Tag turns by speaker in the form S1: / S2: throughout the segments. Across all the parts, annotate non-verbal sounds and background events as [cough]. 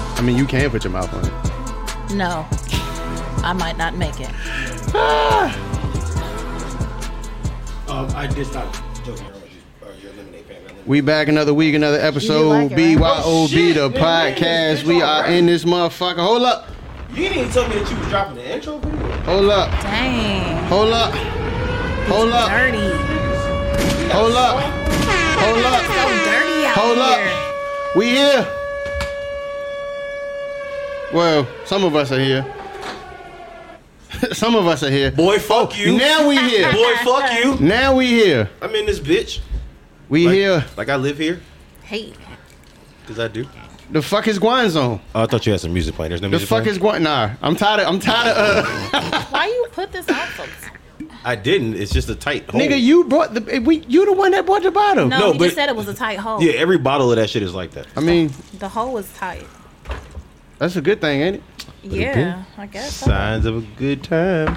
S1: I mean, you can put your mouth on it.
S2: No, I might not make it.
S3: Um, I did stop joking around with you, or your lemonade pan. I
S1: We back another week, another
S2: like
S1: episode.
S2: it,
S1: B
S2: right?
S1: Y O B the
S3: Oh, shit, man,
S1: podcast.
S3: it's
S1: We
S3: all
S1: are
S3: right.
S1: in this motherfucker. Hold up,
S3: You didn't even tell me that you was dropping the intro video.
S1: hold up,
S2: Dang.
S1: hold up, hold up,
S2: Dirty.
S1: hold up, hold up,
S2: So dirty out
S1: hold
S2: here.
S1: up. We here. Well, some of us are here. [laughs] some of us are here.
S3: Boy, fuck you.
S1: Oh, Now we here.
S3: Boy, fuck you.
S1: Now we here.
S3: I'm in this bitch.
S1: We
S3: Like-
S1: here.
S3: Like I live here,
S2: Hey,
S3: because I do.
S1: The fuck is Guan Zone?
S3: Oh, I thought you had some music playing. There's no
S1: The
S3: music
S1: fuck is Guan?
S3: playing.
S1: Nah, I'm tired. Of, I'm tired of. Uh,
S2: why you put this out so
S3: I didn't. It's just a tight hole.
S1: nigga, you brought the. We, you the one that brought the bottle.
S2: No,
S3: No,
S2: you
S3: but-
S2: just said it was a tight hole.
S3: Yeah, every bottle of that shit is like that.
S1: I mean,
S2: The hole was tight.
S1: that's a good thing, ain't it?
S2: Yeah, I guess. so.
S3: Signs of a
S1: [laughs]
S3: good time.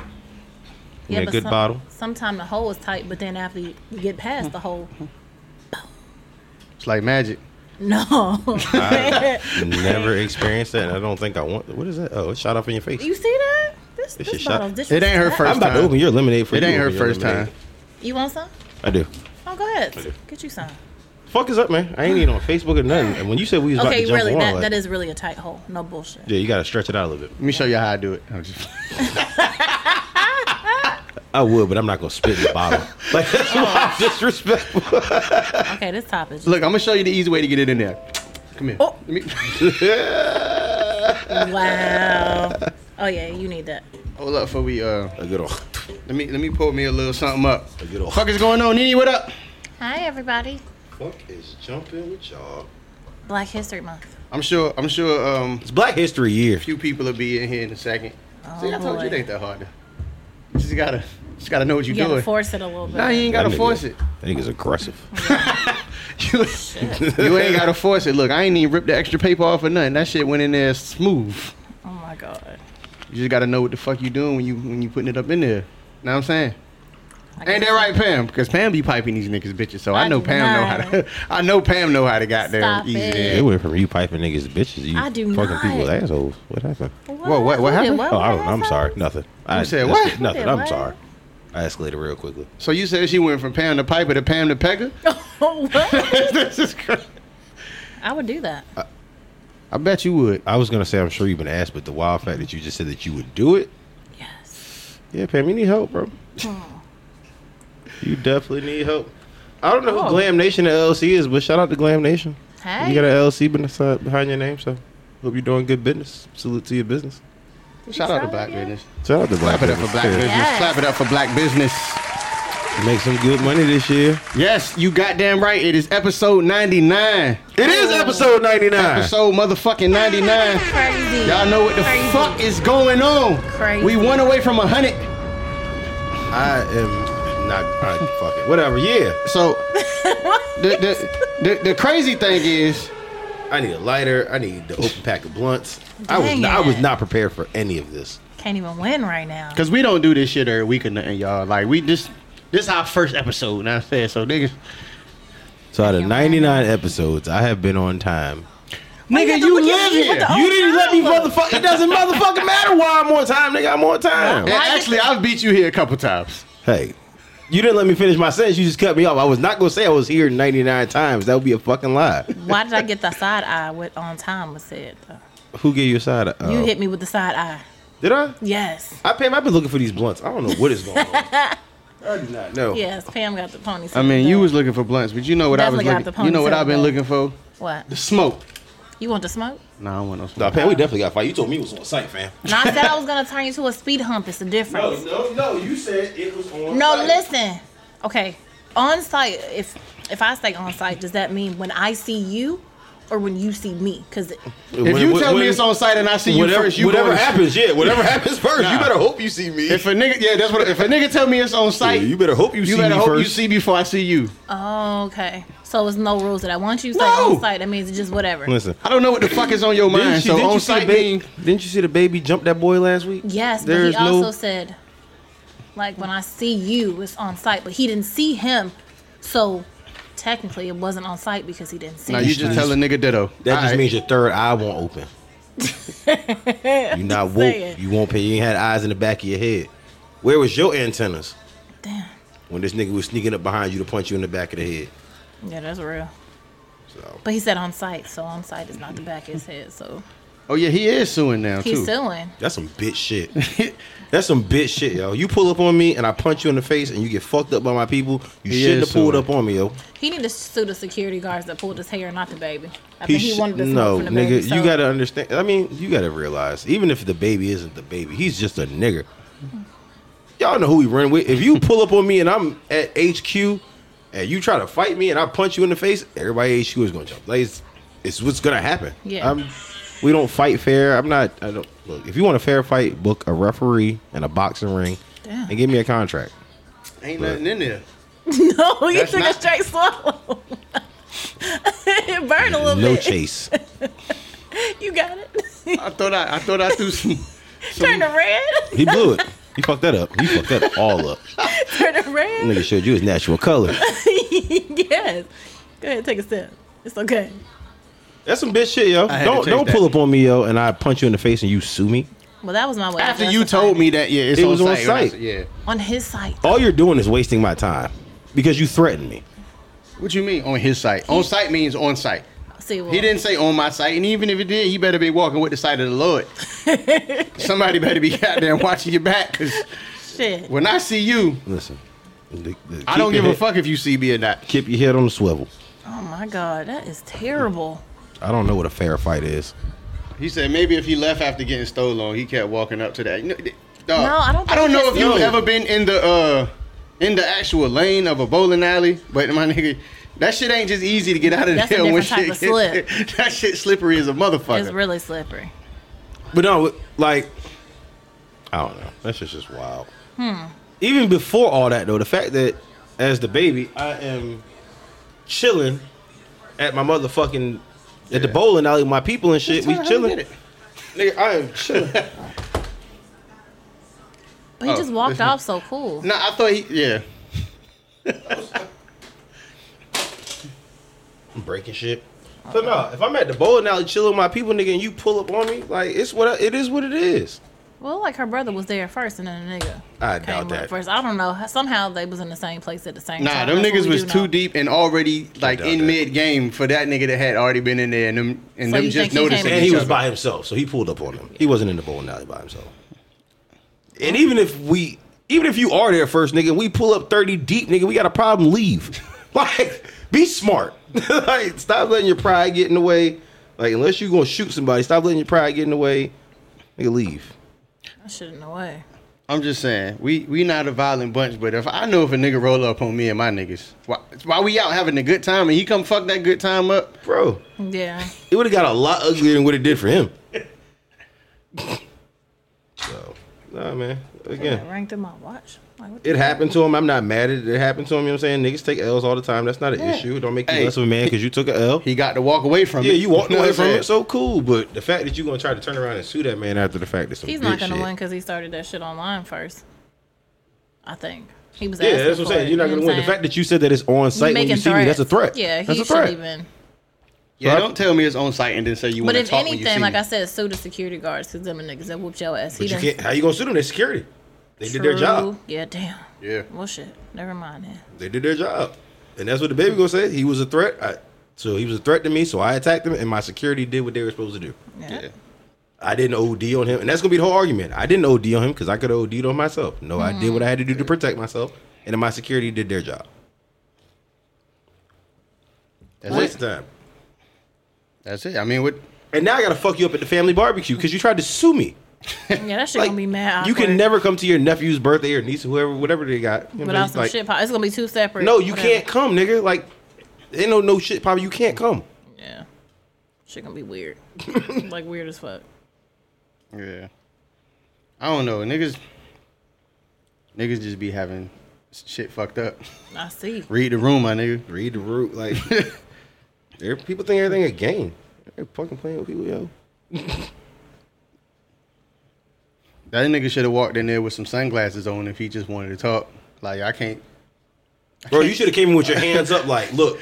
S2: yeah,
S3: a
S2: but
S3: good
S2: some-
S3: bottle.
S2: Sometime the hole is tight, but then after you you get past the
S3: [laughs]
S2: hole,
S1: It's like magic.
S2: no.
S3: Never experienced that. and I don't think I want. What is that? Oh, it shot off in your face.
S2: you see that? This,
S3: It's a
S2: this
S3: shot.
S2: bottle
S1: It ain't her
S2: disrespect-
S1: first
S3: I'm about
S1: time.
S3: to open your lemonade for
S1: It
S3: you.
S1: ain't her
S3: Open your
S1: first
S3: lemonade.
S1: time.
S2: You want some?
S3: I do.
S2: Oh, go ahead. Get you some.
S3: Fuck is up, man. I ain't even on Facebook or nothing. And when you said we was about
S2: Okay,
S3: to jump
S2: really,
S3: on,
S2: that,
S3: like,
S2: that is really a tight hole. No bullshit.
S3: yeah, you gotta stretch it out a little bit.
S1: Let me show you how I do it. I'm just-
S3: I would, but I'm not gonna spit in
S2: [laughs]
S3: the bottle. Like that's why I'm disrespectful.
S2: Okay, this top
S3: [laughs]
S2: is
S1: Look, I'm gonna show you the easy way to get it in there. Come here.
S2: Oh.
S1: Let me-
S2: wow. Oh yeah, you need that.
S1: Hold up before we uh.
S3: A good old.
S1: Let me let me pull me a little something up.
S3: A good old.
S1: Fuck is going on, Nini? What up?
S2: Hi everybody.
S3: Fuck is jumping with y'all.
S2: Black History Month.
S1: I'm sure I'm sure um
S3: It's Black History Year.
S1: few people will be in here in a second. See, I
S2: Oh,
S1: told you it
S2: boy.
S1: ain't that hard. You just gotta just gotta know what you're
S2: You gotta
S1: doing.
S2: force it a little bit.
S1: Nah, you ain't gotta
S3: That nigga-
S1: force it. [laughs]
S3: That nigga's aggressive.
S1: You, you ain't gotta force it. Look, I ain't even ripped the extra paper off or nothing. That shit went in there smooth.
S2: oh my god.
S1: You just gotta know what the fuck you doing when you when you putting it up in there. Know what I'm saying?
S2: I
S1: Ain't
S2: guess-
S1: that right, Pam? Because Pam be piping these niggas bitches, so I,
S2: I
S1: know
S2: do
S1: Pam know
S2: not.
S1: how to. [laughs] I know Pam know how to goddamn
S2: Stop
S1: easy.
S2: it.
S1: in.
S3: It went from you piping niggas bitches, you
S2: I do
S3: fucking
S2: not.
S3: people as assholes. What happened?
S1: Whoa, what- what
S2: Who did
S1: happened?
S3: Oh, I don't know. I'm
S2: What
S3: sorry.
S2: happened?
S3: Nothing. I
S1: said
S3: escal-
S1: what?
S3: Nothing.
S2: Did
S3: I'm
S2: what?
S3: sorry. I escalated real quickly.
S1: So you said she went from Pam to Piper to Pam to
S2: [laughs]
S1: Pecker?
S2: Oh, [laughs] what?
S1: this is crazy.
S2: I would do that.
S1: Uh, I bet you would.
S3: I was gonna say I'm sure you've been asked, but the wild fact that you just said that you would do it.
S2: Yes.
S3: Yeah, Pam, you need help, bro.
S2: Hmm.
S3: you definitely need help. I don't know who
S2: Oh.
S3: Glam Nation and LLC is, but shout out to Glam Nation.
S2: Hey.
S3: You got an LLC bes- uh, behind your name, so hope you're doing good business. Salute to your business.
S1: Shout out to
S2: Sound
S1: Black
S2: good?
S1: Business.
S3: Shout out to Black
S1: Clap it up for
S3: business.
S1: Black Business.
S2: Yes.
S1: Clap it up for Black Business.
S3: Yeah. Make some good money this year.
S1: Yes, you goddamn right. It is episode 99.
S3: It is episode 99.
S1: Episode motherfucking 99.
S2: Crazy.
S1: Y'all know what the
S2: Crazy. [laughs]
S1: fuck is going on.
S2: Crazy.
S1: We one away from a 100.
S3: I am not. I, fuck it. Whatever. Yeah.
S1: So the, the, the the crazy thing is,
S3: I need a lighter. I need the open pack of blunts. I was
S2: Dang
S3: not, I was
S2: it.
S3: not prepared for any of this.
S2: Can't even win right now.
S1: cause we don't do this shit every week or nothing, y'all. Like we just this our first episode, and I said so, niggas.
S2: Oh,
S3: So out of
S2: Damn.
S3: 99 episodes, I have been on time.
S2: you
S1: Nigga,
S2: have to
S1: you
S2: look at
S1: live
S2: me with
S1: here.
S2: the-
S3: You didn't let me
S2: time.
S3: motherfucker. It doesn't motherfucking matter why I'm on time, nigga. I'm on time.
S1: And
S2: Why did-
S1: actually, I've beat you here a couple times.
S3: Hey, you didn't let me finish my sentence. You just cut me off. I was not gonna say I was here 99 times. That would be a fucking lie.
S2: Why did I get the side eye with on time was said? though?
S3: Who gave you a side? eye?
S2: You
S3: Oh.
S2: hit me with the side eye.
S3: Did I?
S2: Yes.
S3: I Pam, I've been looking for these blunts. I don't know what is going
S2: [laughs]
S3: on. I do not know.
S2: Yes, Pam got the pony.
S1: I mean, you was looking for blunts, but you know what
S2: Definitely
S1: I
S2: got
S1: was
S2: the
S1: looking. You know what
S2: ponytail
S1: I've been
S2: though.
S1: looking for?
S2: What?
S1: The smoke.
S2: You want the smoke?
S1: Nah, I don't want no
S3: Nah,
S1: smoke.
S3: Pam, we definitely got fight. You told me it was on site, fam.
S2: No, I said I was gonna turn you to a speed hump. It's the difference.
S3: no, no. You said it was on.
S2: No, listen. Okay, on site. If if I say on site, does that mean when I see you, or when you see me? Because
S1: If you tell me it's on site and I see you
S3: whatever,
S1: first, you
S3: whatever
S1: going to-
S3: happens, yeah, [laughs] whatever happens first, you
S1: Nah.
S3: better hope you see me.
S1: If a nigga, yeah, that's what. If a nigga tell me it's on
S3: Yeah,
S1: site,
S3: you better hope you,
S1: you
S3: see
S1: better
S3: me
S1: hope
S3: first.
S1: you see before I see you.
S2: oh, okay. So it's no rules that I want you to say
S1: No.
S2: on site. That means it's just whatever.
S3: listen,
S1: I don't know what the fuck is on your mind. so on site, being,
S3: didn't you see the baby jump that boy last week?
S2: Yes, but he also said, like when I see you, it's on site. But he didn't see him, so technically it wasn't on site because he didn't see.
S1: now
S2: him.
S1: you just tell a nigga ditto.
S3: That just
S1: Alright.
S2: [laughs]
S3: means your third eye won't open. You not
S2: Just
S3: woke.
S2: saying.
S3: You won't pay. You ain't had eyes in the back of your head. Where was your antennas
S2: Damn.
S3: when this nigga was sneaking up behind you to punch you in the back of the head?
S2: Yeah, that's real.
S3: So
S2: But he said on site, so on site is not the back of his head. So
S1: Oh yeah, he is suing now
S2: he's
S1: too.
S2: suing.
S3: that's some bitch [laughs] shit. that's some bitch shit, yo. You pull up on me and I punch you in the face and you get fucked up by my people. You
S1: He
S3: shouldn't
S1: is
S3: have pulled
S1: suing.
S3: up on me, yo.
S2: He need to sue the security guards that pulled his hair, not the baby. I
S3: He
S2: think he
S3: sh-
S2: wanted to smoke
S3: no,
S2: from the
S3: nigga.
S2: baby. so-
S3: You gotta understand. I mean, you gotta realize, even if the baby isn't the baby, he's just a nigga. Y'all know who he run with. If you pull up on me and I'm at HQ, and you try to fight me and I punch you in the face, everybody at HQ is gonna jump. Like it's, it's what's gonna happen.
S2: Yeah.
S3: I'm, we don't fight fair. I'm not. I don't look. If you want a fair fight, book a referee and a boxing ring,
S2: Damn.
S3: and give me a contract.
S1: Ain't nothing in there.
S2: [laughs] No, you
S1: That's
S2: took a
S1: not-
S2: straight [laughs] swallow. it burned a little
S3: No
S2: bit.
S3: chase.
S2: [laughs] You got
S1: [laughs]
S2: it.
S1: I thought I, I thought I threw some. some
S2: Turn to red. [laughs]
S3: He blew it. He fucked that up. He fucked that all up.
S2: Turn to red.
S3: Nigga showed you his natural color.
S2: [laughs] yes. Go ahead, take a sip. It's okay.
S3: That's some bitch shit, yo.
S1: I had to
S3: Don't
S1: taste
S3: don't
S1: that.
S3: pull up on me, yo, and I punch you in the face and you sue me.
S2: Well, that was my way.
S1: [laughs]
S2: of
S1: after you
S2: justifying
S1: told me that, yeah, it's
S3: It
S1: on
S3: was on
S1: site. And I
S3: site.
S1: said, Yeah.
S2: on his site.
S3: All you're doing is wasting my time because you threatened me.
S1: What you mean on his site? On site means on site.
S2: See, well,
S1: He didn't say on my site, and even if he did, he better be walking with the sight of the [laughs] Lord. Somebody better be out there watching your back, because
S2: Shit.
S1: when I see you,
S3: Listen, the- the-
S1: I don't
S3: keep
S1: give
S3: your
S1: a
S3: head-
S1: fuck if you see me or not.
S3: Keep your head on the swivel.
S2: Oh my god, that is terrible.
S3: I don't know what a fair fight is.
S1: He said maybe if he left after getting stolen, he kept walking up to that. You know, th- dog,
S2: No, I don't
S1: I don't
S2: think
S1: know if
S2: he
S1: you've
S2: has-
S1: ever been in the uh in the actual lane of a bowling alley, but my nigga, that shit ain't just easy to get out of
S2: That's a
S1: there when
S2: different type
S1: shit
S2: of
S1: get-
S2: slip.
S1: [laughs] that shit slippery as a
S2: It's
S1: motherfucker.
S2: really slippery.
S3: But no, like I don't know. That's just just wild.
S1: Hmm.
S3: Even before all that though, the fact that as the baby, I am chilling at my motherfucking at the
S1: Yeah.
S3: bowling alley with my people and shit.
S1: Tell
S3: We
S1: her how to get
S3: chilling.
S1: it.
S3: Nigga, I am [laughs] chilling.
S2: But he
S1: Oh,
S2: just walked
S1: listen.
S2: off so cool.
S1: No, I thought he yeah.
S3: I'm breaking shit. So no, if I'm at the bowling alley chilling with my people, nigga, and you pull up on me, like it's what I, it is. What it is.
S2: Well, like her brother was there first, and then the nigga.
S3: I
S2: came
S3: doubt
S2: up
S3: that.
S2: First, I don't know. Somehow they was in the same place at the same
S1: Nah,
S2: time.
S1: them
S2: That's what
S1: niggas
S2: we
S1: was
S2: do
S1: too
S2: know.
S1: deep and already like
S3: doubt
S1: in
S3: that.
S1: mid game for that nigga that had already been in there and them and
S2: So
S1: them
S2: you
S1: just
S2: think he came
S1: noticing.
S2: in-
S3: And
S1: each
S3: he was
S1: other.
S3: by himself, so he pulled up on him. He wasn't in the bowling alley by himself. And even if we, even if you are there first, nigga, and we pull up thirty deep, nigga, we got a problem. Leave. [laughs] like, be smart. [laughs] like, stop letting your pride get in the way. Like, unless you gonna shoot somebody, stop letting your pride get in the way. Nigga, leave.
S2: I shouldn't know why.
S1: I'm just saying, we we not a violent bunch, but if I know if a nigga roll up on me and my niggas, why, why we out having a good time and he come fuck that good time up?
S3: Bro, [laughs]
S2: Yeah.
S3: it would have got a lot uglier than what it did for him. so, nah, man.
S2: I
S3: Again,
S2: rang through my watch. Like, what the
S3: it happened to him. I'm not mad at it. It happened to him. You know what I'm saying? Niggas take L's all the time. That's not an issue. It don't make you
S1: Hey.
S3: less of a man because you took an L.
S1: He got to walk away from
S3: yeah,
S1: it. [laughs]
S3: you walked
S1: know
S3: away
S1: what
S3: from
S1: I'm saying?
S3: it. So cool. But the fact that you going to try to turn around and sue that man after the fact is some
S2: He's
S3: bitch
S2: not gonna
S3: shit.
S2: win because he started that shit online first. I think he was.
S3: Yeah,
S2: asking
S3: that's what I'm
S2: for
S3: saying.
S2: it,
S3: You're not
S2: you
S3: going
S2: know
S3: to
S2: what
S3: win. The
S2: I'm saying?
S3: fact that you said that it's on site when you
S2: making
S3: see me, that's a
S2: threats.
S3: threat.
S2: Yeah, he
S3: that's a
S2: should
S3: threat.
S2: even.
S1: yeah,
S3: Right.
S1: don't tell me it's on site and then say you want
S2: But
S1: to
S2: if
S1: talk when you see
S2: anything, like
S1: me.
S2: I said, sue the security guards because them niggas that whooped your ass.
S3: But you
S2: done-
S3: can't. How you going to sue them? They're security. They did their
S2: True.
S3: job.
S2: Yeah, damn.
S1: Yeah.
S2: Well, shit. Never mind then.
S3: They did their job, and that's what the baby gonna say. He was a threat. I, so he was a threat to me. So I attacked him, and my security did what they were supposed to do.
S2: Yeah.
S1: Yeah.
S3: I didn't OD on him, and that's gonna be the whole argument. I didn't OD on him because I could have OD'd on myself. No, I did what I had to do to protect myself, and then my security did their job.
S1: That's
S3: Waste
S1: it.
S3: of time.
S1: That's it. I mean, what?
S3: And now I gotta fuck you up at the family barbecue because you tried to sue me.
S2: Yeah,
S3: [laughs]
S2: that shit
S3: Like
S2: gonna be mad.
S3: you can
S2: awkward
S3: never come to your nephew's birthday or niece, whoever, whatever they got. You know what
S2: without
S3: I'm saying?
S2: some
S3: Like,
S2: shit. Pop. It's gonna be two separate.
S3: No, you
S2: whatever.
S3: can't come, nigga. Like, ain't no no shit, Papa. You can't come.
S2: Yeah. Shit gonna be
S3: [laughs]
S2: weird. like weird as fuck.
S1: Yeah. I don't know. Niggas, niggas just be having shit fucked up.
S2: I see.
S1: Read the room, my nigga. [laughs]
S3: Read the root. Like, there- people think everything a game. They're fucking playing with people, yo.
S1: That nigga should have walked in there with some sunglasses on if he just wanted to talk. Like I can't.
S3: Bro, you should have came in with your hands up. Like, look,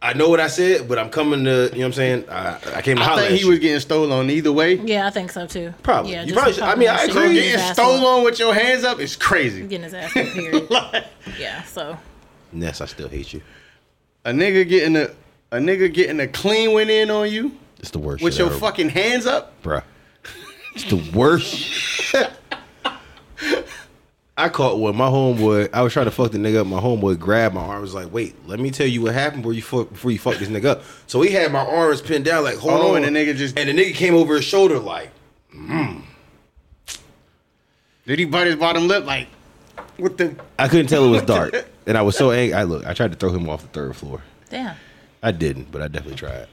S3: I know what I said, but I'm coming to, you know what I'm saying? I, I came to
S1: I
S3: holler
S1: think
S3: at
S1: he
S3: you.
S1: was getting stolen either way.
S2: Yeah, I think so too.
S3: Probably.
S2: Yeah,
S3: You
S2: just
S3: probably should- I mean, I
S2: getting
S3: agree.
S2: his
S1: Getting
S2: ass whooped.
S1: stolen with your hands up is crazy.
S2: Getting his ass whooped,
S3: [laughs]
S2: period.
S1: Like,
S2: yeah. So
S3: Ness, I still hate you.
S1: a nigga getting a a nigga getting a clean win in on you
S3: It's the worst
S1: with
S3: shit
S1: your
S3: ever,
S1: fucking hands up.
S3: bruh. It's the worst. [laughs] I caught one. My homeboy, I was trying to fuck the nigga up. My homeboy grabbed my arm. Was like, "Wait, let me tell you what happened before you fuck, before you fuck this nigga up." So he had my arms pinned down, like, "Hold
S1: Oh,
S3: on."
S1: and the nigga just-
S3: and the nigga came over his shoulder, like,
S1: Did he bite his bottom lip like with the?
S3: I couldn't tell it
S2: [laughs]
S3: was dark, and I was so angry. I look, I tried to throw him off the third floor. [laughs]
S2: damn.
S3: I didn't, but I definitely tried.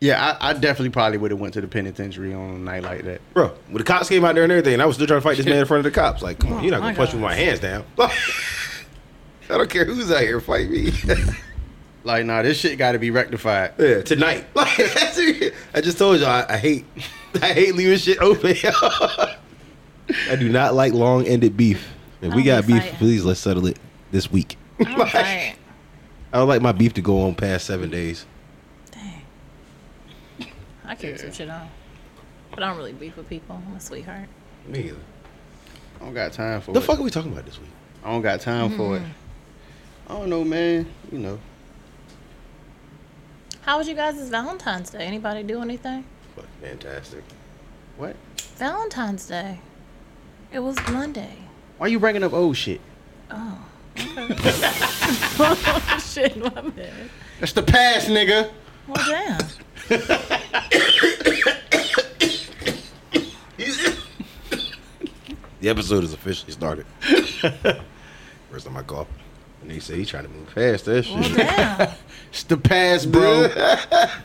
S1: Yeah, I, I definitely probably would have went to the penitentiary on a night like that.
S3: Bro, when the cops came out there and everything, and I was still trying to fight this man in front of the cops. Like, come on, you're not
S2: Oh, my
S3: gonna punch me with my hands down. [laughs] I don't care who's out here fighting me. [laughs]
S1: Like, nah, this shit got to be rectified.
S3: yeah, tonight. [laughs] Like, that's it. I just told y'all I, I hate, [laughs] I hate leaving shit open. [laughs] I do not like long-ended beef. If we
S2: I don't
S3: got beef,
S2: fight.
S3: please let's settle it this week.
S2: All
S3: Like,
S2: right.
S3: I don't like my beef to go on past seven days.
S2: Dang. I carry some shit on, but I don't really beef with people. I'm a sweetheart.
S3: Me either.
S1: I don't got time for
S3: The
S1: it.
S3: fuck are we talking about this week?
S1: I don't got time for it.
S2: Mm-hmm.
S1: I don't know, man. You know,
S2: How was you guys' Valentine's Day? Anybody do anything?
S3: Fuck, fantastic.
S1: what?
S2: Valentine's Day. It was Monday.
S3: [laughs]
S2: [laughs]
S1: Why you bringing up old shit?
S2: Oh. Okay. shit, my bad.
S1: That's the past, nigga.
S2: Well, damn.
S3: The episode is officially started. [laughs] First time I call, and they say he trying to move past that shit. [laughs]
S2: Well, damn.
S1: It's the past, [laughs] bro.
S2: I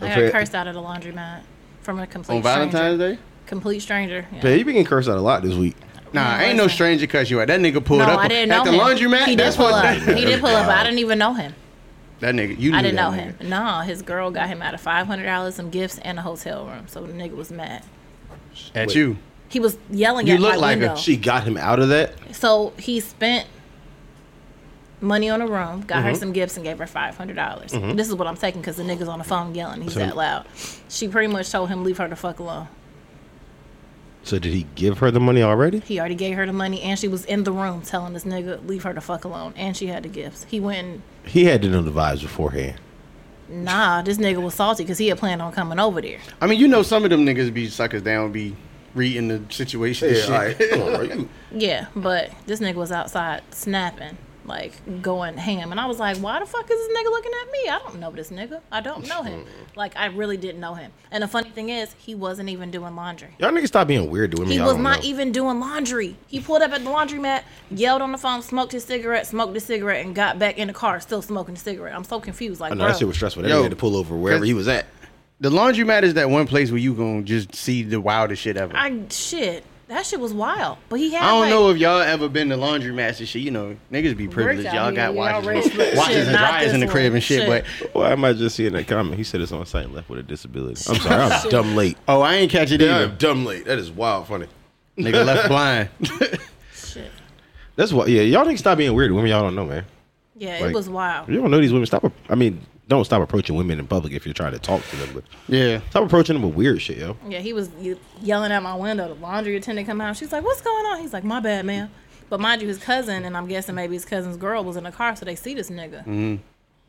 S3: Okay.
S2: got cursed out at a laundromat from a complete
S1: on
S2: stranger.
S1: Valentine's Day?
S2: Complete stranger. Yeah.
S3: Man, you been getting cursed out a lot this week.
S1: Nah,
S2: No,
S1: ain't no
S2: listen.
S1: stranger cuss you out. That nigga pulled
S2: No,
S1: up
S2: I didn't
S1: at
S2: know
S1: the
S2: him.
S1: laundromat.
S2: He
S1: That's
S2: did pull
S1: what.
S2: up.
S1: That, [laughs]
S2: He did pull up. I didn't even know him.
S1: that nigga, you. Knew
S2: I didn't
S1: that
S2: know
S1: nigga.
S2: him. No, his girl got him out of five hundred dollars, some gifts, and a hotel room. So the nigga was mad.
S1: At
S3: Wait.
S1: you.
S2: He was yelling
S1: You
S2: at
S1: look
S2: my
S1: like a
S2: window.
S3: She got him out of that.
S2: So he spent money on a room, got
S1: Mm-hmm.
S2: her some gifts, and gave her five hundred dollars. This is what I'm taking because the nigga's on the phone yelling. He's
S1: Mm-hmm.
S2: that loud. She pretty much told him leave her the fuck alone.
S3: So did he give her the money already?
S2: He already gave her the money, and she was in the room telling this nigga leave her the fuck alone, and she had the gifts. He went.
S3: He had to know the vibes beforehand.
S2: and, Nah, this nigga was salty because he had planned on coming over there.
S1: I mean, you know, some of them niggas be suckers down, be reading the situation. and shit.
S3: [laughs]
S2: Yeah, but this nigga was outside snapping, like going ham, and I was like, "Why the fuck is this nigga looking at me? I don't know this nigga. I don't know him.
S3: Mm-hmm.
S2: like, I really didn't know him. And the funny thing is, he wasn't even doing laundry.
S3: Y'all niggas stop being weird to women.
S2: He
S3: y'all
S2: was
S3: don't
S2: not
S3: know.
S2: even doing laundry. He pulled up at the laundromat, yelled on the phone, smoked his cigarette, smoked his cigarette, and got back in the car, still smoking the cigarette. I'm so confused. Like,
S3: I know
S2: bro,
S3: that shit was stressful. That
S1: Yo.
S3: nigga had to pull over wherever he was at.
S1: The laundromat is that one place where you gonna just see the wildest shit ever. I,
S2: I shit. That shit was wild. But he had.
S1: don't
S2: like,
S1: know if y'all ever been to laundromats and shit. You know, niggas be privileged.
S2: out
S1: Y'all
S2: here,
S1: got
S2: y'all
S1: watches,
S2: rich, but
S1: watches
S2: shit,
S1: and
S2: not
S1: dryers in the
S2: this
S1: crib
S2: one.
S1: and shit,
S2: Shit.
S1: But
S3: Why am I just seeing that comment? He said it's on site and left with a disability. I'm sorry, [laughs] I'm dumb late.
S1: oh, I ain't catch it either.
S3: I'm dumb late. That is wild funny.
S1: Nigga [laughs] left blind.
S2: Shit.
S3: That's why. Yeah, y'all niggas stop being weird to women. Y'all don't know, man.
S2: Yeah,
S3: Like-
S2: it was wild.
S3: You don't know these women. Stop. ap- I mean, don't stop approaching women in public if you're trying to talk to them. But
S1: yeah.
S3: stop approaching them with weird shit, yo.
S2: Yeah, he was ye- yelling at my window. The laundry attendant come out. She's like, "What's going on?" He's like, "My bad, ma'am." But mind you, his cousin and I'm guessing maybe his cousin's girl was in the car, so they see this nigga mm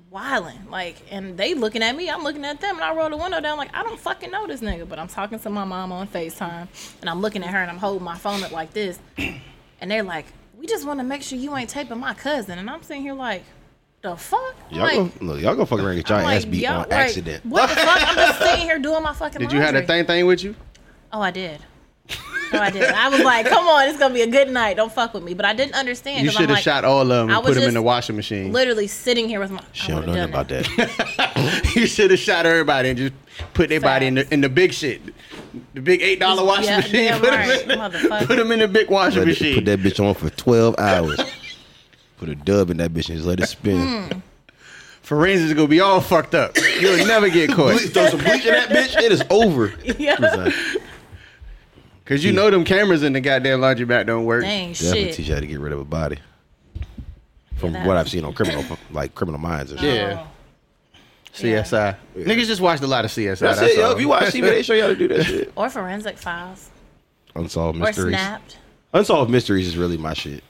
S2: wilding like, and they looking at me. I'm looking at them, and I roll the window down. Like I don't fucking know this nigga, but I'm talking to my mom on Facetime, and I'm looking at her, and I'm holding my phone up like this, [coughs] and they're like, "We just want to make sure you ain't taping my cousin," and I'm sitting here like, "The fuck?"
S3: Y'all
S2: like,
S3: go, look, y'all go fuck around and get y'all
S2: I'm
S3: ass
S2: like,
S3: beat
S2: "Yo,"
S3: on
S2: like,
S3: accident.
S2: What the fuck? I'm just sitting here doing my fucking.
S1: Did you have a
S2: laundry.
S1: thing thing with you?
S2: Oh, I did. No, I did. I was like, come on, it's gonna be a good night. Don't fuck with me. But I didn't understand.
S1: You
S2: 'cause I'm
S1: should have
S2: like,
S1: shot all of them
S2: I
S1: and
S2: was
S1: put them in
S2: just
S1: the washing machine.
S2: Literally sitting here with my.
S3: She don't know nothing about that.
S2: [laughs]
S1: [laughs] you should have shot everybody and just put their body in the in the big shit, the big eight dollar washing [laughs]
S2: Yeah,
S1: machine.
S2: damn
S1: Put them,
S2: right,
S1: in the,
S2: motherfucker.
S1: put 'em in the big washing
S3: Let it-
S1: machine.
S3: put that bitch on for 12 hours. Put a dub in that bitch and just let it
S2: Hmm.
S3: spin.
S1: Forensics gonna be all fucked up. You'll never
S3: [laughs]
S1: get caught
S3: Bleach- Throw some bleach in that bitch. It is over.
S2: [laughs] Yeah.
S3: It was like,
S1: because you know them cameras in the goddamn laundromat don't work.
S2: Dang
S3: definitely
S2: shit.
S3: teach you how to get rid of a body. from
S2: that.
S3: what I've seen on criminal, like criminal minds or shit.
S2: Oh.
S1: Yeah. CSI. Niggas just watched a lot of CSI.
S3: That's, it, yo. If you watch TV, they show you how to do that shit.
S2: Or forensic files.
S3: [laughs] Unsolved
S2: Or
S3: mysteries.
S2: snapped.
S3: Unsolved mysteries is really my shit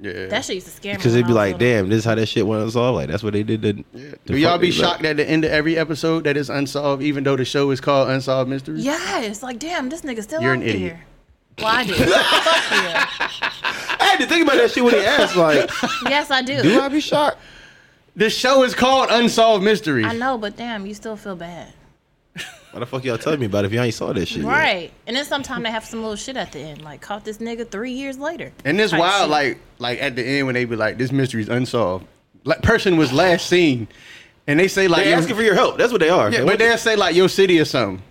S1: yeah.
S2: That shit used to scare me.
S3: because
S2: when
S3: it'd
S2: I
S3: be
S2: was
S3: like,
S2: little.
S3: damn, this is how that shit went unsolved. Like that's what they did. To, to
S1: Do y'all
S3: fuck
S1: be
S3: these up.
S1: shocked at the end of every episode that it's unsolved, even though the show is called Unsolved Mysteries?
S2: Yeah, it's like, damn, this nigga still
S1: You're
S2: out
S1: an idiot.
S2: there. Well, I do. Fuck
S3: I had to think about that
S1: [laughs]
S3: shit when he asked. Like,
S2: you. Yes, I do.
S3: [laughs] do I be shocked?
S1: The show is called Unsolved Mysteries.
S2: I know, but damn, you still feel bad.
S3: Why the fuck y'all telling me about it if y'all ain't saw that shit? yet?
S2: Right. And then sometimes they have some little shit at the end, like caught this nigga three years later.
S1: And it's
S2: Type
S1: wild,
S2: shit.
S1: like like at the end when they be like, "This mystery is unsolved." Like person was last seen, and they say like,
S3: They
S1: yo-
S3: asking for your help. That's what they are.
S1: yeah,
S3: They
S1: but
S3: want
S1: they'll say like your city or something.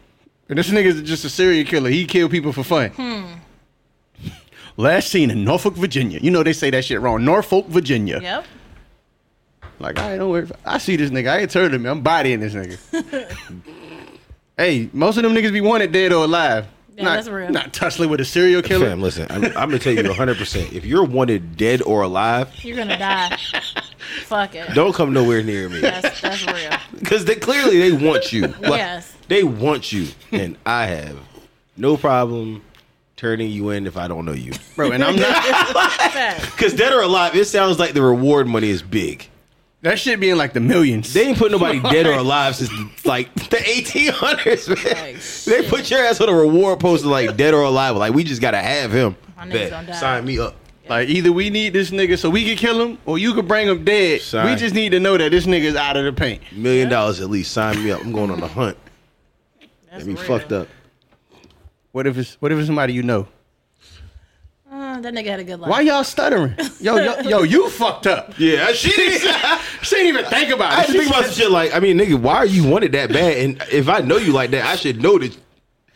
S1: And this nigga's just a serial killer. He killed people for fun.
S2: Hmm.
S1: [laughs] Last seen in Norfolk, Virginia. You know they say that shit wrong. Norfolk, Virginia.
S2: Yep.
S1: Like, I don't worry. I see this nigga. I ain't turning him. I'm bodying this nigga.
S2: [laughs]
S1: hey, most of them niggas be wanted dead or alive.
S2: Yeah,
S1: not,
S2: that's real.
S1: Not tussling with a serial killer.
S3: Fam, listen, I'm, I'm gonna tell you 100. percent If you're wanted dead or alive,
S2: You're
S1: [laughs]
S2: gonna die. Fuck it.
S3: don't come nowhere near me
S2: That's that's
S1: [laughs]
S2: real.
S3: because they clearly they want you. Like,
S2: Yes.
S3: they want you, and I have no problem turning you in if I don't know you.
S1: Bro, and I'm not.
S2: Fact.
S3: Because dead or alive, it sounds like the reward money is big.
S1: That shit being like the millions.
S3: They ain't
S2: [laughs]
S3: put nobody dead or alive since like the 1800s, man.
S2: Like, shit.
S3: they put your ass on a reward poster like dead or alive. Like we just gotta have him.
S2: My nigga's
S3: Bet.
S2: gonna die.
S3: Sign me up.
S1: Like either we need this nigga so we can kill him, or you could bring him dead.
S3: Sorry.
S1: We just need to know that this nigga's out of the paint.
S3: Million dollars at least. Sign me up. I'm going on
S2: [laughs]
S3: a hunt.
S2: That's
S3: Let me
S2: real.
S3: fucked up.
S1: What if it's what if it's somebody you know?
S2: Uh, that nigga had a good life.
S1: Why y'all stuttering? Yo, yo, yo, [laughs] you fucked up.
S3: Yeah, she [laughs] didn't.
S1: She didn't even think about it.
S3: I had to
S1: She
S3: think about some shit like, I mean, nigga, why are you wanted that bad? And if I know you like that, I should know that.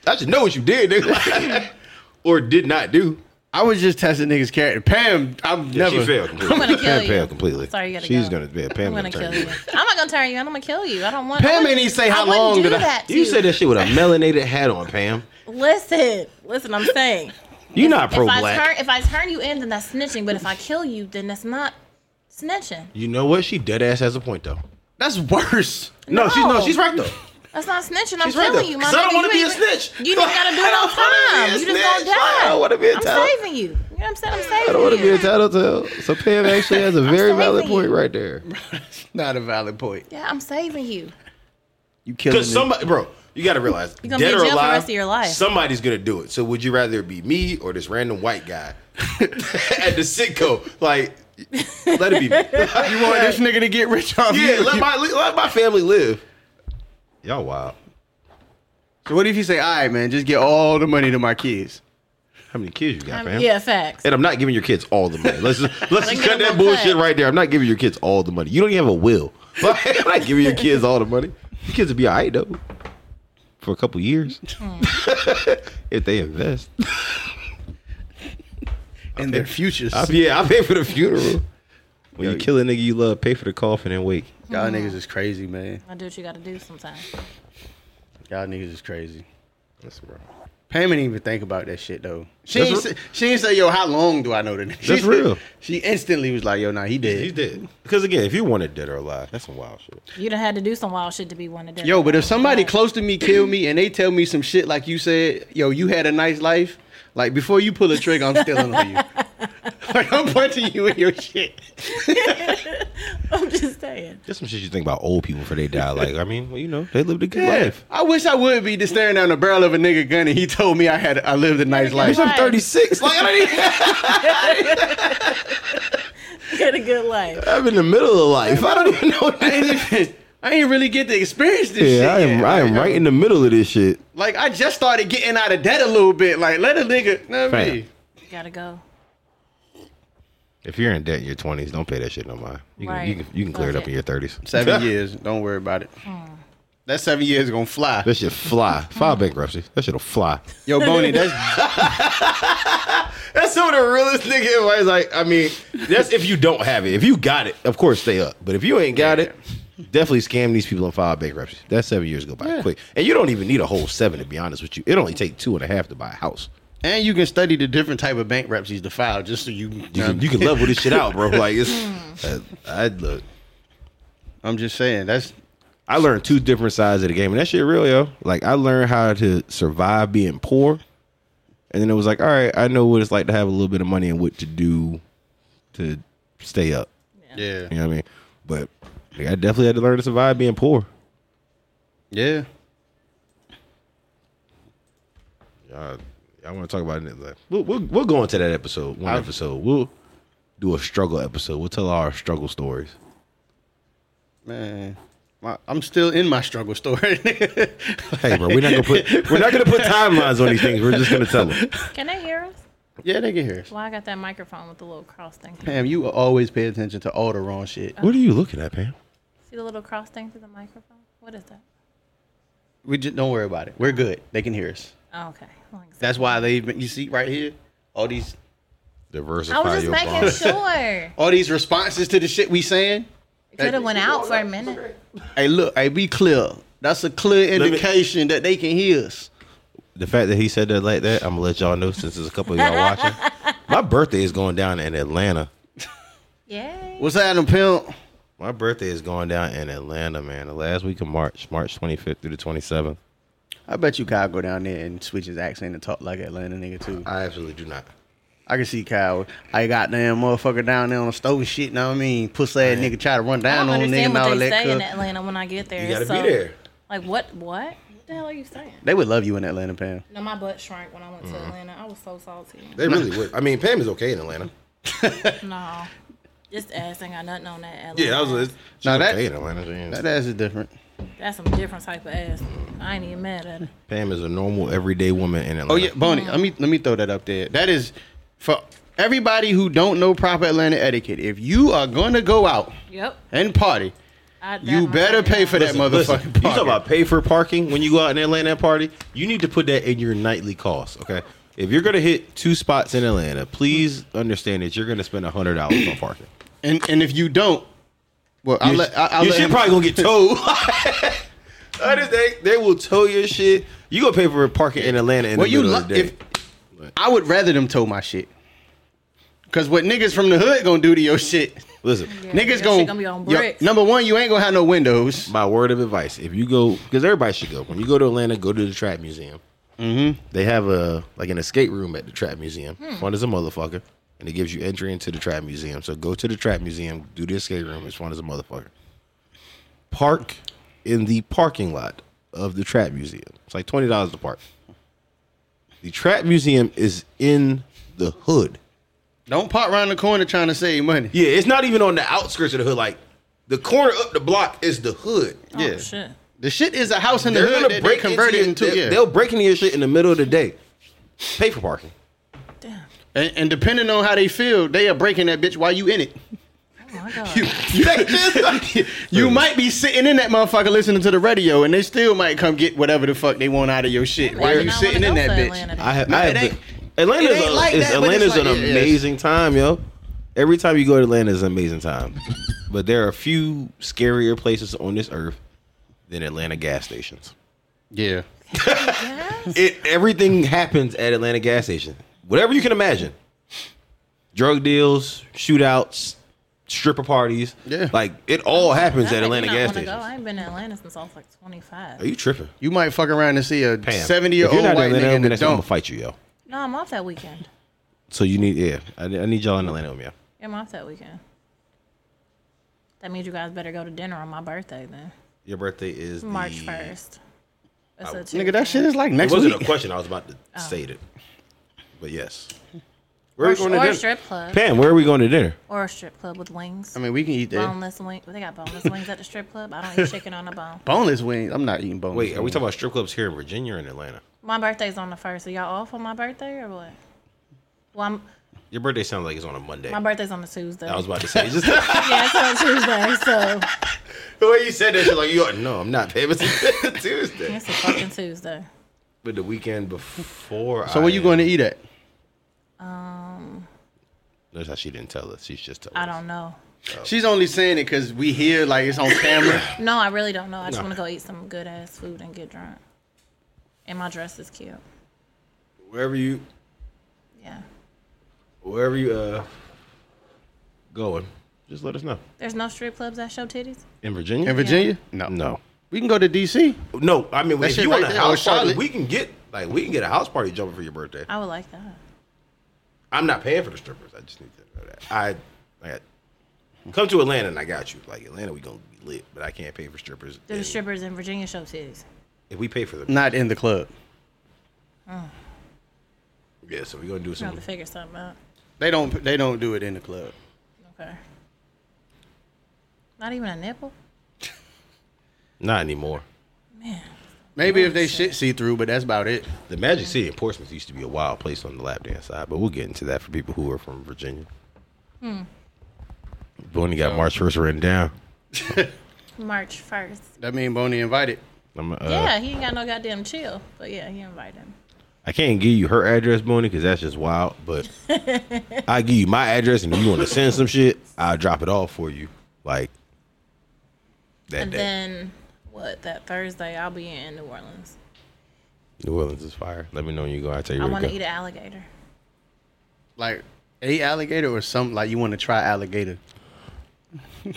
S3: I should know what you did, nigga, [laughs] or did not do.
S1: I was just testing niggas' character. Pam, I'm
S3: Yeah,
S1: never.
S3: she failed. Completely.
S2: I'm gonna kill
S3: Pam
S2: you.
S3: failed completely.
S2: Sorry, you gotta
S3: She's
S2: go.
S3: gonna be. Yeah,
S2: I'm
S3: Pam
S2: gonna
S3: gonna
S2: kill
S3: turn
S2: you.
S3: you.
S2: I'm not gonna turn you. I'm gonna kill you. I don't want. I
S1: Pam
S2: wouldn't-
S1: ain't even say
S2: I
S1: how
S2: wouldn't
S1: long
S2: do
S1: did I-
S2: that to
S3: You said that shit with a melanated hat on, Pam.
S2: Listen, listen. I'm saying.
S3: You're not pro
S2: if I turn
S3: black.
S2: if I turn you in, then that's snitching. But if I kill you, then that's not snitching.
S3: You know what? She dead ass has a point though.
S1: That's worse.
S3: No, she's
S2: No.
S3: no, she's right though.
S2: That's not snitching. I'm
S3: She's right
S2: telling
S3: though.
S2: you, my
S3: 'Cause I don't
S2: nigga,
S3: wanna
S2: you
S3: be a
S2: ain't-
S3: snitch.
S2: You just gotta do
S3: [laughs] I
S2: it on
S3: don't wanna be
S2: time.
S3: a
S2: You just gonna
S3: snitch.
S2: die.
S3: I don't wanna be a
S2: I'm
S3: talent.
S2: saving you. You know what I'm saying? I'm saving
S3: I don't want to
S2: you.
S3: be a tattletale. So [laughs] Pam actually has a very
S2: sorry
S3: valid
S2: for
S3: point
S2: you.
S3: right there.
S1: Not a valid point.
S2: yeah, I'm saving you.
S1: You killing
S3: Because
S1: me.
S3: somebody, bro, you got to realize,
S2: You're gonna
S3: dead
S2: be in
S3: or
S2: jail for the
S3: alive,
S2: rest of your life.
S3: somebody's gonna do it. So would you rather it be me or this random white guy [laughs] at the sitco? Like, let it be. Me. [laughs]
S1: you want this nigga to get rich off
S3: yeah,
S1: you?
S3: let my let my family live. Y'all wild.
S1: so what if you say, all right, man, just get all the money to my kids?
S3: How many kids you got,
S2: I'm-
S3: fam?
S2: yeah, facts.
S3: And I'm not giving your kids all the money. Let's just, let's just
S2: get
S3: cut
S2: them
S3: that
S2: one
S3: bullshit
S2: cut.
S3: right there. I'm not giving your kids all the money. You don't even have a will. [laughs] Like, I'm not giving your kids all the money. Your kids will be all right though for a couple years [laughs] if they invest.
S1: And their futures.
S3: I, yeah, I pay for the funeral. When
S1: Yo,
S3: you kill a nigga you love, pay for the coffin and wake.
S1: Y'all niggas is crazy, man.
S2: I do what you gotta do sometimes.
S1: Y'all niggas is crazy.
S3: That's real.
S1: Pam didn't even think about that shit though. She
S3: That's
S1: ain't,
S3: re-
S1: say, she ain't say, "Yo, how long do I know the nigga?" She
S3: That's real.
S1: She instantly was like, "Yo, nah, he dead."
S3: He did. Because again, if you wanted dead or alive, that's some wild shit.
S2: You done had to do some wild shit to be one of them.
S1: Yo, but if somebody close to me kill me and they tell me some shit like you said, "Yo, you had a nice life," like before you pull a trigger, I'm stealing on you. [laughs] Like I'm punching you in your shit.
S2: [laughs] I'm just saying.
S3: There's some shit you think about old people before they [laughs] die. Like, I mean, well, you know, they lived a good
S1: Yeah.
S3: life.
S1: I wish I would be just staring down the barrel of a nigga gun and he told me I had I lived a nice
S2: Right.
S1: life. [laughs]
S3: Bitch, I'm 36. Like, I don't [laughs] even
S2: You had a good life.
S3: I'm in the middle of life. I don't even know what
S1: I ain't, even- I ain't really get to experience this shit.
S3: Yeah, I am.
S1: yet.
S3: I am
S1: Like,
S3: right in the middle of this shit.
S1: Like I just started getting out of debt a little bit. Like let a nigga. Know what I
S3: Fam.
S1: mean?
S2: You gotta go.
S3: If you're in debt in your 20s, don't pay that shit no more. You can, you
S2: Right.
S3: can, you can clear it
S2: Fuck
S3: up in
S2: it.
S3: your 30s. [laughs]
S1: Seven years. Don't worry about it. That seven years gonna fly.
S3: That
S1: [laughs]
S3: shit fly. File bankruptcy. That shit'll fly.
S1: Yo,
S3: [laughs]
S1: Boney, that's
S3: That's some of the realest nigga advice. Like, I mean, that's if you don't have it. If you got it, of course stay up. But if you ain't got it, definitely scam these people and file bankruptcy. That seven years go by quick, and you don't even need a whole seven to be honest with you. It only take two and a half to buy a house.
S1: And you can study the different type of bankruptcies to file just so you
S3: You can, you can level this shit out, bro. Like
S1: [laughs]
S3: it's, I, I look.
S1: I'm just saying that's
S3: I learned two different sides of the game, and that shit real, yo. Like I learned how to survive being poor, and then it was like, all right, I know what it's like to have a little bit of money and what to do to stay up.
S1: yeah.
S3: You know what I mean? But like, I definitely had to learn to survive being poor.
S1: Yeah.
S3: Uh, I want to talk about it. Like, we'll, we'll we'll go into that episode. One
S1: I've-
S3: episode. We'll do a struggle episode. We'll tell our struggle stories.
S1: Man. My, I'm still in my struggle story. [laughs]
S3: Hey, bro, we're not gonna put we're not gonna put timelines on these things. We're just gonna tell them.
S2: Can they hear us?
S1: yeah, they can hear us.
S2: Well, I got that microphone with the little cross thing.
S1: Pam, you always pay attention to all the wrong shit.
S3: What are you looking at, Pam?
S2: See the little cross thing through the microphone? What is that?
S1: We just don't worry about it. We're good. They can hear us.
S2: Oh, okay. Like-
S1: That's why they've been. You see right here, all these,
S3: Diversify
S2: I was just
S3: your
S2: making
S3: bond. [laughs]
S2: sure.
S1: all these responses to the shit we saying.
S2: It could have went out for a minute.
S1: Hey, look. Hey, be clear. That's a clear
S3: me-
S1: indication that they can hear us.
S3: The fact that he said that like that, I'm gonna let y'all know since there's a couple of y'all [laughs] watching. My birthday is going down in Atlanta.
S2: Yay.
S1: What's happening, pimp?
S3: My birthday is going down in Atlanta, man. The last week of March, March 25th through the 27th.
S1: I bet you Kyle go down there and switch his accent and talk like an Atlanta nigga too.
S3: I absolutely do not.
S1: I can see Kyle. I got damn motherfucker down there on the stove and shit. Know what I mean? Pussy ass nigga try to run
S2: I
S1: down
S2: don't
S1: on them and
S2: understand
S1: all
S2: what they
S1: that.
S2: say in
S1: Cuff.
S2: Atlanta when I get there.
S3: You gotta
S2: So-
S3: be there.
S2: Like, what? What? What the hell are you saying?
S1: They would love you in Atlanta, Pam.
S2: No, my butt shrank when I went to Atlanta. I was so salty.
S3: They really would. I mean, Pam is okay in Atlanta.
S2: No. This ass ain't got nothing on that ass.
S3: Yeah, I was. It's, she's
S1: Now that-
S3: okay in Atlanta. She ain't-
S1: That ass is different.
S2: That's some different type of ass. I ain't even mad at it.
S3: Pam is a normal, everyday woman in Atlanta.
S1: Oh yeah, Bonnie. Let me let me throw that up there. That is for everybody who don't know proper Atlanta etiquette. If you are gonna go out
S2: Yep.
S1: and party,
S2: I, that
S1: you
S2: might
S1: better
S2: be
S1: pay
S2: wrong.
S1: for that motherfucking
S3: listen,
S1: party.
S3: You talk about pay for parking when you go out in Atlanta and party. You need to put that in your nightly cost. Okay, if you're gonna hit two spots in Atlanta, please understand that you're gonna spend hundred dollars on parking.
S1: and and if you don't, well, I'll
S3: Your-
S1: let I- I'll
S3: your
S1: let
S3: shit
S1: him-
S3: probably gonna get towed. [laughs] Honest, they, they will tow your shit. You gonna pay for parking in Atlanta in
S1: Well,
S3: the
S1: you
S3: middle
S1: lo-
S3: of the day.
S1: if I would rather them tow my shit. Cause what niggas from the hood gonna do to your shit?
S3: Listen,
S1: [laughs]
S2: Yeah, your
S1: niggas
S2: shit
S1: gonna,
S2: gonna be on
S1: yo,
S2: bricks.
S1: number one, you ain't gonna have no windows.
S3: my word of advice: if you go, because everybody should go. When you go to Atlanta, go to the Trap Museum. Mm-hmm. They have a like an escape room at the Trap Museum. Fun as a motherfucker, and it gives you entry into the Trap Museum. So go to the Trap Museum, do the escape room. It's fun as a motherfucker. Park in the parking lot of the Trap Museum. It's like twenty dollars to park. The Trap Museum is in the hood.
S1: Don't pop around the corner trying to save money.
S3: Yeah, it's not even on the outskirts of the hood. Like the corner up the block is the hood.
S2: Oh,
S1: Yeah.
S2: shit.
S1: The shit is a house in the
S3: They're
S1: hood
S3: gonna
S1: that they
S3: break
S1: converted
S3: into,
S1: into.
S3: your,
S1: yeah.
S3: They'll break into your shit in the middle of the day. Pay for parking.
S2: Damn. Oh,
S1: And, and depending on how they feel, they are breaking that bitch while you in
S3: [laughs]
S1: it.
S2: Oh, my God.
S1: You, [laughs] you, you might be sitting in that motherfucker listening to the radio, and they still might come get whatever the fuck they want out of your shit.
S2: Imagine
S1: Why are
S2: I
S1: you
S2: wanna
S1: sitting
S2: go
S1: in that
S2: to
S1: bitch?
S2: Atlanta then.
S3: I have.
S1: No,
S3: I
S1: it
S3: have
S1: ain't-
S3: been- Atlanta's,
S1: it ain't
S3: a-
S1: like
S3: is-
S1: that, but
S3: Atlanta's
S1: it's like-
S3: an
S1: yeah, yeah.
S3: amazing time, yo. Every time you go to Atlanta is an amazing time. But there are a few scarier places on this earth than Atlanta gas stations.
S1: Yeah.
S2: Yes.
S3: It everything happens at Atlanta gas station. Whatever you can imagine. Drug deals, shootouts, stripper parties.
S1: Yeah.
S3: Like it all happens
S2: That
S3: at
S2: make me
S3: Atlanta
S2: not
S3: gas
S2: wanna go.
S3: stations.
S2: I ain't been to Atlanta since I was like 25.
S3: Are you tripping?
S1: You might fuck around and see a
S3: Pam,
S1: 70 year
S3: if you're
S1: old
S3: not
S1: white
S3: in Atlanta
S1: nigga in
S3: with me
S1: the
S3: next time, I'm gonna
S1: dump.
S3: fight you, yo.
S2: No, I'm off that weekend.
S3: So you need, yeah, I, I need y'all in Atlanta with me. yo.
S2: I'm off that weekend. That means you guys better go to dinner on my birthday then.
S3: Your birthday is
S2: March
S3: the-
S2: 1st. That's a
S1: Nigga, that shit is like
S3: It
S1: next
S3: wasn't
S1: week.
S3: a question. I was about to say it, but yes. Where
S2: Oh. Or, or a strip club.
S3: Pam, where are we going to dinner?
S2: Or a strip club with wings.
S1: I mean, we can eat that.
S2: boneless wings. They got boneless wings at the strip club. I don't eat chicken on the bone.
S1: Boneless wings. I'm not eating boneless.
S3: Wait, are we
S1: wings.
S3: talking about strip clubs here in Virginia or in Atlanta?
S2: My birthday's on the first. Are y'all off on my birthday or what? Well, I'm,
S3: Your birthday sounds like it's on a Monday.
S2: my birthday's on the Tuesday.
S3: I was about to say just [laughs] the
S2: yeah, it's on Tuesday, so
S3: way you said that. You're like, you no, I'm not. Pam, [laughs] it's Tuesday.
S2: it's a fucking Tuesday.
S3: But the weekend before.
S1: So where you going to eat at?
S3: That's how she didn't tell us. She's just telling
S2: I
S3: us.
S2: don't know.
S3: Oh.
S1: She's only saying it because we hear like it's on
S3: [coughs]
S1: camera.
S2: No, I really don't know. I just
S3: No.
S2: want to go eat some good ass food and get drunk. And my dress is cute.
S3: Wherever you,
S2: Yeah.
S3: Wherever you uh going, just let us know.
S2: There's no strip clubs that show titties.
S3: In Virginia?
S1: In Virginia? No.
S3: No.
S1: We can go to DC.
S3: No, I mean
S1: That
S3: if
S1: shit
S3: you
S1: right
S3: want a
S1: there,
S3: house
S1: oh,
S3: party,
S1: Charlotte.
S3: we can get like we can get a house party jumping for your birthday.
S2: I would like that.
S3: I'm not paying for the strippers. I just need to know that. I, I got, come to Atlanta and I got you. Like Atlanta, we gonna be lit, but I can't pay for strippers.
S2: Do the
S3: And
S2: strippers in Virginia show titties?
S3: If we pay for them,
S1: Not in the club.
S3: yeah. So we gonna
S2: I
S3: do
S2: have
S3: some.
S2: to figure something out.
S1: They don't. They don't do it in the club.
S2: Okay. Not even a nipple?
S3: Not anymore.
S2: Man.
S1: Maybe if they shit see through, but that's about it.
S3: The Magic City in Portsmouth used to be a wild place on the lap dance side, but we'll get into that for people who are from Virginia. Hmm. Boney got March first written down.
S2: March 1st.
S1: That mean Boney invited.
S3: I'm, uh,
S2: yeah, he ain't got no goddamn chill. But yeah, he invited him.
S3: I can't give you her address, Boney, because that's just wild. But I give you my address, and if you want to send some shit, I'll drop it off for you. Like that
S2: And
S3: day.
S2: then, what, that Thursday, I'll be in New Orleans.
S3: New Orleans is fire. Let me know when you go. I tell you
S2: I
S3: where
S2: want
S3: to
S2: to
S3: go.
S2: eat an alligator.
S1: Like a alligator or something. Like you want to try alligator.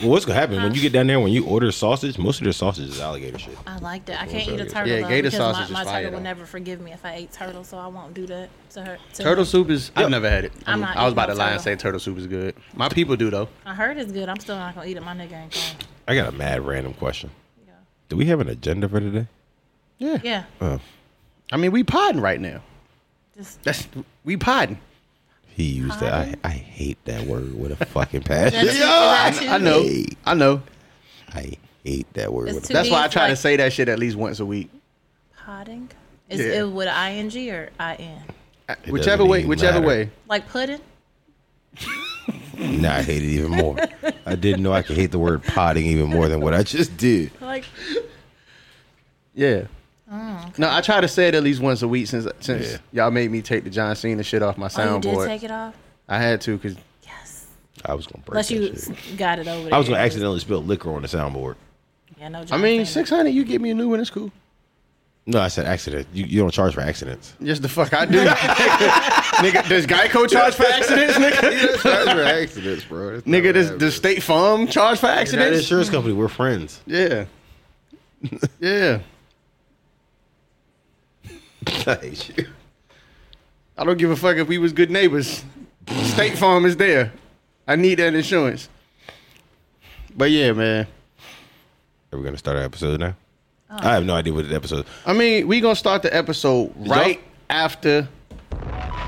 S3: Well, what's gonna happen when you get down there? When you order sausage, most of their sausage is alligator shit.
S2: I liked it. I can't eat a
S3: alligators.
S2: turtle.
S1: Yeah,
S2: though,
S1: gator
S2: because
S1: sausage is
S2: My, my
S1: fire,
S2: turtle will
S1: though.
S2: never forgive me if I ate turtle, so I won't do that to her. To
S1: Turtle
S2: him.
S1: soup is.
S3: Yep.
S1: I've never had it.
S2: I'm not
S1: I was about to
S2: eating no
S1: lie and
S2: turtle.
S1: say turtle soup is good. My people do though.
S2: I heard it's good. I'm still not gonna eat it. My nigga ain't going.
S3: I got a mad random question.
S2: Yeah.
S3: Do we have an agenda for today?
S1: Yeah.
S2: Yeah.
S3: Oh,
S1: I mean, we podding right now.
S2: Just
S1: That's we podding.
S3: he used that. I, I hate that word with
S2: [laughs]
S3: a fucking passion.
S2: That's- is that
S1: Oh, I
S2: too-
S1: know. I know.
S3: I hate that word.
S2: It's
S3: With
S2: too-
S3: a,
S1: That's why I
S2: it's
S1: try to
S2: like-
S1: say that shit at least once a week.
S2: Potting. Is
S1: Yeah.
S2: it with I N G or I N?
S1: Uh,
S3: It
S1: Whichever
S3: doesn't
S1: way.
S3: even
S1: Whichever
S3: matter.
S1: way.
S2: Like pudding?
S3: now I hate it
S2: [laughs]
S3: even more. I didn't know I could hate the word potting even more than what I just did.
S2: Like
S1: Yeah.
S2: Oh,
S1: No, I try to say it at least once a week since since
S3: Yeah.
S1: y'all made me take the John Cena shit off my
S2: oh, you
S1: soundboard.
S2: did take it off?
S1: I had to because
S2: Yes.
S3: I was gonna break.
S2: Unless
S3: that
S2: you
S3: shit.
S2: s- got it over.
S3: I was
S2: there.
S3: gonna accidentally spill liquor on the soundboard.
S2: Yeah, no.
S1: I
S2: John
S1: mean
S2: Cena.
S1: six hundred. You get me a new one, it's cool.
S3: No, I said accident. You, you don't charge for [laughs] accidents.
S1: Yes, the fuck I do, [laughs] nigga. Does Geico charge for accidents,
S3: [laughs]
S1: nigga?
S3: charge for accidents, bro.
S1: nigga, does the State Farm charge for
S3: that
S1: accidents?
S3: insurance company. We're [laughs] friends.
S1: Yeah, yeah.
S3: I hate you.
S1: I don't give a fuck if we was good neighbors. State Farm is there. I need that insurance. But yeah, man.
S3: Are we gonna start our episode now?
S2: Oh.
S3: I have no idea what the episode.
S1: I mean, we gonna start the episode
S3: y'all-
S1: right after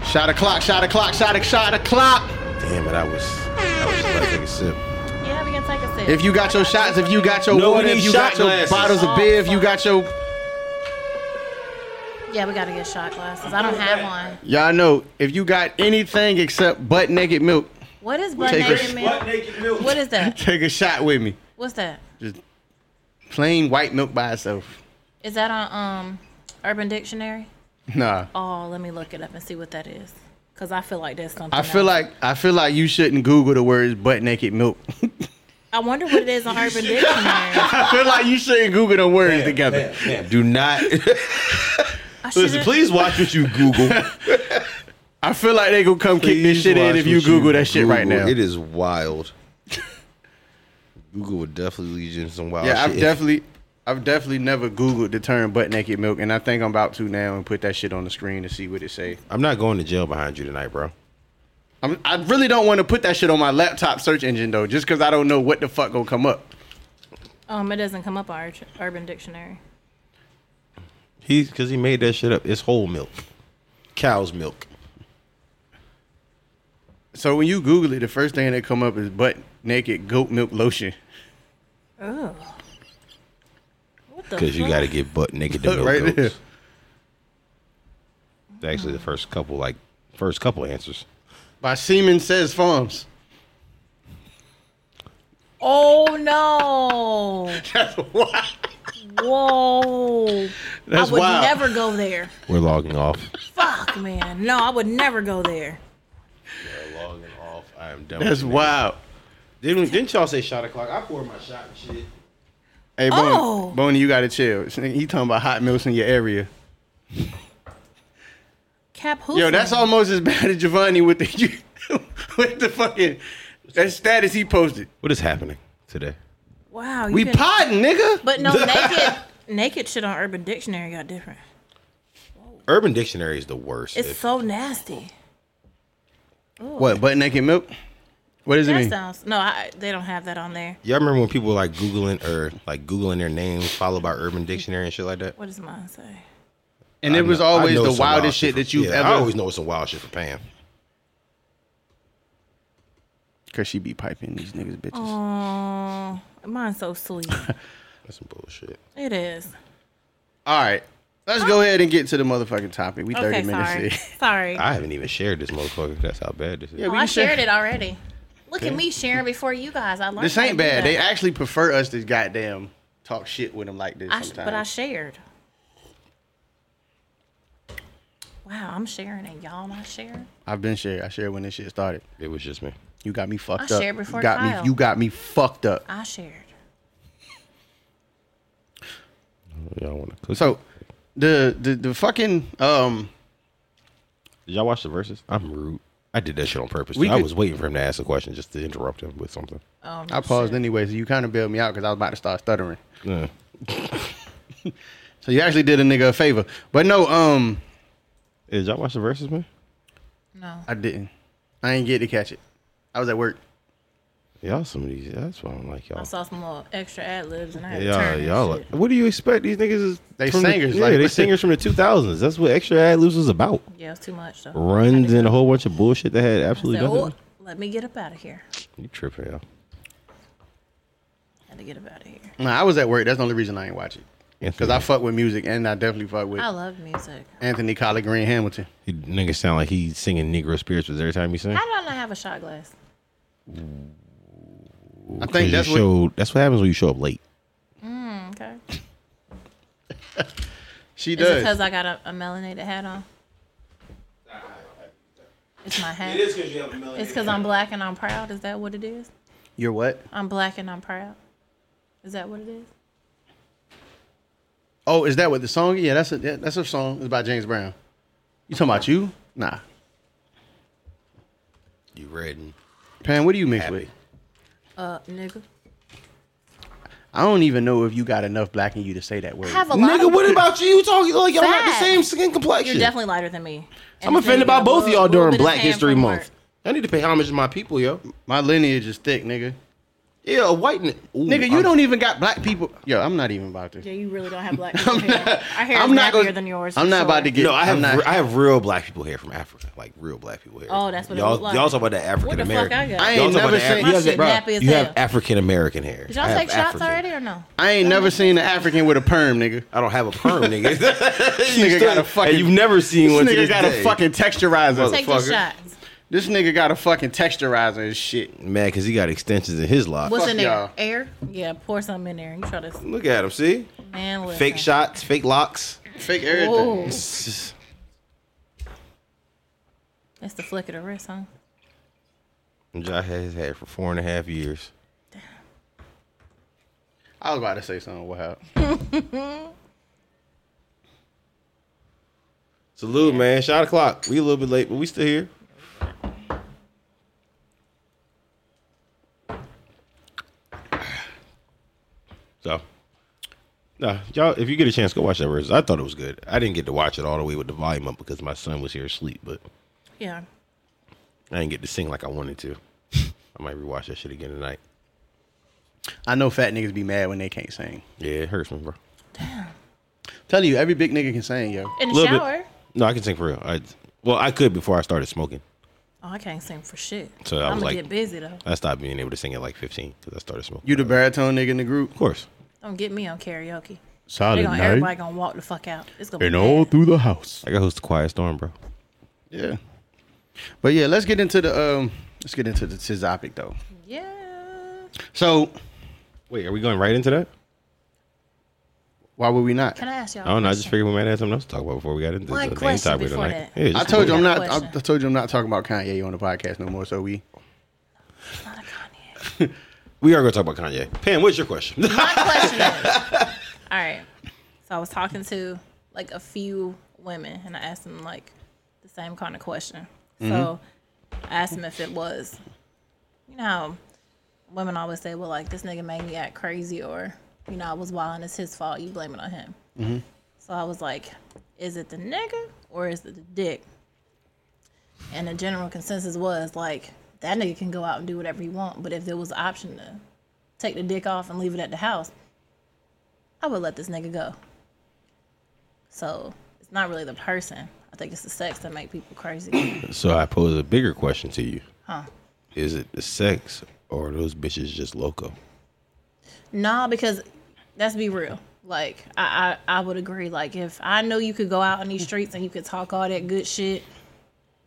S1: shot o'clock, shot o'clock, shot o'clock, shot o'clock.
S3: Damn it! I was. I was about to take a sip.
S2: Yeah, we can take a sip.
S1: If you got your shots, if you got your
S3: No, we
S1: water,
S3: need
S1: if you
S3: shot
S1: got your
S3: glasses.
S1: bottles of
S2: Oh,
S1: beer, if you got your
S2: Yeah, we gotta get shot glasses. I don't have one.
S1: y'all know, if you got anything except butt naked milk,
S2: What is butt
S1: Take a-
S2: naked milk? What is that?
S1: take a shot with me.
S2: What's that?
S1: Just plain white milk by itself.
S2: Is that on um Urban Dictionary?
S1: Nah.
S2: Oh, let me look it up and see what that is. Cause I feel like that's something.
S1: I feel
S2: else.
S1: like I feel like you shouldn't Google the words butt naked milk. [laughs]
S2: I wonder what it is on Urban Dictionary.
S1: I feel like you shouldn't Google the words together.
S3: Do not [laughs]
S2: I
S3: listen.
S2: [laughs] should've-
S3: Please watch what you [laughs] Google.
S1: I feel like they gonna come kick this
S3: Please
S1: shit in
S3: watch
S1: if you
S3: what
S1: Google that shit right
S3: Google.
S1: now.
S3: It is [laughs] wild. Google would definitely lead you into some wild
S1: Yeah,
S3: shit.
S1: I've definitely, I've definitely never Googled the term butt naked milk, and I think I'm about to now and put that shit on the screen to see what it say.
S3: I'm not going to jail behind you tonight, bro.
S1: I'm, I really don't want to put that shit on my laptop search engine though, just because I don't know what the fuck gonna come up.
S2: Um, it doesn't come up on Ur- Urban Dictionary.
S3: He's because he made that shit up. It's whole milk, cow's milk.
S1: So when you Google it, the first thing that come up is butt naked goat milk lotion.
S2: Oh. What the?
S3: Because you
S2: fuck?
S3: got to get butt naked to [laughs]
S1: Look
S3: milk
S1: right
S3: goats. It's actually the first couple, like first couple answers.
S1: By Seaman Says Farms. [laughs]
S2: Oh no!
S1: That's why.
S2: Whoa!
S1: That's
S2: I would
S1: wild.
S2: never go there.
S3: We're logging off.
S2: Fuck, man. No, I would never go there.
S3: We're logging off. I am done.
S1: That's wild.
S3: Didn't, didn't y'all say shot o'clock? I poured my shot and shit.
S1: Hey, Boney,
S2: Oh.
S1: Boney, you gotta chill. He talking about hot milks in your area.
S2: Cap Hoof.
S1: Yo, that's almost as bad as Giovanni with the [laughs] with the fucking that status he posted.
S3: What is happening today?
S2: Wow. You
S1: We
S2: can-
S1: potting, nigga.
S2: But no,
S1: [laughs]
S2: naked naked shit on Urban Dictionary got different.
S3: Urban Dictionary is the worst.
S2: It's
S3: If-
S2: so nasty.
S1: What butt naked milk? What does it
S2: That
S1: mean?
S2: sounds no. I, they don't have that on there.
S3: Y'all remember when people were like googling or like googling their names followed by Urban Dictionary and shit like that?
S2: What does mine say?
S1: And it was
S3: I know- I
S1: always
S3: know
S1: the
S3: some
S1: wildest
S3: wild
S1: shit
S3: for-
S1: that you've
S3: yeah, I
S1: ever.
S3: always know it's some wild shit for Pam.
S1: Cause she be piping these niggas bitches.
S2: Oh, mine's so
S1: [laughs]
S2: sweet.
S3: That's some bullshit.
S2: it is.
S1: All right, let's go ahead and get to the motherfucking topic. We thirty
S2: Okay,
S1: minutes
S2: sorry.
S1: in.
S2: Sorry.
S3: I haven't even shared this motherfucker. That's how bad this is.
S1: Yeah,
S2: Oh,
S1: we
S2: I
S1: can share-
S2: shared it already. Look at me sharing before you guys. I learned.
S1: This
S2: how to
S1: ain't
S2: do
S1: bad.
S2: that.
S1: They actually prefer us to goddamn talk shit with them like this
S2: I sh-
S1: sometimes.
S2: but I shared. Wow, I'm sharing and y'all not sharing.
S1: I've been shared. I shared when this shit started.
S3: It was just me.
S1: You got me fucked
S2: I
S1: up.
S2: shared before
S1: you got
S2: Kyle.
S1: me. You got me fucked up.
S2: I shared.
S3: Y'all want to? So
S1: So the the the fucking um
S3: did y'all watch the verses? I'm rude. I did that shit on purpose.
S1: We
S3: I
S1: could-
S3: was waiting for him to ask a question just to interrupt him with something.
S2: Oh,
S1: I paused anyway, so you kind of bailed me out because I was about to start stuttering.
S3: Yeah.
S1: So you actually did a nigga a favor, but no, um,
S3: Did y'all watch the verses, man?
S2: No.
S1: I didn't. I ain't get to catch it. I was at work.
S3: Y'all some of these. That's why I'm like
S2: I
S3: y'all.
S2: saw some little extra ad libs and I had to
S3: Yeah,
S2: turn that
S3: y'all.
S2: shit.
S3: Like, what do you expect? These niggas is
S1: They
S3: from the-
S1: singers,
S3: yeah,
S1: like-
S3: [laughs] they singers from the 2000s. That's what extra ad libs was about.
S2: Yeah, it's too much though.
S3: Runs and a whole bunch of bullshit that had
S2: I
S3: absolutely
S2: said,
S3: nothing.
S2: "Oh, let me get up out of here.
S3: You tripping, y'all?
S2: Had to get up out of here.
S1: No, I was at work. That's the only reason I ain't watch it because I
S3: Anthony-
S1: fuck with music and I definitely fuck with
S2: I love music.
S1: Anthony Collar Green Hamilton.
S3: He- Nigga sound like he's singing Negro spirituals every time he sing.
S2: How do I not have a shot glass?
S1: I think that's what.
S3: showed, That's what happens when you show up late.
S2: Okay.
S1: She
S2: Is it
S1: does.
S2: because I got a, a melanated hat on? It's my hat.
S3: because you have a million.
S2: It's because I'm black and I'm proud. Is that what it is?
S1: You're what?
S2: I'm black and I'm proud. Is that what it is?
S1: Oh, is that what the song? Yeah, that's a yeah, that's a song. It's by James Brown. You talking about you? Nah,
S3: You red and
S1: Pam. What do you mix
S3: Happy.
S1: with?
S2: Uh, nigga.
S1: I don't even know if you got enough black in you to say that word.
S2: I have a lot.
S3: Nigga,
S2: of-
S3: what about you? You talking like y'all got the
S2: Fat.
S3: same skin
S2: You're
S3: complexion?
S2: definitely lighter than me. And
S3: I'm
S2: it's
S3: offended
S2: gonna be
S3: by both of
S2: little-
S3: y'all
S2: little
S3: during
S2: bit of
S3: Black
S2: tan
S3: History
S2: from
S3: Month.
S2: work.
S3: I need to pay homage to my people, yo.
S1: My lineage is thick, nigga.
S3: Yeah, a white ni- Ooh,
S1: Nigga, you
S3: I'm-
S1: don't even got black people. Yo, I'm not even about
S2: Yeah,
S1: to.
S2: you really don't
S3: [laughs]
S2: have black hair. Our hair is
S1: I'm not
S2: nappier
S1: gonna-
S2: than yours.
S1: I'm
S2: for
S1: not about
S2: sure.
S1: to get-
S3: No, I
S1: I'm
S3: have
S1: not-
S3: re- I have real black people here from Africa, like real black people here.
S2: Oh, that's what it
S3: y'all
S2: look like.
S3: y'all talk about that
S2: What
S3: African
S2: the fuck
S3: American.
S2: I got?
S1: I
S2: I
S1: ain't
S3: Y'all talk
S1: never
S3: about the
S1: seen-
S3: Af-
S1: My
S2: shit
S3: you have,
S2: nappy as hell.
S3: African American hair.
S2: Did y'all
S3: I have
S2: take shots
S3: African.
S2: already or no?
S1: I ain't never seen an African with a perm, nigga.
S3: I don't have
S2: [laughs]
S3: a perm, nigga. this
S1: nigga got a fucking-
S3: You've never seen
S1: This
S3: one. to
S1: nigga
S3: this
S1: got
S3: day.
S1: a fucking texturizer.
S2: Take the
S3: Motherfucker.
S2: shots.
S1: This nigga got a fucking texturizer and shit.
S3: mad because he got extensions in his lock.
S2: What's
S1: Fuck
S2: in there?
S1: y'all.
S2: Air? Yeah, pour some in there. You try to
S3: Look at him, see?
S2: man. Listen.
S3: Fake shots, fake locks. [laughs]
S1: Fake
S2: Whoa.
S1: everything.
S3: It's just-
S2: That's the flick of the wrist, huh?
S3: Jai had his hair for four and a half years.
S1: I was about to say something. Wow.
S3: Salute, man. Shot o'clock. We a little bit late, but we still here. So, nah, y'all, if you get a chance, go watch that verse. I thought it was good. I didn't get to watch it all the way with the volume up because my son was here asleep, but
S2: Yeah.
S3: I didn't get to sing like I wanted to. [laughs] I might rewatch that shit again tonight.
S1: I know fat niggas be mad when they can't sing.
S3: Yeah, it hurts me, bro.
S1: Telling you, every big nigga can sing, yo.
S2: In the
S3: Little bit.
S2: shower.
S3: No, I can sing for real. I well, I could before I started smoking.
S2: Oh, I can't sing for shit.
S3: So I
S2: I'm
S3: was
S2: gonna
S3: like-
S2: get busy though.
S3: I stopped being able to sing at like 15 because I started smoking.
S1: You the baritone nigga in the group.
S3: Of course.
S2: Don't get me on karaoke. They
S1: Solid
S2: gonna, everybody gonna walk the fuck out. It's gonna be bad.
S1: through the house.
S3: I got host the Quiet Storm, bro.
S1: Yeah. But yeah, let's get into the um let's get into the to topic though.
S2: Yeah.
S1: So
S3: Wait, are we going right into that?
S1: why would we not?
S2: Can I ask y'all?
S3: I don't know. I just figured we might have something else to talk about before we got into
S2: One
S3: the main
S2: question
S3: topic
S2: before
S3: tonight.
S2: that.
S3: Yeah, just
S1: I told you I'm
S3: one.
S1: not. I,
S2: Question.
S1: I told you I'm not talking about Kanye on the podcast no more. So we.
S2: Not a Kanye.
S3: We are going to talk about Kanye. Pam, what's your question? [laughs]
S2: My question is. All right. So I was talking to like a few women, and I asked them like the same kind of question. So I asked him if it was, you know, how women always say, well, like, this nigga made me act crazy or, you know, I was wild and it's his fault. You blame it on him. So I was like, is it the nigga or is it the dick? And the general consensus was like, that nigga can go out and do whatever he want, but if there was an option to take the dick off and leave it at the house, I would let this nigga go. So it's not really the person. I think it's the sex that make people crazy. [clears throat]
S3: So I pose a bigger question to you. Is it the sex or are those bitches just loco?
S2: no, because let's be real. Like I, I, I would agree. Like if I know you could go out on these streets and you could talk all that good shit,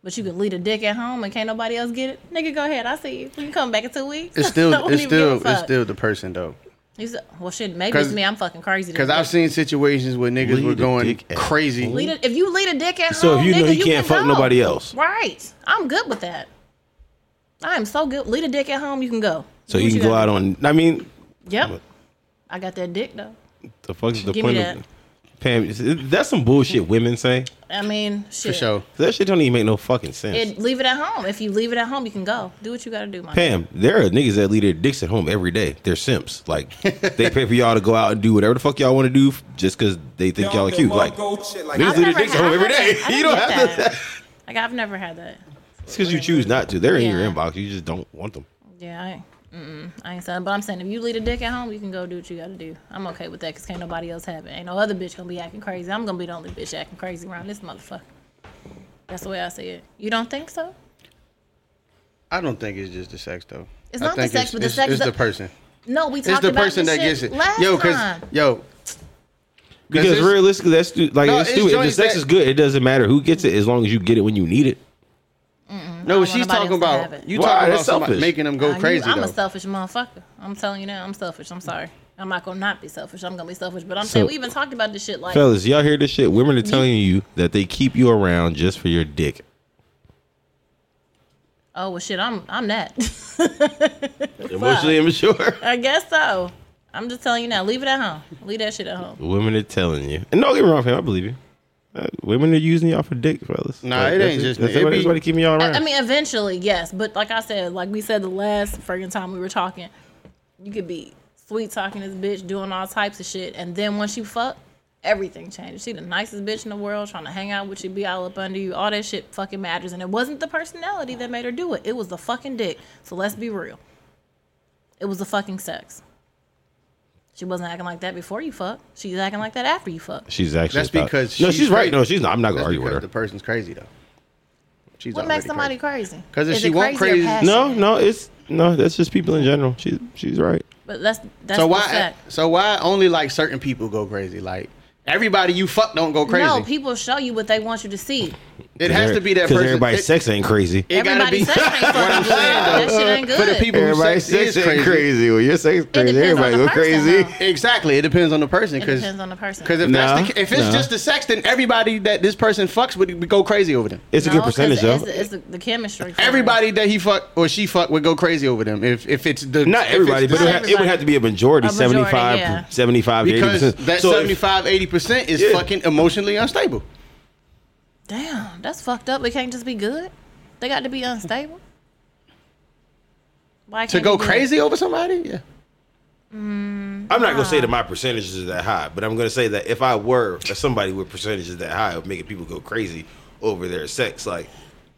S2: but you could leave a dick at home and can't nobody else get it, nigga, go ahead. I see you. We can come back in two weeks. [laughs]
S1: It's
S2: I
S1: still,
S2: don't
S1: it's
S2: even give a
S1: still, it's
S2: fuck.
S1: still the person though.
S2: You said- well, shit. Maybe it's
S1: 'Cause-
S2: me. I'm fucking crazy.
S1: Because I've seen situations where niggas
S3: Lead
S1: were
S3: a
S1: going
S3: dick at
S1: crazy.
S2: Lead a, if you lead a dick at
S3: So if
S2: home,
S3: you know
S2: nigga,
S3: you can't
S2: can
S3: fuck
S2: go.
S3: nobody else.
S2: right? I'm good with that. I am so good. Lead a dick at home, you can go.
S3: So
S2: Do
S3: you
S2: what
S3: can go
S2: gotta
S3: out on. I mean,
S2: do. Yep, I got that dick though.
S3: the fuck is the
S2: Give me
S3: point
S2: that.
S3: of Pam? That's some bullshit women say.
S2: I mean, shit.
S1: For sure.
S3: That shit don't even make no fucking sense.
S2: It, leave it at home. If you leave it at home, you can go. Do what you got to do, my nigga.
S3: Pam, there are niggas that leave their dicks at home every day. They're simps. Like they pay for y'all to go out and do whatever the fuck y'all want to do f- just because they think y'all are cute. Like niggas
S2: I've
S3: leave their
S2: never
S3: dicks at
S2: had-
S3: home every
S2: I
S3: day.
S2: don't
S3: You don't
S2: get
S3: have
S2: that.
S3: to.
S2: Like I've never had that.
S3: It's because you choose not to. They're in your
S2: Yeah.
S3: inbox. You just don't want them.
S2: Yeah, I ain't, mm-mm, I ain't saying. But I'm saying if you lead a dick at home, you can go do what you got to do. I'm okay with that because can't nobody else have it. Ain't no other bitch gonna be acting crazy. I'm gonna be the only bitch acting crazy around this motherfucker. That's the way I see it. You don't think so?
S1: I don't think it's just the sex though.
S2: It's
S1: I
S2: not the
S1: think
S2: sex, but the
S1: it's,
S2: sex
S1: it's
S2: is
S1: the
S2: the-
S1: person.
S2: No, we
S1: It's
S2: talked
S1: the
S2: about
S1: person
S2: this
S1: that
S2: shit
S1: gets it.
S2: last
S1: Yo,
S2: time.
S1: because yo,
S3: Because
S1: it's-
S3: realistically, that's stu- like
S1: No,
S3: it's
S1: it's
S3: stupid. If the
S1: joints
S3: sex
S1: that-
S3: is good, it doesn't matter who gets it as long as you get it when you need it.
S1: no,
S2: want
S1: she's
S2: nobody
S1: talking
S2: else to have
S1: about
S2: it.
S1: you
S3: Why?
S1: talking
S3: That's
S1: about somebody
S3: selfish.
S1: making them go
S2: Nah, you-
S1: crazy
S2: I'm a
S1: though.
S2: selfish motherfucker. I'm telling you now, I'm selfish. I'm sorry. I'm not gonna not be selfish. I'm gonna be selfish. But I'm saying
S3: So-
S2: we even talked about this shit like
S3: Fellas, y'all hear this shit? Women are telling you that they keep you around just for your dick.
S2: Oh well, shit. I'm I'm that. [laughs]
S3: Emotionally immature.
S2: I guess so. I'm just telling you now. Leave it at home. Leave that shit at home.
S3: Women are telling you. And don't get me wrong, fam. I believe you. Uh, women are using y'all for dick, fellas.
S1: Nah, it ain't
S3: that's
S1: just
S3: That's,
S1: me. It
S3: why- that's
S1: be-
S3: why they keeping y'all around.
S2: I, I mean, eventually, yes. But like I said, like we said the last friggin' time we were talking, you could be sweet talking this bitch, doing all types of shit, and then once you fuck, everything changes. She the nicest bitch in the world, trying to hang out with you, be all up under you. All that shit fucking matters. And it wasn't the personality that made her do it. It was the fucking dick. So let's be real. It was the fucking sex. She wasn't acting like that before you fuck. She's acting like that after you fuck.
S3: she's actually.
S1: That's
S3: about-
S1: because
S3: no,
S1: she's
S3: she's, right.
S1: crazy.
S3: No, she's not. I'm not gonna
S1: That's
S3: argue with
S1: because
S3: her.
S1: the person's crazy though. She's
S2: What makes somebody crazy?
S1: 'Cause if
S2: Is
S1: she
S2: it
S1: want
S2: or
S1: crazy-
S2: passionate?
S3: No, no, it's no. That's just people in general. She's she's right.
S2: But that's that's
S1: So
S2: the
S1: why?
S2: fact.
S1: So why only like certain people go crazy? Like everybody you fuck don't go crazy.
S2: No, people show you what they want you to see.
S1: it has to be that
S3: because
S1: person.
S3: everybody's
S1: it-
S3: sex ain't crazy.
S1: It gotta
S2: Everybody
S1: be. [laughs]
S2: sex ain't
S1: what I'm
S2: fucking
S1: saying
S2: good. That
S1: though.
S2: shit ain't
S1: For the
S2: good.
S1: people who sex is crazy.
S3: Well, your sex
S2: depends on the person, though.
S1: Exactly. It depends on the person.
S2: It
S1: 'cause-
S2: depends on the person.
S1: Because if
S3: No,
S1: that's the, ca- if it's
S3: no.
S1: just the sex, then everybody that this person fucks would would go crazy over them.
S3: It's a
S2: No,
S3: good
S2: 'cause
S3: percentage though.
S2: It's, it's the, the chemistry. for
S1: Everybody that he fuck or she fuck would go crazy over them if if it's the
S3: not
S1: if
S3: everybody,
S1: it's
S3: but
S1: the
S2: Not
S3: it, ha- it would
S2: everybody.
S3: have to be a majority,
S2: A majority,
S3: 75,
S2: yeah.
S3: 75 to 80
S1: because
S3: percent.
S1: that
S3: so if-
S1: 75 80 percent is
S3: Yeah.
S1: fucking emotionally unstable.
S2: it. Damn, that's fucked up. It can't just be good. They got to be unstable. Why
S1: To
S2: can't
S1: go
S2: it be good?
S1: crazy over somebody, yeah.
S3: I'm not gonna say that my percentages is that high, but I'm gonna say that if I were somebody with percentages that high of making people go crazy over their sex, like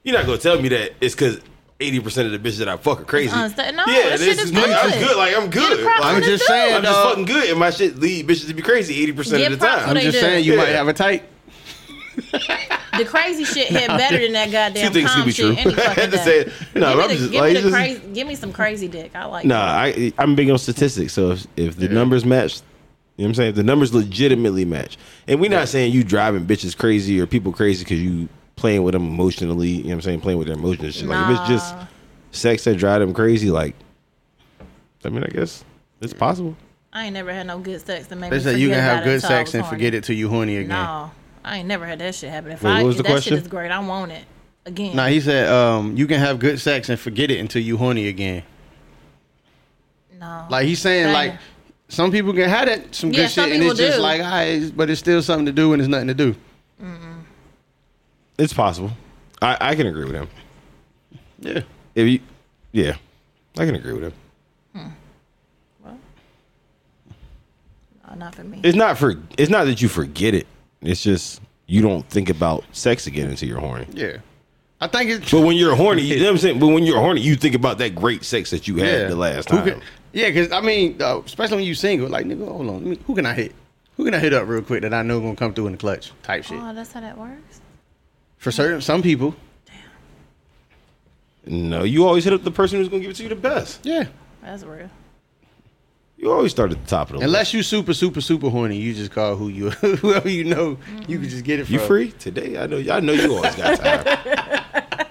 S3: you're not gonna tell me that it's because 80 percent of the bitches that I fuck are crazy.
S2: Unsta- no, that shit is
S3: nigga, I'm
S2: good.
S3: good. Like I'm
S2: Get
S3: good.
S2: across
S3: Like,
S2: what
S1: I'm
S2: it
S1: just
S2: do.
S1: saying,
S3: I'm just
S1: dog.
S3: fucking good, and my shit lead bitches to be crazy 80 percent
S2: Get
S3: of the
S2: props
S3: time.
S2: for
S1: I'm
S2: They
S1: just
S2: do.
S1: saying you might
S3: Yeah.
S1: have a type.
S2: The crazy shit
S3: [laughs]
S2: hit better than that goddamn
S3: Two things
S2: calm
S3: could be
S2: shit.
S3: true.
S2: Any
S3: [laughs] I
S2: fucking
S3: had to
S2: day.
S3: say, it. no,
S2: give,
S3: I'm
S2: me the,
S3: just
S2: give,
S3: like
S2: me
S3: it's
S2: the
S3: just-
S2: crazy, give me some crazy dick. I like.
S3: Nah, I I'm big on statistics. So if, if the numbers match, you know what I'm saying? If the numbers legitimately match. And we're not saying you driving bitches crazy or people crazy because you playing with them emotionally, you know what I'm saying? Playing with their emotions and shit. Like if it's just
S2: Nah.
S3: sex that drive them crazy, like I mean I guess it's possible.
S2: I ain't never had no good sex that made
S1: They
S2: me
S1: said you
S2: forget
S1: can
S2: about
S1: have
S2: it
S1: good
S2: until I
S1: sex
S2: was
S1: and
S2: horny.
S1: forget it till you horny again.
S2: No, I ain't never had that shit happen. If
S3: Wait,
S2: I
S3: what was the
S2: if that
S3: question?
S2: shit is great, I want it again.
S1: Nah, he said um, you can have good sex and forget it until you horny again.
S2: no,
S1: Like he's saying,
S2: Right.
S1: like some people can have that some good
S2: Yeah, some
S1: shit, and
S2: people
S1: it's just
S2: do.
S1: like, all right, but it's still something to do, and it's nothing to do.
S3: It's possible. I, I can agree with him.
S1: Yeah.
S3: If you, yeah, I can agree with him.
S2: No, not for me.
S3: It's not for. It's not that you forget it. It's just you don't think about sex again until you're horny.
S1: Yeah. I think it's
S3: But when you're
S1: [laughs]
S3: horny, you know what I'm saying. But when you're horny, you think about that great sex that you had the last
S1: Who
S3: time.
S1: can- yeah, because I mean, uh, especially when you single, like nigga, hold on, let me, who can I hit? Who can I hit up real quick that I know gonna come through in the clutch type shit?
S2: Oh, that's how that works.
S1: For certain, some people,
S3: No, you always hit up the person who's gonna give it to you the best.
S1: yeah.
S2: That's real.
S3: You always start at the top of the list.
S1: Unless you super, super, super horny, you just call who you, [laughs] whoever you know, you can just get it. From.
S3: You free today? I know. I know you always got time.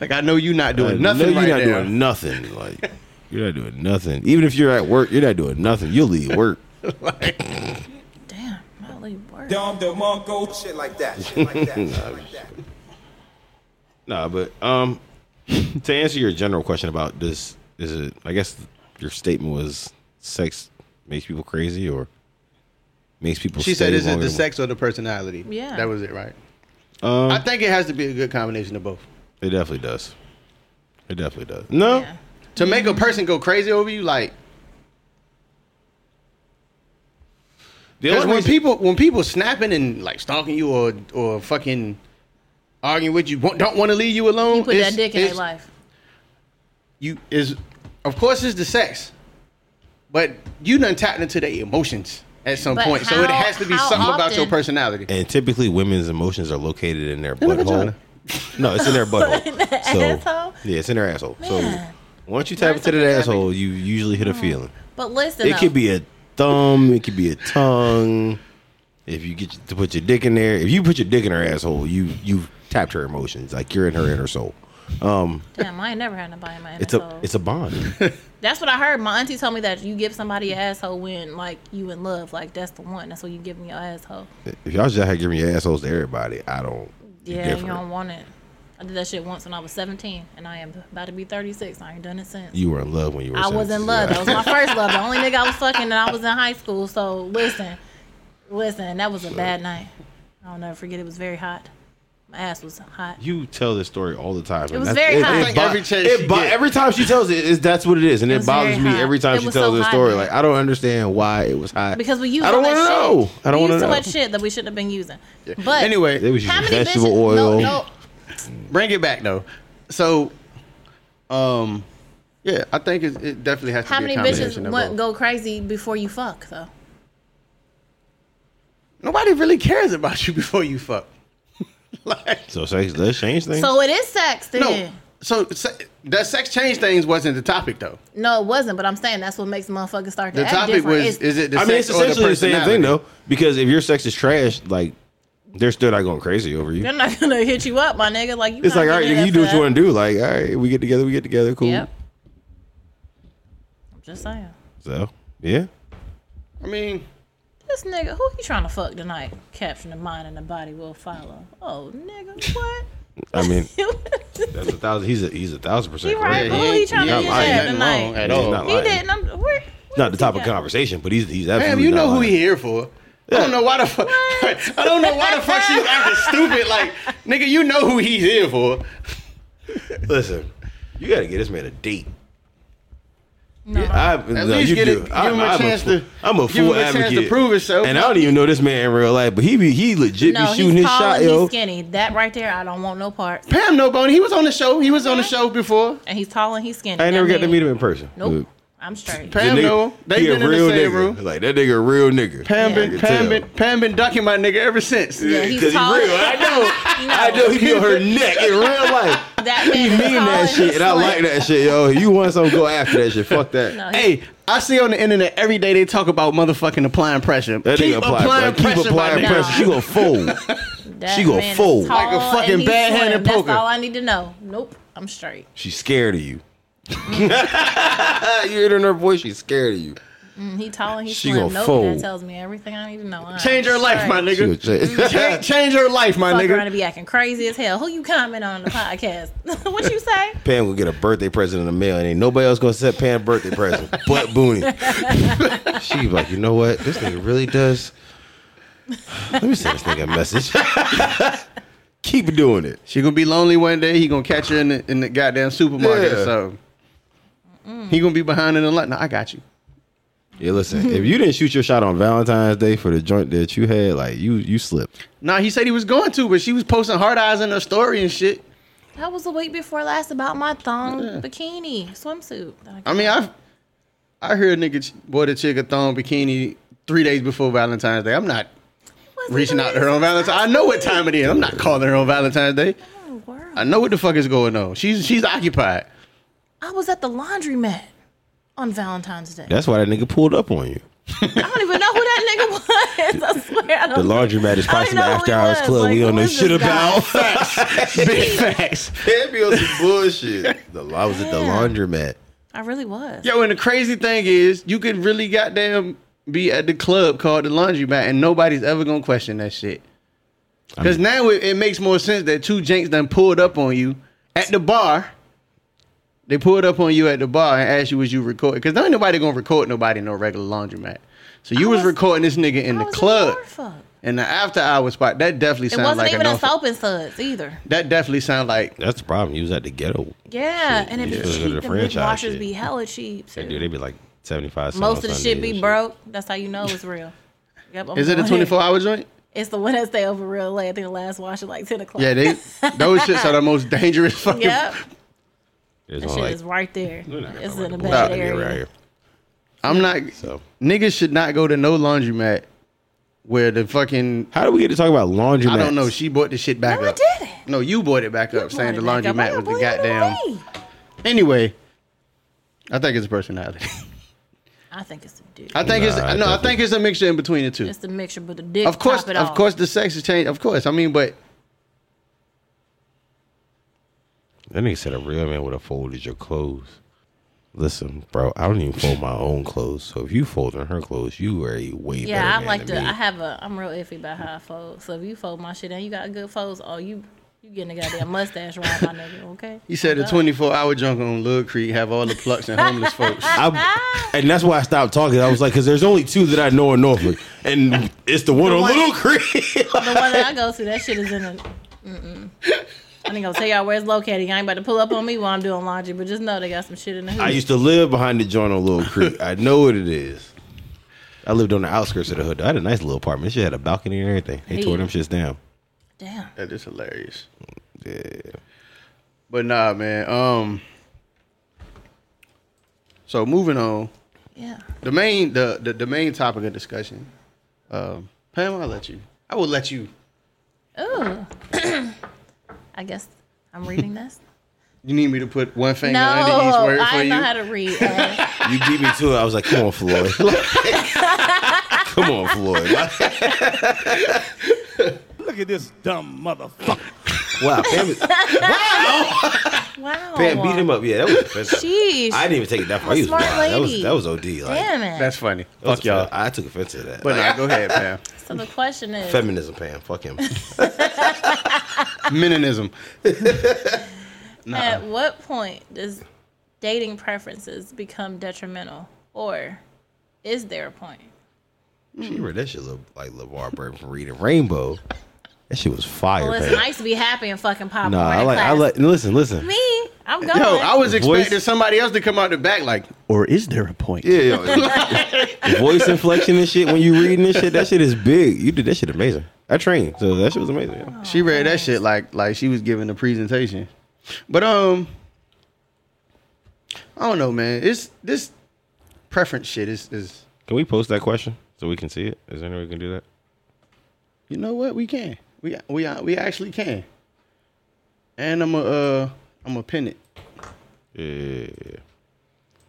S1: Like I know you not [laughs]
S3: I
S1: doing
S3: know
S1: nothing.
S3: You're
S1: right
S3: not
S1: now.
S3: doing nothing. Like you're not doing nothing. Even if you're at work, you're not doing nothing. You'll leave
S1: [laughs]
S3: work.
S2: Damn, not leave work.
S4: Dom the Monko, shit like that, shit like
S5: [laughs]
S4: that, shit like that.
S3: Nah, but um, to answer your general question about this, is it? I guess your statement was sex makes people crazy or makes people.
S1: She said,
S3: stay
S1: "Is it
S3: longer
S1: the
S3: than-
S1: sex or the personality?"
S2: Yeah.
S1: that was it, right?
S3: Um,
S1: I think it has to be a good combination of both.
S3: It definitely does. It definitely does. No,
S2: Yeah.
S1: To make a person go crazy over you, like
S3: the
S1: Because
S3: only
S1: when
S3: reason-
S1: people when people snapping and like stalking you or or fucking arguing with you, won't- don't want to leave you alone.
S2: You put
S1: it's-
S2: that dick in their
S1: it's-
S2: life.
S1: You is, of course, it's the sex, but you done tapped into their emotions at some
S2: But
S1: point, so it
S2: how-
S1: has to be
S2: how
S1: something about your
S2: often-
S1: personality.
S3: and typically women's emotions are located in their
S1: the
S3: butthole.
S1: vagina.
S3: No, it's
S2: [laughs]
S3: in their butthole. so
S2: asshole?
S3: yeah, it's in their asshole.
S2: Man.
S3: So once you tap
S2: Where's
S3: into
S2: the
S3: that
S2: vagina?
S3: asshole, you usually
S2: Mm.
S3: hit a feeling.
S2: But listen,
S3: It
S2: though,
S3: could be a thumb. It could be a tongue. If you get to put your dick in there, if you put your dick in her asshole, you you tapped her emotions. Like you're in her inner soul. Um,
S2: Damn, I ain't never had nobody in my
S3: it's
S2: asshole.
S3: a it's a bond. [laughs]
S2: that's what I heard. My auntie told me that you give somebody an asshole when like you in love. Like that's the one. That's what you give them your asshole.
S3: if y'all just out here giving your assholes to everybody, I don't.
S2: Yeah,
S3: you're
S2: you
S3: different.
S2: don't want it. I did that shit once when I was 17, and I am about to be 36. I ain't done it since.
S3: You were in love when you were.
S2: I was
S3: 17.
S2: in love. That was
S3: [laughs]
S2: my first love. The only nigga I was fucking, and I was in high school. So listen, listen, that was a bad night. I'll never forget. It was very hot. My ass was hot.
S3: You tell this story all the time. and
S2: was
S3: that's-
S2: very hot. I
S1: think
S3: bo-
S1: every chance
S3: it
S1: she
S3: bo-
S1: get-
S3: every time she tells it, is that's what it is, and it,
S2: was
S3: bothers
S2: very
S3: me
S2: hot.
S3: every time
S2: It
S3: she
S2: was
S3: tells
S2: so
S3: this
S2: hot,
S3: story.
S2: man.
S3: Like I don't understand why it was hot
S2: Because we use
S3: I don't
S2: all that
S3: wanna
S2: shit.
S3: know. I
S2: We
S3: don't want
S2: use
S3: to
S2: so
S3: know.
S2: much shit that we shouldn't have been using. But
S1: Anyway,
S3: They was
S2: how
S3: using
S2: many
S3: vegetable
S2: bitches- No,
S3: oil.
S2: no,
S1: bring it back though. So, um, yeah, I think it, it definitely has to
S2: how
S1: be
S2: many
S1: a combination
S2: bitches
S1: of
S2: wouldn't
S1: both.
S2: go crazy before you fuck though?
S1: Nobody really cares about you [laughs] before you fuck. like.
S3: So sex does change things.
S2: So it is sex
S1: No.
S2: then.
S1: So se- the sex change things wasn't the topic though.
S2: No. it wasn't. But I'm saying that's what makes motherfuckers start to
S1: The
S2: act
S1: topic
S2: different.
S1: was
S2: It's-
S1: is it the
S3: I mean,
S1: sex
S3: it's
S1: or the
S3: essentially the, same
S1: personality?
S3: thing though, because if your sex is trash, like they're still not going crazy over you.
S2: they're not gonna hit you up, my nigga. Like you.
S3: It's
S2: not
S3: like all right,
S2: getting
S3: nigga,
S2: it
S3: you do
S2: up
S3: what you
S2: for
S3: want to do. Like all right, we get together, we get together,
S2: that.
S3: cool.
S2: Yep. I'm just saying.
S3: So yeah,
S1: I mean,
S2: This nigga, who you trying to fuck tonight? Caption the mind and the body will follow. Oh,
S3: [laughs]
S2: nigga, what?
S3: I
S2: [laughs]
S3: mean
S2: You-
S3: that's a thousand. He's a he's a thousand percent.
S2: You right,
S1: yeah,
S3: correct.
S2: Who
S1: he
S2: he
S1: ain't-
S2: tryna
S1: he ain't
S3: get
S1: lying.
S2: at
S1: Nothing
S2: tonight?
S1: wrong at
S3: He's
S1: all.
S3: not
S2: he
S3: lying.
S2: didn't. I'm, where, where
S3: Not the
S2: did he
S3: topic of
S2: go?
S3: conversation, but he's he's absolutely.
S1: Damn, you know
S3: not
S1: who
S3: lying.
S1: he here for. I don't know why the fuck. I don't know why the fuck
S2: [laughs]
S1: she's acting stupid. Like, nigga, you know who he's here for.
S3: Listen, you got to get this man a date.
S2: No, no.
S3: I,
S1: At
S3: no,
S1: least
S3: you
S1: get
S3: do.
S1: it- give
S3: I'm,
S1: him a
S3: I'm
S1: chance
S3: a, fool-
S1: to-
S3: I'm a
S1: give
S3: full
S1: him a chance to
S3: advocate,
S1: prove himself.
S3: and I don't even know this man in real life, but he be he legit
S2: no,
S3: be shooting
S2: he's
S3: his shot,
S2: calling me
S3: yo.
S2: skinny. That right there, I don't want no parts.
S1: Pam No Bone, he was on the show. He was on the show before.
S2: And he's tall and he's skinny.
S3: I ain't
S2: That
S3: never got to
S2: mean-
S3: meet him in person.
S2: Nope, I'm straight.
S3: The
S1: Pam
S3: nigga-
S1: know him. They
S3: he a
S1: been in the
S3: real
S1: same
S3: nigga.
S1: room.
S3: Like that nigga, a real nigga.
S1: Pam been
S3: You can
S1: Pam
S3: tell.
S1: been Pam been ducking my nigga ever since.
S2: Yeah,
S3: Cause
S2: he's
S3: he
S2: tall.
S3: real. I know. I know he be
S1: [laughs]
S3: on her neck in real life.
S2: That man
S3: He
S2: is
S3: mean
S2: tall
S3: that
S2: and
S3: shit, and I
S2: slim.
S3: like that shit, yo. You want something, go after that shit. Fuck that.
S2: No, he-
S1: Hey, I see on the internet every day they talk about motherfucking applying pressure.
S3: That
S1: keep
S3: nigga apply,
S1: applying
S3: pressure.
S1: pressure,
S3: Keep applying
S1: my nigga.
S2: pressure.
S3: pressure. She gonna
S1: [laughs]
S3: fold.
S2: That
S3: She gonna
S2: man is
S3: fold.
S2: tall
S1: Like a
S2: and
S1: fucking
S2: he's
S1: bad-handed
S2: slim.
S1: poker.
S2: That's all I need to know. Nope, I'm straight.
S3: She's scared of [laughs] you. you hear it in her voice, she's scared of you.
S2: Mm, he tall and he's
S3: She
S2: slim.
S3: gonna
S2: Nope,
S3: fold.
S2: that tells me everything I need to know. I'm
S1: Change her life, my
S2: straight.
S3: She
S1: nigga.
S3: would say-
S1: Change, change her life, my
S2: Fuck around
S1: nigga.
S2: and be acting crazy as hell. Who you comment on the podcast? [laughs] what you say?
S3: [laughs] Pam will get a birthday present in the mail, and ain't nobody else gonna set Pam a birthday [laughs] present but Booney. [laughs] she be like, you know what? This nigga really does. Let me send this nigga a message. [laughs] keep doing it.
S1: She gonna be lonely one day. He gonna catch her in the, in the goddamn supermarket.
S3: Yeah.
S1: So he gonna be behind in the line. No, I got you.
S3: Yeah, listen. if you didn't shoot your shot on Valentine's Day for the joint that you had, like you you slipped.
S1: Nah, he said he was going to, but she was posting hard eyes in her story and shit.
S2: That was the week before last about my thong bikini swimsuit. that
S1: I mean, I've I heard a nigga ch- bought a chick a thong bikini three days before Valentine's Day. I'm not
S2: Wasn't
S1: reaching
S2: the
S1: out to her on Valentine's. I know what time it is. I'm not calling her on Valentine's Day.
S2: reason why I
S1: I know what the fuck is going on. She's she's occupied. [laughs]
S2: I was at the laundromat on Valentine's Day.
S3: That's why that nigga pulled up on you.
S2: I don't even know
S1: [laughs]
S2: who that nigga was. I swear [laughs] I don't.
S3: The laundromat is
S2: I didn't
S3: possibly
S2: know who
S3: after
S2: he
S3: hours
S2: was.
S3: club.
S2: Like,
S3: we
S2: who
S3: don't know
S2: is
S3: shit
S2: this guy? [laughs]
S3: about.
S1: Big facts.
S3: Can't be on some bullshit. The, I was at the
S2: Yeah.
S3: laundromat.
S2: I really was.
S1: Yo, and the crazy thing is, you could really goddamn be at the club called the laundromat, and nobody's ever gonna question that shit. Because now it, it makes more sense that two janks done pulled up on you at the bar. They pulled up on you at the bar and asked you was you recording. Because ain't nobody gonna record nobody in no regular laundromat. So you
S2: I
S1: was,
S2: was-
S1: recording this nigga in
S2: I
S1: the
S2: was in
S1: club
S2: Norfolk.
S1: in the after hour spot. That definitely
S2: It
S1: sounds
S2: wasn't
S1: like
S2: even
S1: an
S2: a
S1: awful,
S2: soap and suds either.
S1: that definitely sound like
S3: That's the problem. You was at the ghetto.
S2: Yeah, and it be
S3: you should've
S2: cheap.
S3: done the
S2: The
S3: franchise
S2: washers
S3: shit.
S2: be hella cheap.
S3: They
S2: too.
S3: do. They be like seventy five.
S2: Most of the shit be broke. That's how you know it's real. Yep, I'm
S1: is it a
S2: going
S1: twenty four
S2: ahead.
S1: hour joint?
S2: It's the one that stay over real late. I think the last wash at like ten o'clock.
S1: Yeah,
S2: [laughs]
S1: they [laughs] those shits are the most dangerous fucking
S2: Yep,
S1: Oh,
S2: that
S3: It's not
S2: shit
S3: like,
S2: is right there.
S3: we're not gonna
S2: It's
S3: talk
S2: in a
S3: about
S2: bad
S3: the bullshit
S2: area.
S3: nigga right here.
S1: I'm not.
S3: So-
S1: Niggas should not go to no laundromat where the fucking.
S3: How do we get to talk about laundromat?
S1: I don't know. She bought the shit back
S2: No, I
S1: up.
S2: didn't.
S1: No, you bought it back up, saying the
S2: Come on,
S1: laundromat
S2: nigga.
S1: was the
S2: Why you
S1: goddamn.
S2: blaming me?
S1: Anyway, I think it's personality.
S2: I think it's the dick.
S1: I think it's
S3: Nah, I
S1: no. I
S3: definitely-
S1: think it's a mixture in between the two.
S2: It's the mixture, but the dick.
S1: of course,
S2: top it
S1: of
S2: off.
S1: course, the sex has changed. Of course, I mean, but
S3: That nigga said a real man would have folded your clothes. Listen, bro, I don't even fold my own clothes. So if you folding her clothes, you are a way better
S2: Yeah, I
S3: man
S2: like to.
S3: than me.
S2: I have a. I'm real iffy about how I fold. So if you fold my shit and you got good folds, oh you you getting a goddamn mustache right, my nigga. Okay.
S1: you said the
S2: Okay.
S1: 24 hour junk on Little Creek have all the plucks and homeless folks.
S2: [laughs]
S3: I- and that's why I stopped talking. I was like, because there's only two that I know in Norfolk, and it's the one on
S2: one-
S3: Little Creek.
S2: The one that I go to, that shit is in a. Mm-mm. I ain't gonna tell y'all where it's located. Y'all ain't about to pull up on me while I'm doing laundry, but just know they got some shit in the
S3: I
S2: hood.
S3: used to live behind the joint on Little Creek. I know what it is. I lived on the outskirts of the hood. I had a nice little apartment. She had a balcony and everything. They tore them shits down.
S2: Damn.
S1: that is hilarious.
S3: Yeah.
S1: But nah, man. Um. So moving on.
S2: Yeah.
S1: the main the, the, the main topic of discussion. Um, Pam, I'll let you. I will let you.
S2: Ooh. [clears throat] I guess I'm reading
S3: [laughs]
S2: this.
S1: You need me to put one finger
S2: no,
S1: under each word for
S2: I
S1: you.
S2: know how to
S3: [laughs]
S2: read. uh,
S3: You beat me to it. I was like, come on, Floyd. [laughs] come on, Floyd. [laughs]
S6: Look at this dumb motherfucker.
S3: Wow. [laughs] Pam, is-
S2: wow.
S3: Pam beat him up. Yeah, that was offensive.
S2: Sheesh.
S3: I didn't even take it that far. He was
S2: Smart
S3: wild. That was
S2: lady.
S3: that was OD. Like,
S2: Damn
S1: [laughs]
S2: it.
S1: That's funny.
S3: that was
S1: Fuck y'all.
S3: offensive. I took offense to that.
S1: But nah, go ahead,
S2: [laughs]
S1: Pam.
S2: so the question is.
S3: Feminism, Pam. Fuck him.
S1: Meninism.
S2: At what point does dating preferences become detrimental, or is there a point?
S3: she read that shit look like LeVar Burton from Reading Rainbow. That shit was fire,
S2: Well, listen, I
S3: Pam.
S2: used to be happy and fucking popcorn.
S3: Nah, I
S2: in
S3: like.
S2: class.
S3: I like. Listen, listen.
S2: me. I'm going.
S1: Yo, I was
S3: The
S1: expecting
S3: voice-
S1: somebody else to come out the back like, or is there a point?
S3: Yeah, yeah. The voice inflection and shit when you reading this shit, that shit is big. You did that shit amazing. I trained, so that shit was amazing.
S2: Oh.
S3: yeah.
S1: She read that shit like like she was giving a presentation. But um I don't know, man. It's this preference shit is is
S3: Can we post that question so we can see it? Is there any way we can do that?
S1: You know what? We can. We we uh, we actually can. And I'm a uh I'm a pin it.
S3: Yeah.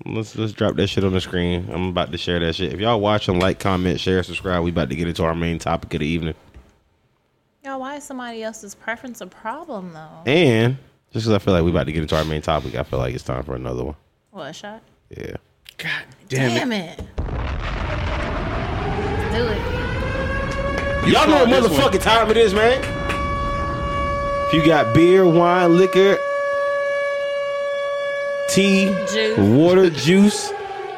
S3: Let's let's drop that shit on the screen. I'm about to share that shit. If y'all watching, like, comment, share, subscribe. We about to get into our main topic of the evening.
S2: Yo, why is somebody else's preference a problem though?
S3: And just because I feel like we about to get into our main topic, I feel like it's time for another one.
S2: What a shot?
S3: Yeah.
S1: God
S2: Damn, it. Let's do it.
S3: Y'all know what
S1: this one.
S3: motherfucking time it is, man. If you got beer, wine, liquor, tea,
S2: Juice.
S3: water, juice,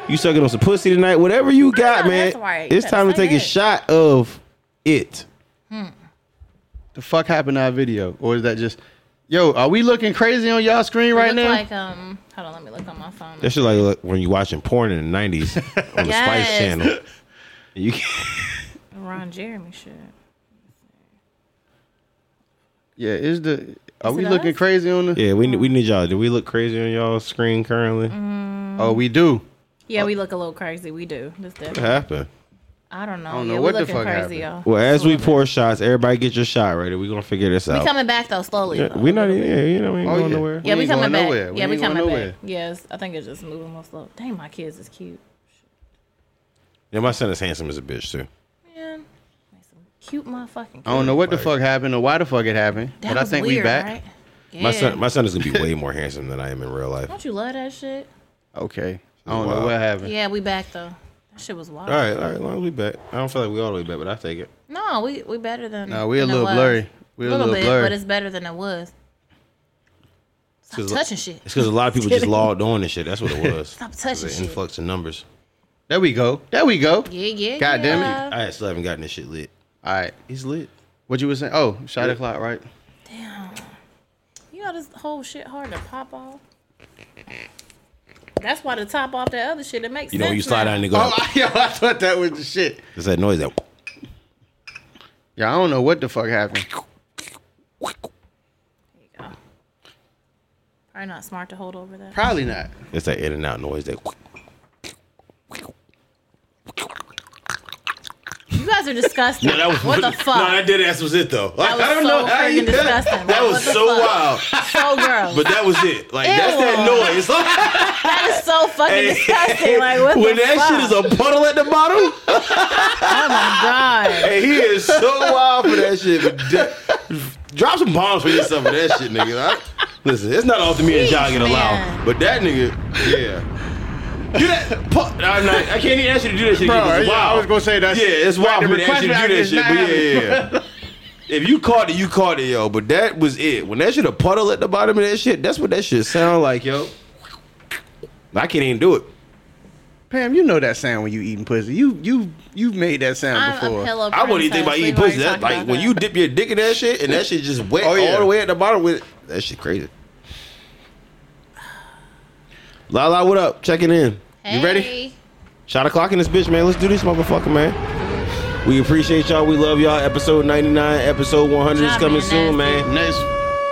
S3: you sucking on some pussy tonight, whatever you got,
S2: know,
S3: man.
S2: that's right.
S3: It's time to
S2: Say
S3: take a
S2: it.
S3: shot of it.
S1: the fuck happened to our video? Or is that just, yo, are we looking crazy on y'all screen
S2: It
S1: right
S2: looked
S1: now?
S2: Like um, hold on, let me look on my phone.
S3: That shit like, like when you watching porn in the [laughs] '90s on the Spice
S2: Yes.
S3: Channel. You can't,
S2: Ron Jeremy shit.
S1: yeah, is the, are
S2: Is
S1: we
S2: it
S1: looking
S2: us?
S1: crazy on the,
S3: yeah, we we need y'all. Do we look crazy on y'all screen currently?
S2: Mm-hmm.
S1: oh, we do.
S2: Yeah, we look a little crazy. We do. This
S3: What
S2: definitely.
S3: happened?
S2: I don't know.
S1: don't know
S2: yeah,
S1: what the
S2: we looking
S1: fuck
S2: crazy,
S1: happened.
S2: y'all.
S3: Well, as
S2: Just a
S3: we
S2: little bit.
S3: pour shots, everybody get your shot ready. We're gonna figure this
S2: we
S3: out.
S2: coming back though slowly.
S3: Yeah,
S2: though.
S3: we not. Yeah, you know, we ain't
S1: Oh,
S3: going
S1: yeah.
S3: nowhere.
S2: Yeah,
S1: We
S2: we,
S1: ain't
S2: coming
S1: going
S2: back.
S1: nowhere. We
S2: Yeah, we
S1: ain't going
S2: coming
S1: nowhere.
S2: back. Yes, I think it's just moving more slow. Dang, my kids is cute.
S3: Yeah, my son is handsome as a bitch too.
S2: Man, they some cute motherfucking.
S1: I don't know what the
S3: Right.
S1: fuck happened or why the fuck it happened,
S2: That
S1: but I
S2: was
S1: think
S2: weird,
S1: we back.
S2: Right? Yeah.
S3: My son, my son is gonna be way more handsome than I am in real life.
S2: don't you love that shit?
S1: Okay. I don't
S3: Wow.
S1: know what happened.
S2: Yeah, we back though. That shit was wild.
S3: All right, all right, as long as we back. I don't feel like we all the way back, but I take it.
S2: No, we we better than.
S1: Nah, we a
S2: than it
S1: little
S2: was.
S1: blurry. We a little
S2: bit,
S1: blurry.
S2: but it's better than it was. Stop
S3: 'cause-
S2: touching shit.
S3: It's because a lot of people just logged on and shit. That's what it was.
S2: Stop touching
S3: It was an
S2: shit.
S3: influx of numbers.
S1: There we go. There we go.
S2: Yeah, yeah.
S1: God damn it.
S2: yeah.
S3: I still haven't gotten this shit lit.
S1: All right.
S3: He's lit.
S1: What you was saying? Oh, shot o'clock, right?
S2: Damn. You know this whole shit hard to pop off. That's why the top off that other shit it makes
S3: You know,
S2: sense.
S3: when you slide
S2: now.
S3: out and go.
S1: [laughs] Oh, yo, I thought that was the shit.
S3: It's that noise that.
S1: Yeah, I don't know what the fuck happened.
S2: There you go. Probably not smart to hold over that.
S1: Probably not.
S3: It's that in and out noise that.
S2: You guys are
S3: [laughs]
S2: disgusting. what the fuck?
S3: No, that dead ass was it though. Like,
S2: was
S3: I don't
S2: so
S3: know how you
S2: friggin' disgusting. Like,
S3: That was
S2: what the
S3: so
S2: fuck?
S3: wild.
S2: [laughs] so gross.
S3: But that was it. Like that's
S2: Ew.
S3: that noise. [laughs] Like,
S2: that is so fucking
S3: Hey.
S2: disgusting. Like what
S3: [laughs] when
S2: the
S3: that
S2: fuck?
S3: shit is a puddle at the bottom,
S2: oh my god.
S3: hey, he is so wild for that shit. But de- [laughs] drop some bombs for yourself for that shit, nigga. I- listen, it's not often me and y'all get
S2: Jeez,
S3: allowed,
S2: man.
S3: but that nigga, yeah. You that, pu- I'm not, I can't even ask you to do that shit. 'cause it's
S1: Bro, yeah,
S3: wild.
S1: I was gonna say that's-
S3: Yeah, it's
S1: like,
S3: wild
S1: the
S3: for me to ask you to do that
S1: request
S3: shit, but
S1: back
S3: yeah,
S1: is
S3: yeah. yeah. If you caught it, you caught it, yo. But that was it. When that shit a puddle at the bottom of that shit, that's what that shit sound like, yo. I can't even do it.
S1: Pam, you know that sound when you eating pussy. You you you made that sound
S2: I'm
S1: before.
S2: a pillow.
S3: I wouldn't even think about
S2: princess.
S3: eating
S2: We've
S3: pussy.
S2: already
S3: That's
S2: talked
S3: like
S2: about
S3: when
S2: that.
S3: you dip your dick in that shit and that shit just wet
S1: Oh, yeah.
S3: all the way at the bottom with it. That shit crazy. La la, what up? Checking in.
S2: hey.
S3: You ready? Shot o'clock in this bitch, man. Let's do this, motherfucker, man. We appreciate y'all. We love y'all. Episode 99, episode 100 is
S2: Job
S3: coming
S2: being
S3: soon,
S2: nasty.
S3: man.
S1: Next,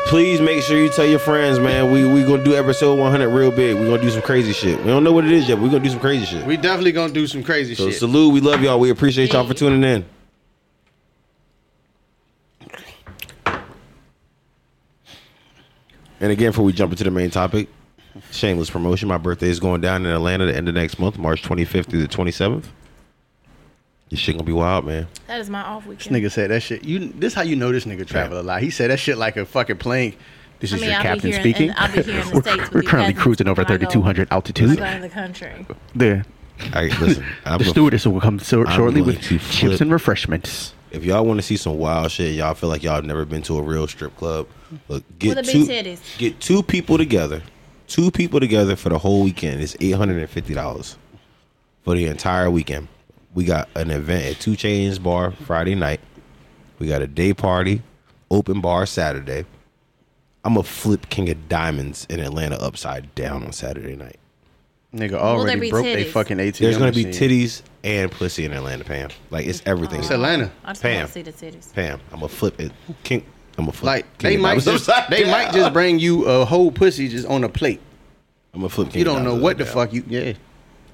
S3: Please make sure you tell your friends, man. We we gonna do episode 100 real big. We gonna do some crazy shit. We don't know what it is yet. We gonna do some crazy shit.
S1: we definitely gonna do some crazy
S3: So
S1: shit.
S3: salute. We love y'all. We appreciate y'all for tuning in. And again, before we jump into the main topic, shameless promotion. My birthday is going down in Atlanta the end of next month, March 25th through the 27th. This shit gonna be wild, man.
S2: That is my off
S1: this
S2: weekend.
S1: nigga said that shit. You this how you know this nigga travel a lot. He said that shit like a fucking plane. This
S2: I
S1: is
S2: mean,
S1: your
S2: I'll be
S1: captain
S2: here in-
S1: speaking.
S2: I'll be here in the States with
S1: we're
S2: you
S1: currently
S2: guys
S1: cruising over
S2: when I go-
S1: 3,200
S2: I
S1: altitude.
S2: go to the country.
S1: The
S3: I listen. I'm
S1: the
S3: a-
S1: stewardess will come so,
S3: I'm
S1: shortly
S3: going
S1: with
S3: to flip.
S1: chips and refreshments.
S3: if y'all want to see some wild shit, y'all feel like y'all have never been to a real strip club. Look,
S2: the
S3: get
S2: big
S3: two
S2: titties.
S3: get two people together, two people together for the whole weekend. It's eight hundred and fifty dollars for the entire weekend. We got an event at Two Chains Bar Friday night. We got a day party, open bar Saturday. I'm a flip King of Diamonds in Atlanta upside down on Saturday night.
S1: Nigga
S2: there
S1: already
S2: be
S1: broke they
S2: titties?
S1: fucking ATM.
S3: There's gonna be
S1: machine.
S3: titties and pussy in Atlanta, Pam. Like it's everything.
S1: It's Atlanta.
S2: I just
S3: Pam.
S2: want to see the titties.
S3: Pam, I'm gonna flip it. King, I'm gonna flip.
S1: Like
S3: King
S1: they
S3: of
S1: might
S3: Diamonds
S1: just,
S3: upside
S1: they
S3: down.
S1: might just bring you a whole pussy just on a plate.
S3: I'm gonna flip. King
S1: You
S3: of
S1: don't know
S3: Diamonds
S1: what the
S3: upside down.
S1: fuck you. Yeah,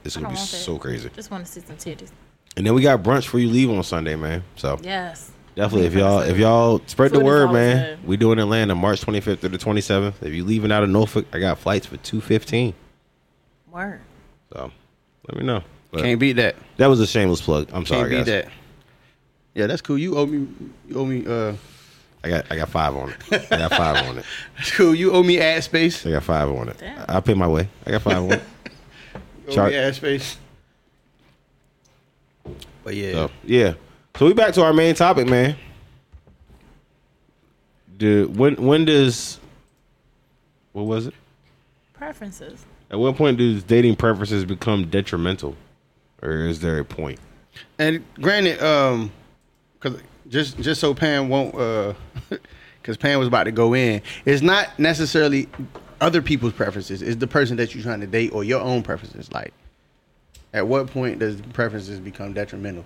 S3: It's
S2: I don't
S3: gonna be
S2: want that.
S3: so crazy.
S2: Just want to see some titties.
S3: And then we got brunch for you leave on Sunday, man. So
S2: Yes.
S3: definitely, if y'all if y'all spread the
S2: Food is
S3: word,
S2: always
S3: man.
S2: good.
S3: We doing Atlanta March 25th through the 27th. If you leaving out of Norfolk, I got flights for 2:15.
S2: Word.
S3: So let me know. But
S1: can't beat that.
S3: that was a shameless plug. I'm
S1: Can't
S3: sorry,
S1: beat
S3: guys.
S1: that. Yeah, that's cool. You owe me. You owe me. Uh, [laughs]
S3: I got I got five on it. I got five on it.
S1: that's cool. You owe me ad space.
S3: I got five on it.
S2: [laughs] Damn.
S3: I, I pay my way. I got five on it.
S1: You owe
S3: Chart.
S1: me ad space. But yeah,
S3: So yeah. So we back to our main topic, man. Dude, when when does what was it?
S2: Preferences.
S3: At what point does dating preferences become detrimental, or is there a point?
S1: and granted, um, cause just just so Pam won't, uh, [laughs] cause Pam was about to go in. It's not necessarily other people's preferences. It's the person that you're trying to date or your own preferences. Like, at what point does preferences become detrimental?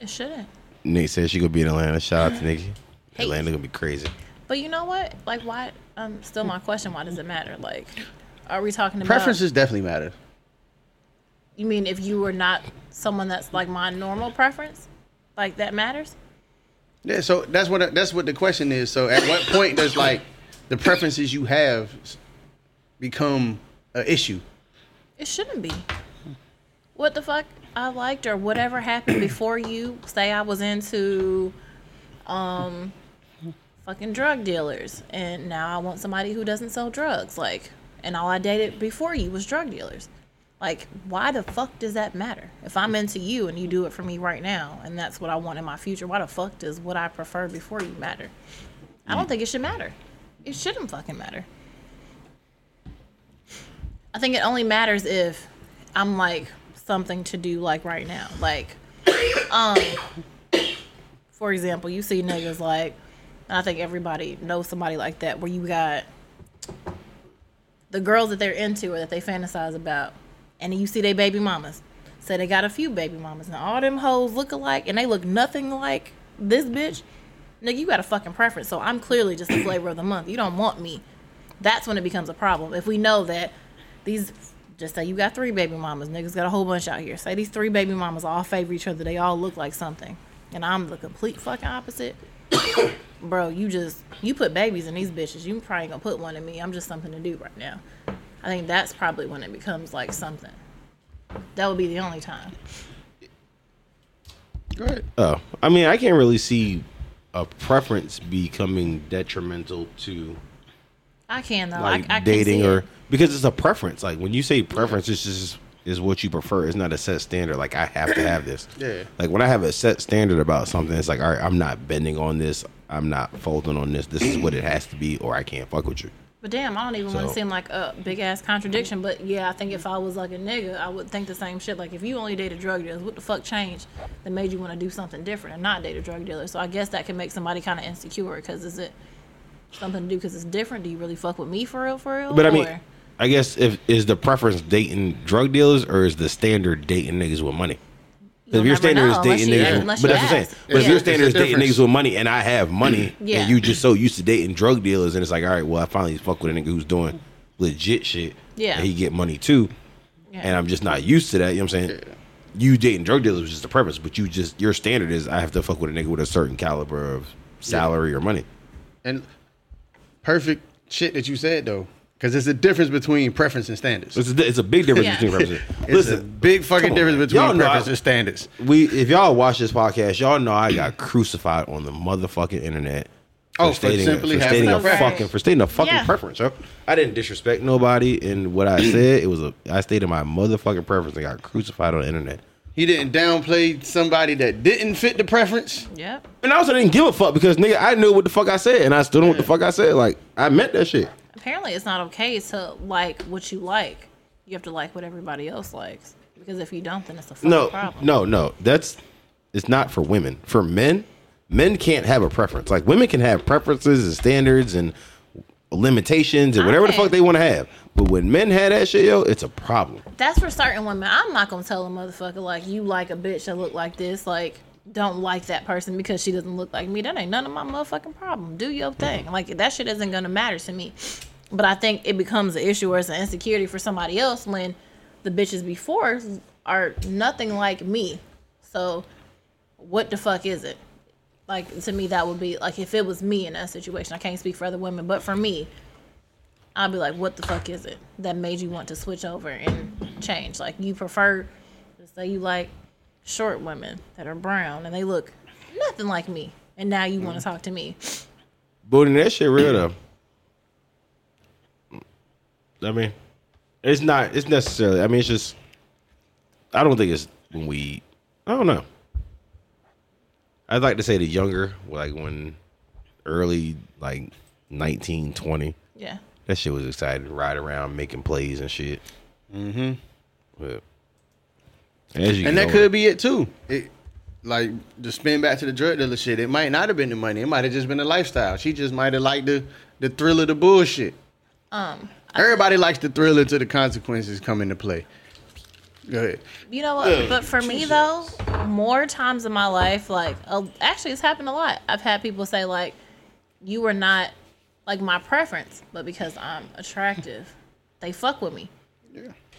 S2: It shouldn't.
S3: Nick said she gonna be in Atlanta. Shout out to Nikki.
S2: Hey.
S3: Atlanta gonna be crazy.
S2: But you know what? Like, why? Um, still my question. Why does it matter? Like, are we talking about
S1: Preferences definitely matter.
S2: You mean if you were not someone that's like my normal preference, like that matters?
S1: Yeah, so that's what that's what the question is. So at what point does like the preferences you have s- become an issue?
S2: It shouldn't be. What the fuck I liked or whatever happened before you say I was into um fucking drug dealers and now I want somebody who doesn't sell drugs like and all I dated before you was drug dealers. Like why the fuck does that matter? If I'm into you and you do it for me right now and that's what I want in my future, why the fuck does what I prefer before you matter? I don't think it should matter. It shouldn't fucking matter. I think it only matters if I'm like something to do like right now. Like, um, for example, you see niggas like, and I think everybody knows somebody like that where you got the girls that they're into or that they fantasize about, and you see they baby mamas. So they got a few baby mamas, and all them hoes look alike, and they look nothing like this bitch. Nigga, you got a fucking preference. So I'm clearly just the flavor of the month. You don't want me. That's when it becomes a problem. If we know that these just say you got three baby mamas, niggas got a whole bunch out here. Say these three baby mamas all favor each other. They all look like something, and I'm the complete fucking opposite. [coughs] Bro, you just you put babies in these bitches. You probably ain't gonna put one in me. I'm just something to do right now. I think that's probably when it becomes like something. That would be the only time.
S1: Go ahead.
S3: Oh, I mean, I can't really see a preference becoming detrimental to
S2: I can though.
S3: like
S2: I, I
S3: dating
S2: can see
S3: or
S2: it.
S3: because it's a preference. Like when you say preference, it's just is what you prefer. It's not a set standard. Like I have to have this.
S1: Yeah.
S3: Like when I have a set standard about something, it's like all right, I'm not bending on this. I'm not folding on this. This is what it has to be, or I can't fuck with you.
S2: But damn, I don't even want
S3: So-
S2: to seem like a big ass contradiction. But yeah, I think if I was like a nigga, I would think the same shit. Like if you only dated drug dealers, what the fuck changed that made you want to do something different and not date a drug dealer? So I guess that can make somebody kind of insecure because is it something to do because it's different? Do you really fuck with me for real, for real?
S3: But I mean,
S2: Or-
S3: I guess if is the preference dating drug dealers or is the standard dating niggas with money? 'Cause
S2: You'll
S3: if your
S2: never
S3: standard
S2: know
S3: is
S2: unless
S3: dating
S2: you-
S3: niggas,
S2: unless
S3: but
S2: you
S3: that's what I'm saying.
S2: ask.
S3: But if
S2: Yeah.
S3: your
S2: It's a
S3: standard is dating
S1: difference.
S3: niggas with money and I have money,
S2: [clears throat] Yeah.
S3: and you just so used to dating drug dealers, and it's like, all right, well, I finally fuck with a nigga who's doing legit shit,
S2: Yeah.
S3: and he get money too,
S2: Yeah.
S3: and I'm just not used to that. You know what I'm saying? You dating drug dealers was just the preference, but you just your standard is I have to fuck with a nigga with a certain caliber of salary or money.
S1: And perfect shit that you said though, because there's a difference between preference and standards.
S3: It's a, it's a big difference
S2: Yeah.
S3: between preferences.
S1: [laughs] It's a
S3: Listen,
S1: big fucking
S3: come on,
S1: difference
S3: man.
S1: between
S3: Y'all know I-
S1: preference and standards.
S3: we if y'all watch this podcast, y'all know I got crucified on the motherfucking internet.
S1: Oh, for simply having
S3: stating
S1: a
S3: a
S2: preference.
S3: fucking for stating a fucking
S2: Yeah.
S3: preference, yo. I didn't disrespect nobody,
S1: [clears throat]
S3: and what I said it was a I stated my motherfucking preference and got crucified on the internet.
S1: He didn't downplay somebody that didn't fit the preference.
S2: Yep.
S3: And I also didn't give a fuck because nigga, I knew what the fuck I said, and I still know what the fuck I said. Like I meant that shit.
S2: Apparently, it's not okay to like what you like. You have to like what everybody else likes because if you don't, then it's a fucking
S3: No,
S2: problem.
S3: no, no. That's it's not for women. For men, men can't have a preference. Like women can have preferences and standards and limitations and whatever the
S2: Right.
S3: fuck they want to have. But when men have that shit, yo, it's a problem.
S2: that's for certain women. I'm not gonna tell a motherfucker like you like a bitch that look like this, like don't like that person because she doesn't look like me. That ain't none of my motherfucking problem. Do your thing. Like that shit isn't gonna matter to me. But I think it becomes an issue or it's an insecurity for somebody else when the bitches before are nothing like me. So what the fuck is it? Like to me that would be like if it was me in that situation. I can't speak for other women, but for me, I'll be like, what the fuck is it that made you want to switch over and change? Like, you prefer, just say you like short women that are brown and they look nothing like me. And now you want to talk to me.
S3: But then that shit real though. I mean, it's not. It's necessarily. I mean, it's just. I don't think it's when we. I don't know. I'd like to say the younger, like when early, like nineteen twenty.
S2: Yeah.
S3: That shit was exciting. Ride around making plays and shit. Mm-hmm. But as you
S1: And that
S3: go-
S1: could be it too. It, like the spin back to the drug dealer shit, it might not have been the money. It might have just been the lifestyle. She just might have liked the the thrill of the bullshit.
S2: Um,
S1: Everybody likes the thrill until the consequences come into play. Go ahead.
S2: You know what? But for me though, more times in my life, like uh, actually, it's happened a lot. I've had people say like, "You were not like my preference, but because I'm attractive, they fuck with me."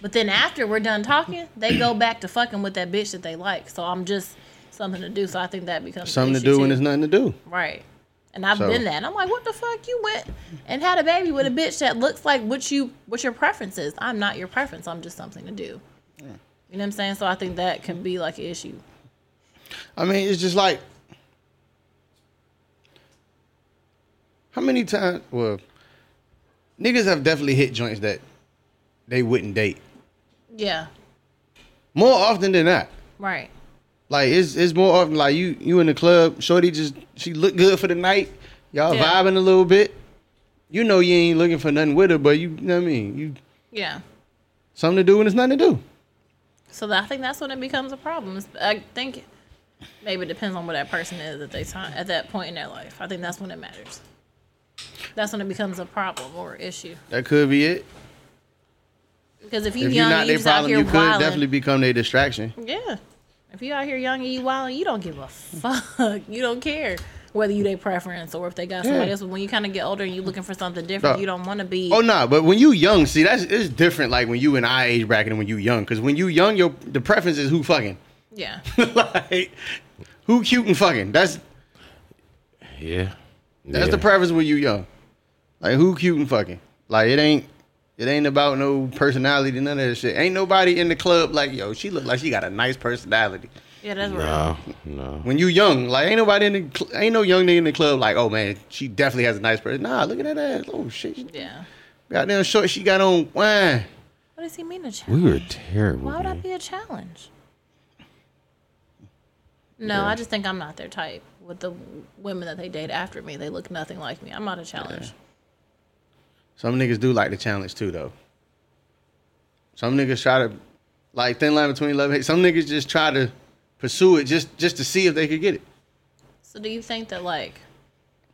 S2: But then after we're done talking, they go back to fucking with that bitch that they like. So I'm just something to do. So I think that becomes an
S1: Something to
S2: issue,
S1: do when
S2: too.
S1: there's nothing to do.
S2: Right. And I've
S1: So-
S2: been that. And I'm like, what the fuck? You went and had a baby with a bitch that looks like what you what your preference is. I'm not your preference. I'm just something to do. You know what I'm saying? So I think that can be like an issue.
S1: I mean, it's just like how many times? Well, niggas have definitely hit joints that they wouldn't date
S2: Yeah.
S1: more often than not.
S2: Right.
S1: Like it's it's more often like you you in the club, shorty just she look good for the night, y'all
S2: Yeah.
S1: vibing a little bit. You know you ain't looking for nothing with her, but you, you know what I mean. You
S2: Yeah.
S1: something to do when it's nothing to do.
S2: So that, I think that's when it becomes a problem. It's- I think maybe it depends on what that person is at they time at that point in their life. I think that's when it matters. That's when it becomes a problem or issue.
S1: That could be it.
S2: Because if you
S1: If you're
S2: young,
S1: not
S2: and you
S1: their
S2: just out
S1: problem,
S2: here
S1: you could
S2: wilding,
S1: definitely become their distraction.
S2: Yeah. If you out here young and you wild, you don't give a fuck. You don't care whether you their preference or if they got somebody
S1: Yeah.
S2: else. But when you kind of get older and you looking for something different,
S1: No.
S2: you don't want to be.
S1: Oh nah, but when you young, see that's it's different. Like when you in our age bracket and when you young, because when you young, your the preference is who fucking, [laughs]
S2: Yeah.
S1: like who cute and fucking. That's
S3: Yeah.
S1: that's the preference when you young. Like who cute and fucking. Like it ain't it ain't about no personality, none of that shit. Ain't nobody in the club like yo. She look like she got a nice personality.
S2: Yeah, that's right.
S3: No, no.
S1: When you young, like ain't nobody in the cl- ain't no young nigga in the club like oh man, she definitely has a nice person. Nah, look at that ass. Oh shit, she-
S2: Yeah.
S1: goddamn short she got on. Wine.
S2: What does he mean a challenge?
S3: We were terrible.
S2: Why would that
S3: man.
S2: be a challenge? No, I just think I'm not their type. With the women that they date after me, they look nothing like me. I'm not a challenge.
S1: Some niggas do like the challenge too, though. Some niggas try to, like thin line between love and hate. Some niggas just try to pursue it just just to see if they could get it.
S2: So do you think that like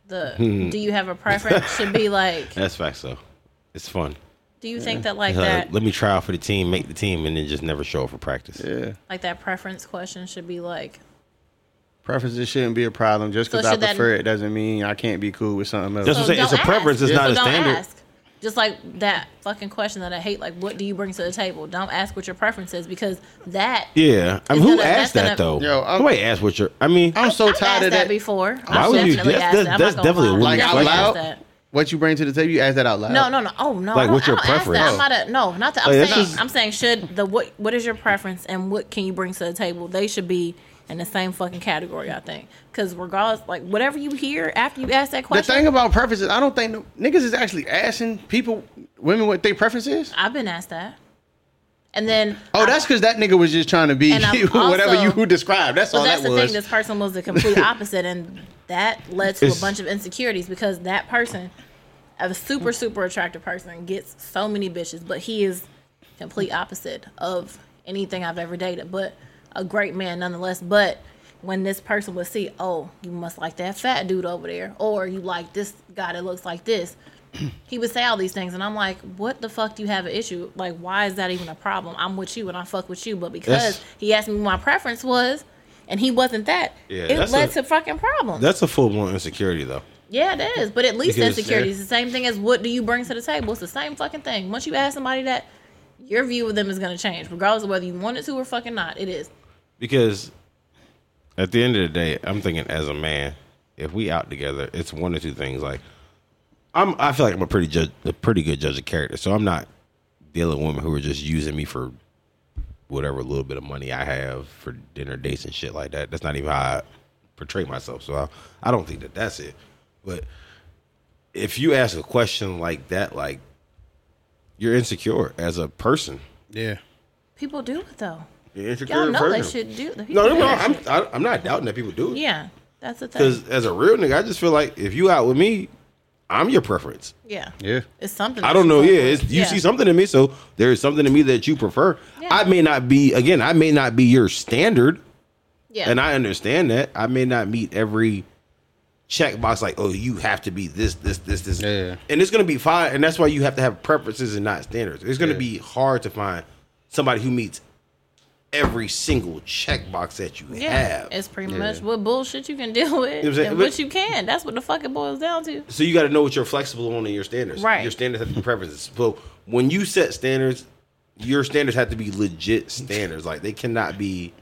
S2: the do you have a preference should be like
S3: That's facts though. It's fun.
S2: do you think that like
S3: Uh,
S2: that
S3: let me try out for the team, make the team, and then just never show up for practice.
S1: Yeah,
S2: like that preference question should be like
S1: preferences shouldn't be a problem. Just
S2: So
S1: because I
S2: should that-
S1: prefer it doesn't mean I can't be cool with something else.
S3: That's what I'm saying. It's a
S2: "Oh, don't
S3: preference. It's
S2: ask.
S3: not
S2: So
S3: a
S2: don't
S3: standard.
S2: Ask. Just like that fucking question that I hate. Like, what do you bring to the table? Don't ask what your preference is because that.
S3: Yeah. I
S2: It's
S3: mean, who
S2: gonna-
S3: asked that
S2: that's
S3: though?
S2: gonna-
S1: Yo, I'm-
S3: Nobody asked what your. I mean,
S1: I'm so
S2: I've asked
S1: tired of
S2: that
S1: that.
S2: before.
S3: Why
S2: I've
S3: would you-
S2: definitely asked
S3: that's- that's-
S2: that. I'm
S3: that's
S2: not gonna
S3: definitely a
S2: lie.
S1: like
S3: woman's
S2: I've
S1: out
S3: question.
S2: asked
S1: loud.
S2: that.
S1: What you bring to the table? You ask that out loud.
S2: No, no, no. Oh no.
S3: Uh, Like,
S2: I
S3: what's
S2: don't-
S3: your
S2: I don't ask
S3: preference?
S2: That. I'm not a, no, not that. I'm
S3: Like, that's
S2: saying.
S3: just-
S2: I'm saying should the what? What is your preference and what can you bring to the table? They should be in the same fucking category. I think because regardless, like whatever you hear after you ask that
S1: The
S2: question,
S1: thing about preferences, I don't think no, niggas is actually asking people, women, what their preference is.
S2: I've been asked that. And then
S1: Oh, that's because that nigga was just trying to be
S2: And I'm
S1: whatever [laughs]
S2: also-
S1: you described. That's
S2: So
S1: all
S2: that's
S1: that
S2: the
S1: was.
S2: thing. This person was
S1: [laughs]
S2: the complete opposite, and that led to a
S3: It's-
S2: bunch of insecurities because that person, a super super attractive person, gets so many bitches, but he is complete opposite of anything I've ever dated. But a great man nonetheless. But when this person would see, oh, you must like that fat dude over there, or you like this guy that looks like this. [clears throat] He would say all these things, and I'm like, "What the fuck do you have an issue? Like, why is that even a problem? I'm with you, and I fuck with you, but because
S3: That's-
S2: he asked me what my preference was, and he wasn't that.
S3: Yeah,
S2: it
S3: that's
S2: led
S3: a-
S2: to fucking problems.
S3: That's a full blown insecurity though.
S2: yeah, it is. But at least
S3: Because-
S2: insecurity is the same thing as what do you bring to the table. It's the same fucking thing. Once you ask somebody that, your view of them is gonna change, regardless of whether you want it to or fucking not. It is.
S3: Because at the end of the day, I'm thinking as a man, if we out together, it's one or two things. Like I'm, I feel like I'm a pretty judge, a pretty good judge of character. So I'm not dealing with women who are just using me for whatever little bit of money I have for dinner dates and shit like that. That's not even how I portray myself. So I, I don't think that that's it. But if you ask a question like that, like you're insecure as a person.
S1: yeah.
S2: People do it though.
S3: You're an insecure
S2: Y'all know they
S3: person.
S2: should do. the people
S3: No, no,
S2: do
S3: no.
S2: that
S3: I'm,
S2: shit.
S3: I, I'm not doubting that people do it.
S2: yeah, that's the thing.
S3: Because as a real nigga, I just feel like if you out with me, I'm your preference.
S2: Yeah,
S1: Yeah.
S2: It's something.
S3: I
S2: that
S3: don't
S2: you
S3: know.
S2: fuck
S3: Yeah,
S2: with.
S3: it's, you
S2: Yeah.
S3: see something in me, so there is something in me that you prefer.
S2: Yeah.
S3: I may not be again. I may not be your standard,
S2: Yeah.
S3: And I understand that. I may not meet every checkbox like, oh, you have to be this, this, this, this.
S1: Yeah.
S3: And it's gonna be fine. And that's why you have to have preferences and not standards. It's gonna
S1: Yeah.
S3: be hard to find somebody who meets every single checkbox that you
S2: Yeah,
S3: have.
S2: it's pretty
S1: Yeah.
S2: much what bullshit you can [laughs] deal with
S3: I'm saying?
S2: and
S3: But-
S2: what you can. That's what the fuck it boils down to.
S3: so you got to know what you're flexible on in your standards.
S2: Right.
S3: Your standards have to be preferences. So when you set standards, your standards have to be legit standards. Like they cannot be.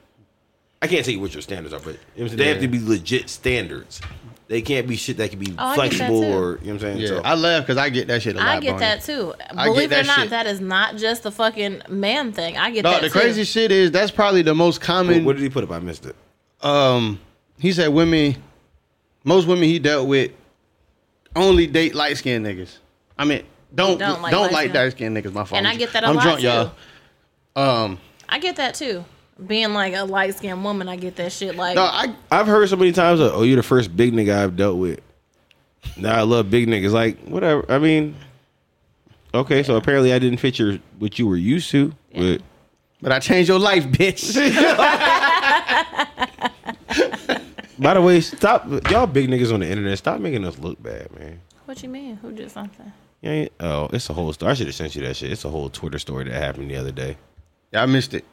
S3: I can't tell you what your standards are, but you know what I'm saying? they have
S1: Yeah.
S3: to be legit standards. They can't be shit that can be
S2: Oh, I get that
S3: flexible
S2: too.
S3: or you know what I'm saying.
S1: Yeah,
S3: So,
S1: I laugh because I get that shit a lot.
S2: I get
S1: Barney.
S2: that too.
S1: I
S2: Believe
S1: get
S2: it
S1: that
S2: or not,
S1: shit.
S2: that is not just the fucking man thing. I get
S1: Dog,
S2: that
S1: the
S2: too.
S1: crazy shit is that's probably the most
S3: what,
S1: common.
S3: what did he put up? I missed it.
S1: um, he said women, most women he dealt with, only date light skinned niggas. I mean, don't
S2: Don't
S1: don't
S2: like
S1: like,
S2: light-skinned.
S1: dark skinned niggas. My fault.
S2: And I get that a
S1: I'm
S2: lot,
S1: drunk,
S2: too.
S1: y'all. Um,
S2: I get that too. Being like a light skinned woman, I get that shit. Like,
S1: no, I
S3: I've heard so many times, like, "Oh, you're the first big nigga I've dealt with." Now I love big niggas. Like whatever. I mean, okay. So apparently, I didn't fit your what you were used to. But
S1: but I changed your [laughs] life, bitch.
S3: By the way, stop y'all big niggas on the internet. Stop making us look bad, man.
S2: what you mean? Who did something?
S3: You ain't- oh, it's a whole story. I should have sent you that shit. It's a whole Twitter story that happened the other day.
S1: yeah, I missed it.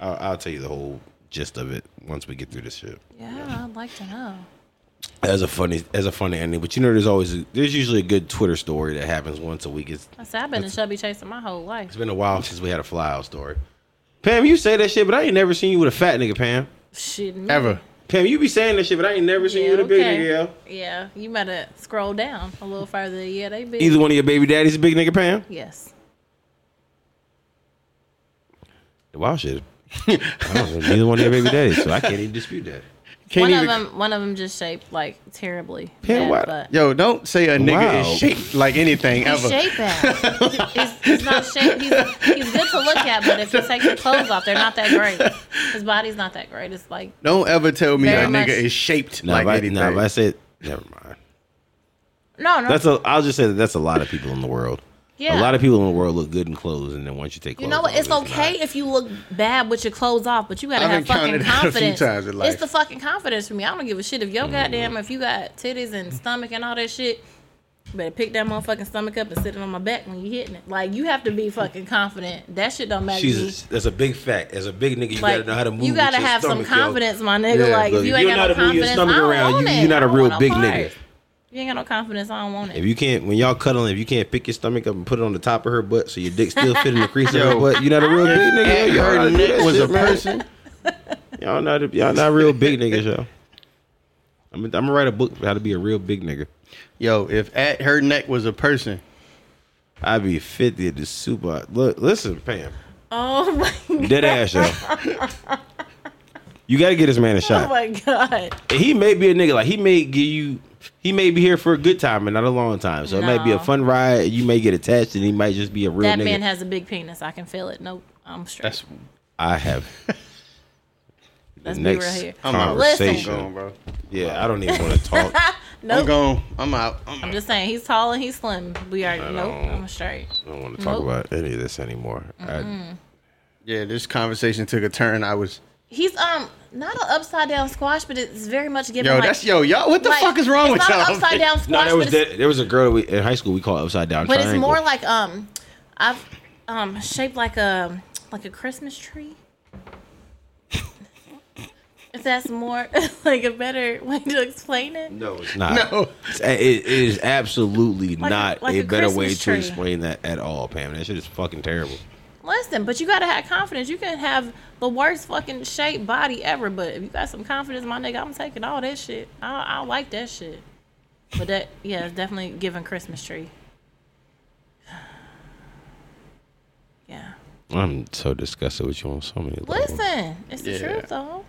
S3: I'll, I'll tell you the whole gist of it once we get through this shit.
S2: Yeah, I'd like to know.
S3: As a funny, as a funny ending, but you know, there's always a, there's usually a good Twitter story that happens once a week. It's
S2: I said I've been a chubby chaser my whole life.
S3: it's been a while since we had a flyout story. Pam, you say that shit, but I ain't never seen you with a fat nigga, Pam.
S2: Shit, me.
S1: Ever.
S3: Pam, you be saying that shit, but I ain't never seen you with a big nigga.
S2: okay. Yeah,
S3: Yeah.
S2: you better scroll down a little further. Yeah, they big.
S3: Either one of your baby daddies a big nigga, Pam.
S2: Yes.
S3: Wow, shit. [laughs] I don't know. Neither one of your baby daddies, so I can't even dispute that.
S1: Can't
S2: one
S1: even.
S2: of them, one of them just shaped like terribly. bad,
S3: Pam, why-
S2: but-
S1: Yo, don't say a nigga
S3: Wow.
S1: is shaped like anything
S2: He's
S1: ever.
S2: shape bad. he's, he's not shape. He's, he's good to look at, but if you take your clothes off, they're not that great. His body's not that great. It's like
S1: Don't ever tell me
S2: Very
S1: a nigga
S2: much.
S1: is shaped
S3: No,
S1: like
S3: if I,
S1: anything.
S3: no, if I said, never mind.
S2: no, no.
S3: That's a. I'll just say that that's a lot of people in the world.
S2: Yeah.
S3: A lot of people in the world look good in clothes, and then once you take clothes,
S2: you know what?
S3: off,
S2: It's okay if you look bad with your clothes off, but you gotta
S1: I've
S2: have fucking
S1: encountered that a few
S2: confidence.
S1: times in life.
S2: It's the fucking confidence for me. I don't give a shit if your
S3: Mm-hmm.
S2: goddamn if you got titties and stomach and all that shit. you Better pick that motherfucking stomach up and sit it on my back when you hitting it. Like you have to be fucking confident. That shit don't matter. to me.
S3: She's that's a big fact. As a big nigga, you gotta
S2: like
S3: know how to move.
S2: you gotta
S3: with your
S2: have
S3: stomach,
S2: some confidence, my nigga.
S1: Yeah,
S2: like
S3: Yo. Look,
S2: if you ain't
S3: don't
S2: got no
S3: know how to
S2: confidence,
S3: move your stomach
S2: I don't
S3: around,
S2: want
S3: you,
S2: it.
S3: you're not
S2: I
S3: a
S2: don't
S3: real
S2: want no
S3: big
S2: part.
S3: nigga.
S2: You ain't got no confidence. I don't want it.
S3: If you can't, when y'all cuddling, if you can't pick your stomach up and put it on the top of her butt, so your dick still fit in the crease of her
S1: Yo.
S3: butt, you're not a real big nigga. yo. Y'all know how
S1: her
S3: to do
S1: neck
S3: that
S1: was
S3: shit,
S1: a
S3: man.
S1: person.
S3: Y'all not y'all not real big niggas, yo. I'm, I'm gonna write a book for how to be a real big nigga.
S1: Yo, if at her neck was a person,
S3: I'd be 50 at the super. Look, listen, Pam.
S2: oh [laughs] my,
S3: Dead ass, yo. You gotta get this man a
S2: oh
S3: shot.
S2: my god.
S3: And he may be a nigga. Like he may give you. He may be here for a good time and not a long time. So it might be a
S2: No.
S3: fun ride. You may get attached, and he might just be a real
S2: That
S3: nigga.
S2: man has a big penis. I can feel it. Nope, I'm straight.
S1: that's
S3: I have.
S2: Let's be
S3: next
S2: real here.
S1: I'm out.
S3: conversation.
S2: Listen.
S1: gone, bro.
S3: Yeah, I don't even want to [laughs] talk. I
S1: I'm
S2: nope.
S1: gone. I'm out. I'm
S2: I'm
S1: out.
S2: just saying he's tall and he's slim. We are nope.
S3: don't-
S2: I'm straight.
S3: don't want to talk
S2: Nope.
S3: about any of this anymore. I,
S1: Yeah, this conversation took a turn. I was.
S2: He's um not an upside down squash, but it's very much given.
S1: Yo,
S2: like,
S1: that's yo, y'all. What the
S2: like,
S1: fuck is wrong
S2: it's
S1: with
S2: not
S1: y'all?
S2: An
S1: [laughs]
S2: upside down
S3: no,
S2: squash.
S3: there was
S2: but it's-
S3: that, there was a girl that we, in high school we called upside down.
S2: but it's
S3: triangle.
S2: more like um i've um shaped like a like a christmas tree [laughs] if that's more [laughs] like a better way to explain it
S3: No, it's
S1: [laughs]
S3: not.
S1: No.
S3: It's- It, it is absolutely
S2: Like a-
S3: not
S2: like
S3: a,
S2: a
S3: better
S2: Christmas
S3: way
S2: tree.
S3: to explain that at all, Pam. That shit is fucking terrible.
S2: listen but you gotta have confidence you can have the worst fucking shaped body ever but if you got some confidence my nigga i'm taking all that shit i, I like that shit but that yeah it's definitely giving christmas tree [sighs] yeah
S3: I'm so disgusted with you on so many levels.
S2: listen it's the
S1: Yeah.
S2: truth though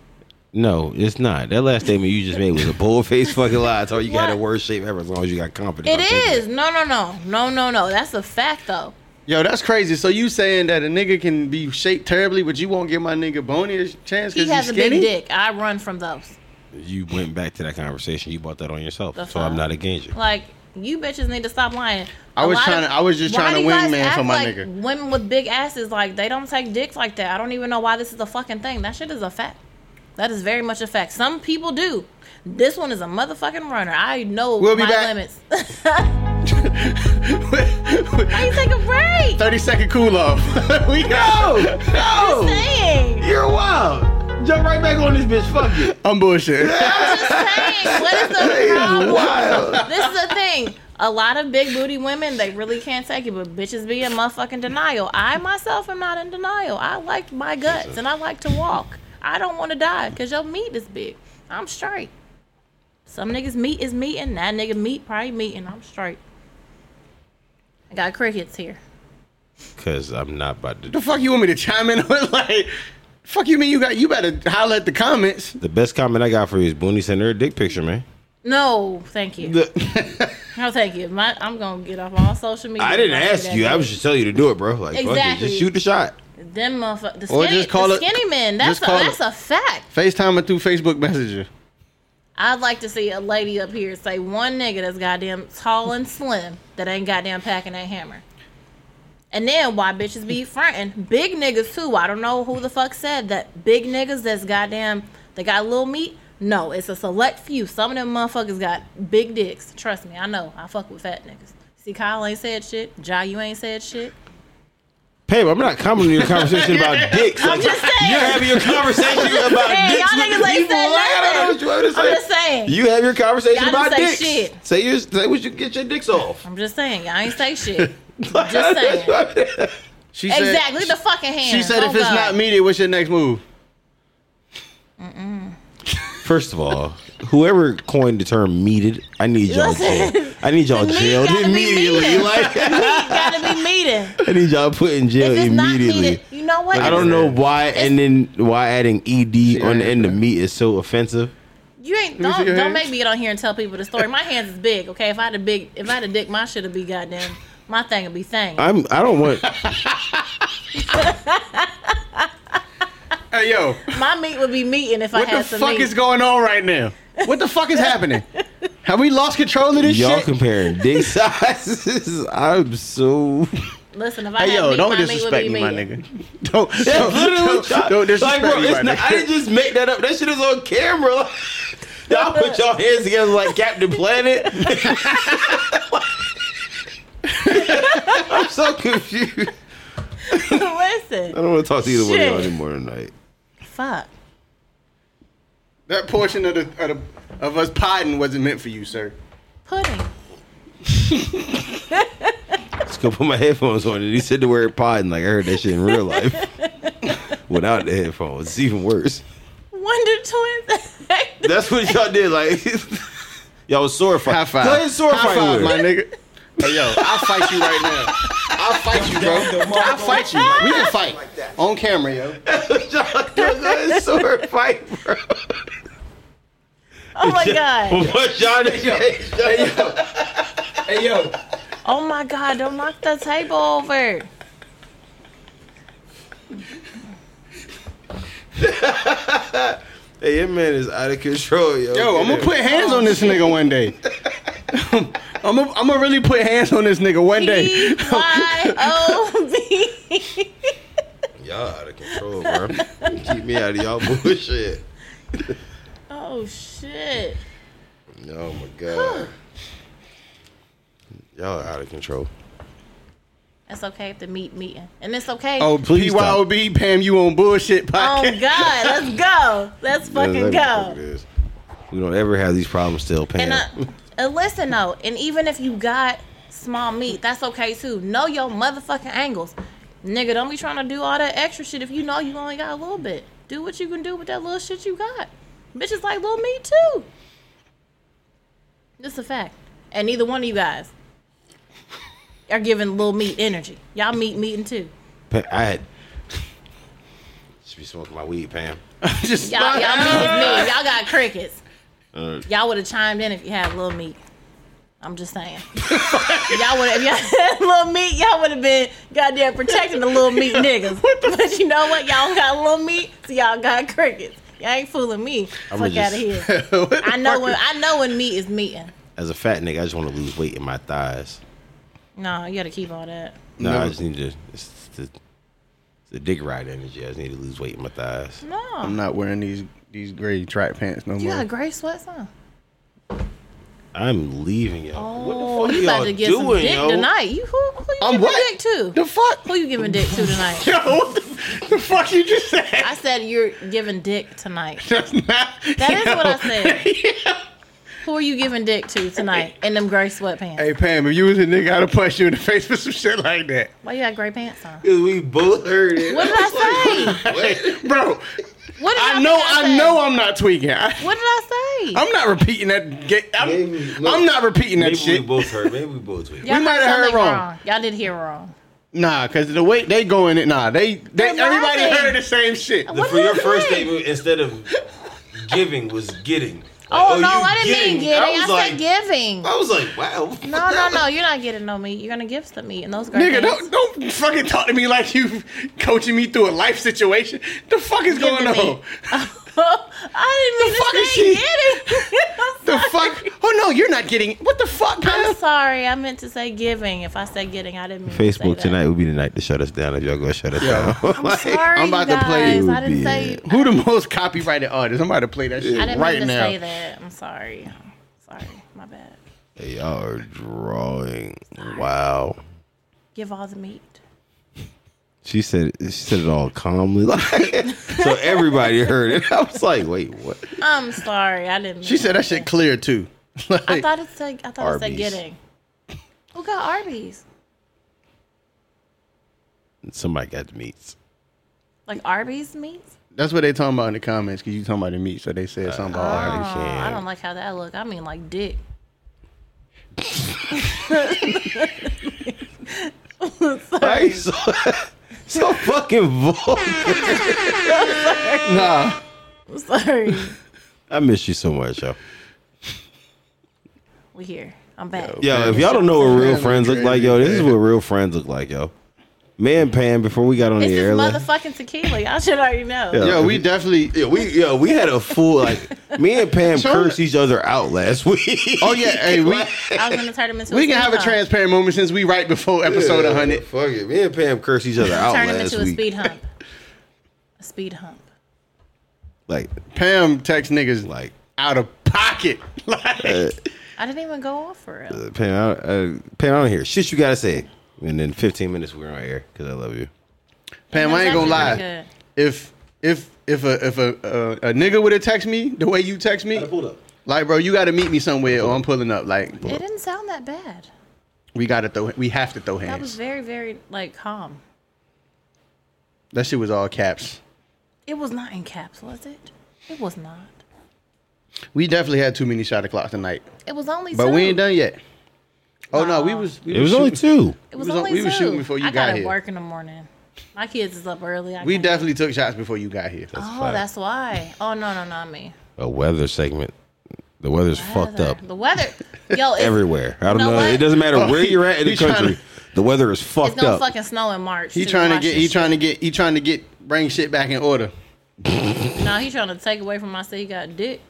S3: No, it's not. That last statement you just made was a bold [laughs] faced fucking lie. I told you you had the
S2: What?
S3: worst shape ever as long as you got confidence.
S2: It
S3: I'm taking
S2: is. No, no, no. No, no, no. That's a fact, though.
S1: Yo, that's crazy. So you saying that a nigga can be shaped terribly, but you won't give my nigga bony a chance because
S2: He has a
S1: skinny?
S2: big dick. I run from those.
S3: You went back to that conversation. You bought that on yourself.
S2: That's
S3: so I'm
S2: fine.
S3: not against you.
S2: Like, you bitches need to stop lying.
S1: I
S2: A
S1: was
S2: lot
S1: trying to- I was just
S2: Why
S1: trying to
S2: do you guys
S1: wingman for
S2: act
S1: my
S2: like
S1: nigga.
S2: Women with big asses, like, they don't take dicks like that. I don't even know why this is a fucking thing. That shit is a fact. That is very much a fact. Some people do. This one is a motherfucking runner. I know
S1: We'll be
S2: my
S1: back. [laughs]
S2: limits. Why you take a break?
S1: 30 second cool off. [laughs] we
S3: No,
S1: go. [laughs]
S3: no,
S2: Saying.
S3: you're wild. Jump right back on this bitch. Fuck you.
S1: I'm bullshit.
S2: I'm just saying. What is the
S3: You're
S2: problem?
S3: wild.
S2: This is the thing. A lot of big booty women, they really can't take it, but bitches be in motherfucking denial. I myself am not in denial. I like my guts and I like to walk. I don't want to die because your meat is big. I'm straight. Some niggas meat is meat and that nigga meat probably meat and I'm straight. I got crickets here.
S3: Cause I'm not about to.
S1: [laughs] the fuck you want me to chime in on? [laughs] like, fuck you mean you got you better holler at the comments.
S3: The best comment I got for you is Booney sent her a dick picture, man.
S2: No, thank you. No, thank you. My, I'm gonna get off all social media.
S3: I didn't
S2: and do
S3: ask
S2: that
S3: you. I
S2: bitch.
S3: was just telling you to do it, bro. Like, fuck it,
S2: Exactly.
S3: just shoot the shot.
S2: them motherfuckers. The
S1: Or
S2: skinny,
S1: just call
S2: the
S1: it-
S2: skinny men. That's
S1: just
S2: a,
S1: call it.
S2: that's a fact.
S1: FaceTime it through Facebook Messenger.
S2: I'd like to see a lady up here say one nigga that's goddamn tall and slim that ain't goddamn packing that hammer. And then why bitches be fronting big niggas too? I don't know who the fuck said that big niggas that's goddamn they got little meat. No, it's a select few. Some of them motherfuckers got big dicks. Trust me, I know. I fuck with fat niggas. See, Kyle ain't said shit. Ja, you ain't said shit.
S3: Pam, I'm not commenting on your conversation about dicks.
S2: [laughs] I'm just saying.
S3: You're having your conversation about
S2: saying,
S3: dicks
S2: y'all
S3: with
S2: niggas ain't
S3: people.
S2: said
S3: Like, I don't know what
S2: nothing.
S3: you want me to say.
S2: I'm just saying.
S3: You have your conversation
S2: Y'all
S3: about
S2: didn't
S3: dicks.
S2: say shit.
S3: Say your say what you get your dicks off.
S2: I'm just saying, y'all ain't say shit.
S3: [laughs]
S2: just saying.
S1: [laughs] She
S2: Exactly.
S1: Said,
S2: Look at the fucking hand.
S1: she said
S2: Oh,
S1: if it's
S2: God.
S1: not media, what's your next move?
S3: First of all, whoever coined the term "meated," I need
S2: [laughs]
S3: y'all.
S2: Listen,
S3: jailed. I need y'all
S2: the meat
S3: jailed
S2: gotta be
S3: immediately.
S2: meated.
S3: Like,
S2: meat gotta be meated.
S3: I need y'all put in
S2: [laughs]
S3: jail
S2: If it's not
S3: immediately.
S2: meated, you know what?
S3: I don't know why, and then why adding ed on the end of meat is so offensive.
S2: You ain't
S1: me see
S2: don't
S1: your
S2: don't
S1: hands.
S2: make me get on here and tell people the story. My hands is big, okay? If I had a big, if I had a dick, my shit'd be goddamn. My thing would be thing.
S3: I'm. I don't [laughs] want.
S1: Hey yo,
S2: My meat would be meating if I
S1: what
S2: had
S1: the
S2: some
S1: fuck
S2: meat.
S1: is going on right now? What the fuck is [laughs] happening? Have we lost control of this
S3: Y'all
S1: shit?
S3: comparing dick [laughs] sizes. I'm so.
S2: Listen, if I
S1: Hey
S2: had
S1: yo,
S2: meat,
S1: don't
S2: my
S1: disrespect
S2: meat
S1: me,
S2: would
S1: my
S2: be meating.
S1: nigga. [laughs] Don't, don't,
S3: [laughs]
S1: don't, don't disrespect
S3: like, bro,
S1: me,
S3: it's
S1: my
S3: not, I didn't
S1: nigga.
S3: just make that up. That shit is on camera. [laughs] Like, y'all put y'all hands together like Captain [laughs] Planet. I'm so confused.
S2: [laughs]
S3: I
S2: Listen,
S3: don't want to talk to either one of y'all
S2: Shit.
S3: anymore tonight.
S2: fuck.
S1: That portion of the, of the of us potting wasn't meant for you, sir.
S2: Pudding.
S3: Let's go put my headphones on. And he said the word pod, and like I heard that shit in real life [laughs] without the headphones. It's even worse.
S2: Wonder twins. [laughs]
S3: That's what y'all did. Like [laughs] y'all was sore fight.
S1: High five.
S3: Go ahead, sore
S1: High
S3: fight
S1: five,
S3: with
S1: my
S3: her.
S1: nigga. Hey yo, I'll fight you right now. I'll fight you, bro. I'll fight you. We can fight on camera, yo.
S3: [laughs] Y'all go ahead, sore fight, [laughs] bro.
S1: [laughs]
S2: oh my god.
S3: What y'all did?
S1: Hey yo,
S2: Oh my god. Don't knock the
S1: [laughs]
S2: table over.
S3: Hey, your man is out of control, yo.
S1: yo, I'm gonna put hands on this nigga one day. [laughs] I'm gonna I'm gonna really put hands on this nigga one [laughs] day.
S2: P Y O
S1: [laughs]
S2: B.
S3: Y'all out of control, bro. Keep me out of y'all bullshit.
S2: Oh shit.
S3: Oh my god. Y'all are out of control.
S2: That's okay if the meat meeting. And it's okay.
S1: Oh,
S3: Please stop.
S1: PYOB, Pam, you on bullshit
S2: Oh
S1: podcast.
S2: God, [laughs] let's go. Let's fucking
S3: That's what
S2: go.
S3: it is. We don't ever have these problems still, Pam.
S2: And uh, uh, listen though, and even if you got small meat, that's okay too. Know your motherfucking angles, nigga. Don't be trying to do all that extra shit if you know you only got a little bit. Do what you can do with that little shit you got. Bitches like little meat too. This a fact. And neither one of you guys are giving little meat energy. Y'all meat meeting too.
S3: Pa- I had [laughs] should be smoking my weed, Pam.
S1: [laughs] Just
S2: Y'all, y'all meat is meat. Y'all got crickets. y'all would have chimed in if you had little meat. I'm just saying. y'all would have, if y'all had [laughs] little meat, y'all would have been goddamn protecting the little meat niggas. but you know what? Y'all got little meat, so y'all got crickets. Y'all ain't fooling me.
S3: I'ma
S2: Fuck out
S3: just-
S2: of here. I know when I know when meat is meating.
S3: As a fat nigga, I just want to lose weight in my thighs.
S2: No, you gotta keep all that.
S3: No,
S1: No.
S3: I just need to. It's the, it's the dick ride energy. I just need to lose weight in my thighs.
S2: No.
S1: I'm not wearing these these gray track pants no
S2: You got
S1: more.
S2: gray sweats on.
S3: I'm leaving y'all.
S2: Oh,
S3: fuck
S2: you about
S3: y'all
S2: to get some
S3: doing,
S2: dick
S3: yo?
S2: tonight. You who, who you
S1: I'm
S2: giving
S1: what?
S2: dick to?
S1: The fuck? [laughs]
S2: who you giving dick to tonight?
S1: Yo, what the, the fuck you just said?
S2: I said you're giving dick tonight.
S1: [laughs] That's not.
S2: That is what I
S1: yo. [laughs]
S2: said. Who are you giving dick to tonight in them gray sweatpants?
S1: Hey Pam, if you was a nigga, I'd have punched you in the face for some shit like that,
S2: Why you got gray pants on?
S3: Cause we both heard it.
S2: What did I say?
S1: bro.
S2: What did I,
S1: I know,
S2: think
S1: I
S2: said?
S1: know, I'm not tweaking. I,
S2: What did I say?
S1: I'm not repeating that. ga- I'm,
S3: Maybe- no.
S1: I'm not repeating that
S3: Maybe we
S1: shit.
S3: both heard. Maybe we both heard.
S2: Y'all
S1: we might
S2: got
S1: have heard
S2: something
S1: wrong.
S2: Y'all did hear wrong.
S1: Nah, cause the way they going it, nah, they, they
S2: They're
S1: everybody
S2: laughing.
S1: heard the same shit.
S3: The,
S2: What
S3: for
S2: did
S3: your
S2: I
S3: first
S2: say?
S3: statement, instead of giving, was getting. Like,
S2: Oh, no,
S3: you
S2: I didn't mean giving. I,
S3: was
S2: said
S3: like,
S2: giving.
S3: I was like, wow.
S2: No, no,
S1: [laughs]
S2: no. You're not getting no meat. You're gonna give some meat, and those gray
S1: Nigga,
S2: pants.
S1: don't don't fucking talk to me like you coaching me through a life situation. The fuck is going
S2: Give
S1: on?
S2: to me. [laughs] I
S1: fuck is
S2: didn't mean
S1: she-
S2: to
S1: [laughs]
S2: say getting.
S1: The fuck? Oh no, you're not getting. What the fuck,
S2: I'm
S1: Pam?
S2: sorry. I meant to say giving. If I said getting, I didn't mean
S3: Facebook
S2: to say
S3: tonight would be the night to shut us down if y'all gonna shut us down. [laughs]
S2: That. Sorry,
S1: I'm about
S2: you
S1: to play-
S2: guys. I didn't say.
S1: Who the most copyrighted artist? I'm about to play that shit
S2: I didn't
S1: right
S2: mean to
S1: now.
S2: say that. I'm sorry. Sorry, my bad.
S3: Hey, y'all are drawing. Wow.
S2: Give all the meat.
S3: She said she said it all calmly, [laughs] like, so everybody heard it. I was like, wait, what?
S2: I'm sorry. I didn't.
S1: She said that shit clear too. [laughs] Like,
S2: I thought it said. I thought it said
S3: Arby's.
S2: getting. Who got Arby's?
S3: Somebody got the meats.
S2: Like Arby's meats?
S1: that's what they talking about in the comments. Cause you talking about the meat, so they said something about
S3: I
S1: Arby's.
S2: Oh, I
S3: can't.
S2: don't like how that look. I mean, like dick.
S3: [laughs] Why you so, so fucking vulgar?
S1: Nah,
S2: I'm
S1: [laughs]
S2: sorry.
S3: I miss you so much, yo.
S2: we here. I'm back.
S3: Yo, if y'all don't know what real
S1: Pam
S3: friends look like, yo, this is what real friends look like, yo. Me and Pam, before we got on
S2: It's
S3: the
S2: this
S3: air, like,
S2: motherfucking tequila. Y'all should already know.
S3: Yeah.
S1: yo, we definitely.
S3: yeah, we yo, we had a full like me and Pam
S1: Show
S3: cursed each other out last [laughs] week.
S1: Oh yeah, hey, we
S2: I was gonna turn him into.
S1: we can have a
S2: speed hump.
S1: transparent moment since we right before episode 100.
S3: Fuck it, me and Pam cursed each other out
S2: Turn him
S3: last
S2: into a
S3: week.
S2: speed hump. A speed hump.
S3: Like,
S1: Pam text niggas like
S3: like
S1: out of pocket. [laughs] Like,
S2: I didn't even go off for real.
S3: Pam, I, uh, Pam, I don't hear shit you gotta say. And then 15 minutes we're on air because I love you.
S1: Pam, I ain't
S2: That was
S1: gonna lie.
S2: actually pretty
S1: if if if a if a a, a nigga would have text me the way you text me,
S3: up.
S1: like bro, you got to meet me somewhere or I'm pulling up. Like
S2: good. It didn't sound that bad.
S1: we got to throw, we have to throw
S2: That was
S1: hands.
S2: very, very like calm.
S1: That shit was all caps.
S2: It was not in caps, was it? It was not.
S1: We definitely had too many shot o'clock tonight,
S2: It was only.
S1: but
S2: two.
S1: we ain't done yet. Oh no, we
S2: Aw.
S1: was we
S3: It was only
S1: shooting-
S3: two.
S2: It was,
S1: was on-
S2: only
S1: we
S2: two.
S1: was shooting before you
S2: I
S1: got
S2: gotta
S1: here.
S2: work in the morning. My kids is up early. I
S1: We
S2: can't-
S1: definitely took shots before you got here.
S2: Oh,
S3: fine.
S2: that's why. Oh no, no,
S1: [laughs]
S2: not me.
S3: A weather segment. The weather's fucked
S2: Weather.
S3: up
S2: The weather. Yo,
S1: [laughs]
S2: it's,
S3: everywhere. I don't
S2: know
S3: know.
S2: what?
S3: It doesn't matter
S1: Oh,
S3: where
S1: he-
S3: you're at in the
S1: he tryna-
S3: country. the weather is
S2: It's
S3: fucked
S2: gonna
S3: up.
S2: fucking snow in March.
S1: He trying to get he
S2: trying.
S1: trying to get he trying to get bring shit back in order.
S2: No, he trying to take away from my say he got
S1: [laughs]
S2: dick.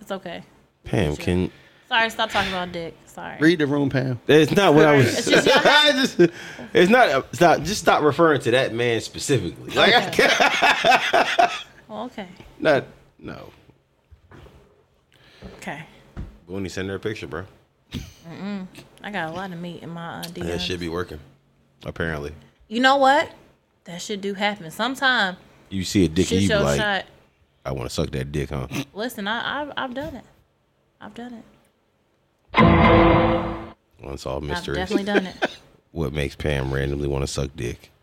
S2: it's okay.
S3: Pam, can
S2: Sorry, stop talking about dick. Sorry.
S1: Read the room, Pam.
S3: it's not what I was.
S2: It's just y'all
S3: [laughs]
S1: [laughs]
S3: I just- it's not. Stop. Just stop referring to that man specifically. Like I can't.
S2: Well, okay.
S3: Not, no.
S2: Okay.
S3: Goonie, send her a picture, bro.
S2: I got a lot of meat in my uh,
S3: That
S2: DMs.
S3: should be working. Apparently,
S2: You know what? That shit do happen. Sometime
S3: you see a dick, and
S2: shit
S3: you be
S2: show
S3: like,
S2: shot.
S3: I want to suck that dick, huh?
S2: Listen, I, I've I've done it. I've done it.
S3: Well, it's all
S2: I've
S3: mysteries.
S2: definitely
S3: [laughs]
S2: done it.
S3: What makes Pam randomly want to suck dick? [laughs]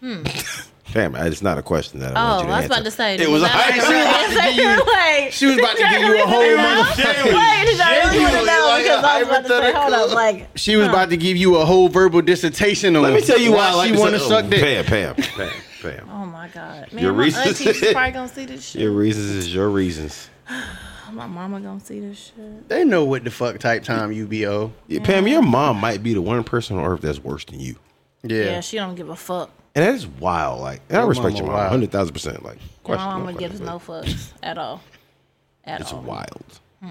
S3: Pam, it's not a question that I
S2: Hmm.
S3: want
S2: Oh,
S3: you to
S2: I was
S3: answer.
S2: about to say.
S3: it was.
S2: did I- [laughs]
S3: I,
S2: Like,
S1: She was about to give you a whole motherfucker.
S2: Wait, did I really want to
S3: genuinely,
S2: know?
S3: like,
S2: Because I was about to say, hold up,
S3: hypothetical.
S2: like,
S1: She was about to give you a whole verbal dissertation on.
S3: let me tell you why, I
S1: she
S3: like
S1: want to suck dick. [laughs]
S3: Pam, Pam, Pam, Pam.
S2: oh my god, man,
S3: Your
S2: my
S3: reasons-
S2: auntie's probably gonna see this shit. Oh,
S3: Your reasons is your reasons.
S2: My mama gonna see this shit.
S1: They know what the fuck type time you be oh. on.
S3: Yeah, Pam, your mom might be the one person on earth that's worse than you,
S1: Yeah.
S2: Yeah, she don't give a fuck.
S3: and that is wild. Like, and I
S1: Your
S3: respect
S1: mama
S3: your
S1: wild.
S3: mom, hundred thousand percent. Like,
S2: My
S3: question,
S2: mama
S3: question,
S2: gives
S3: but
S2: no fucks at all. At
S3: It's
S2: all.
S3: wild.
S2: Hmm.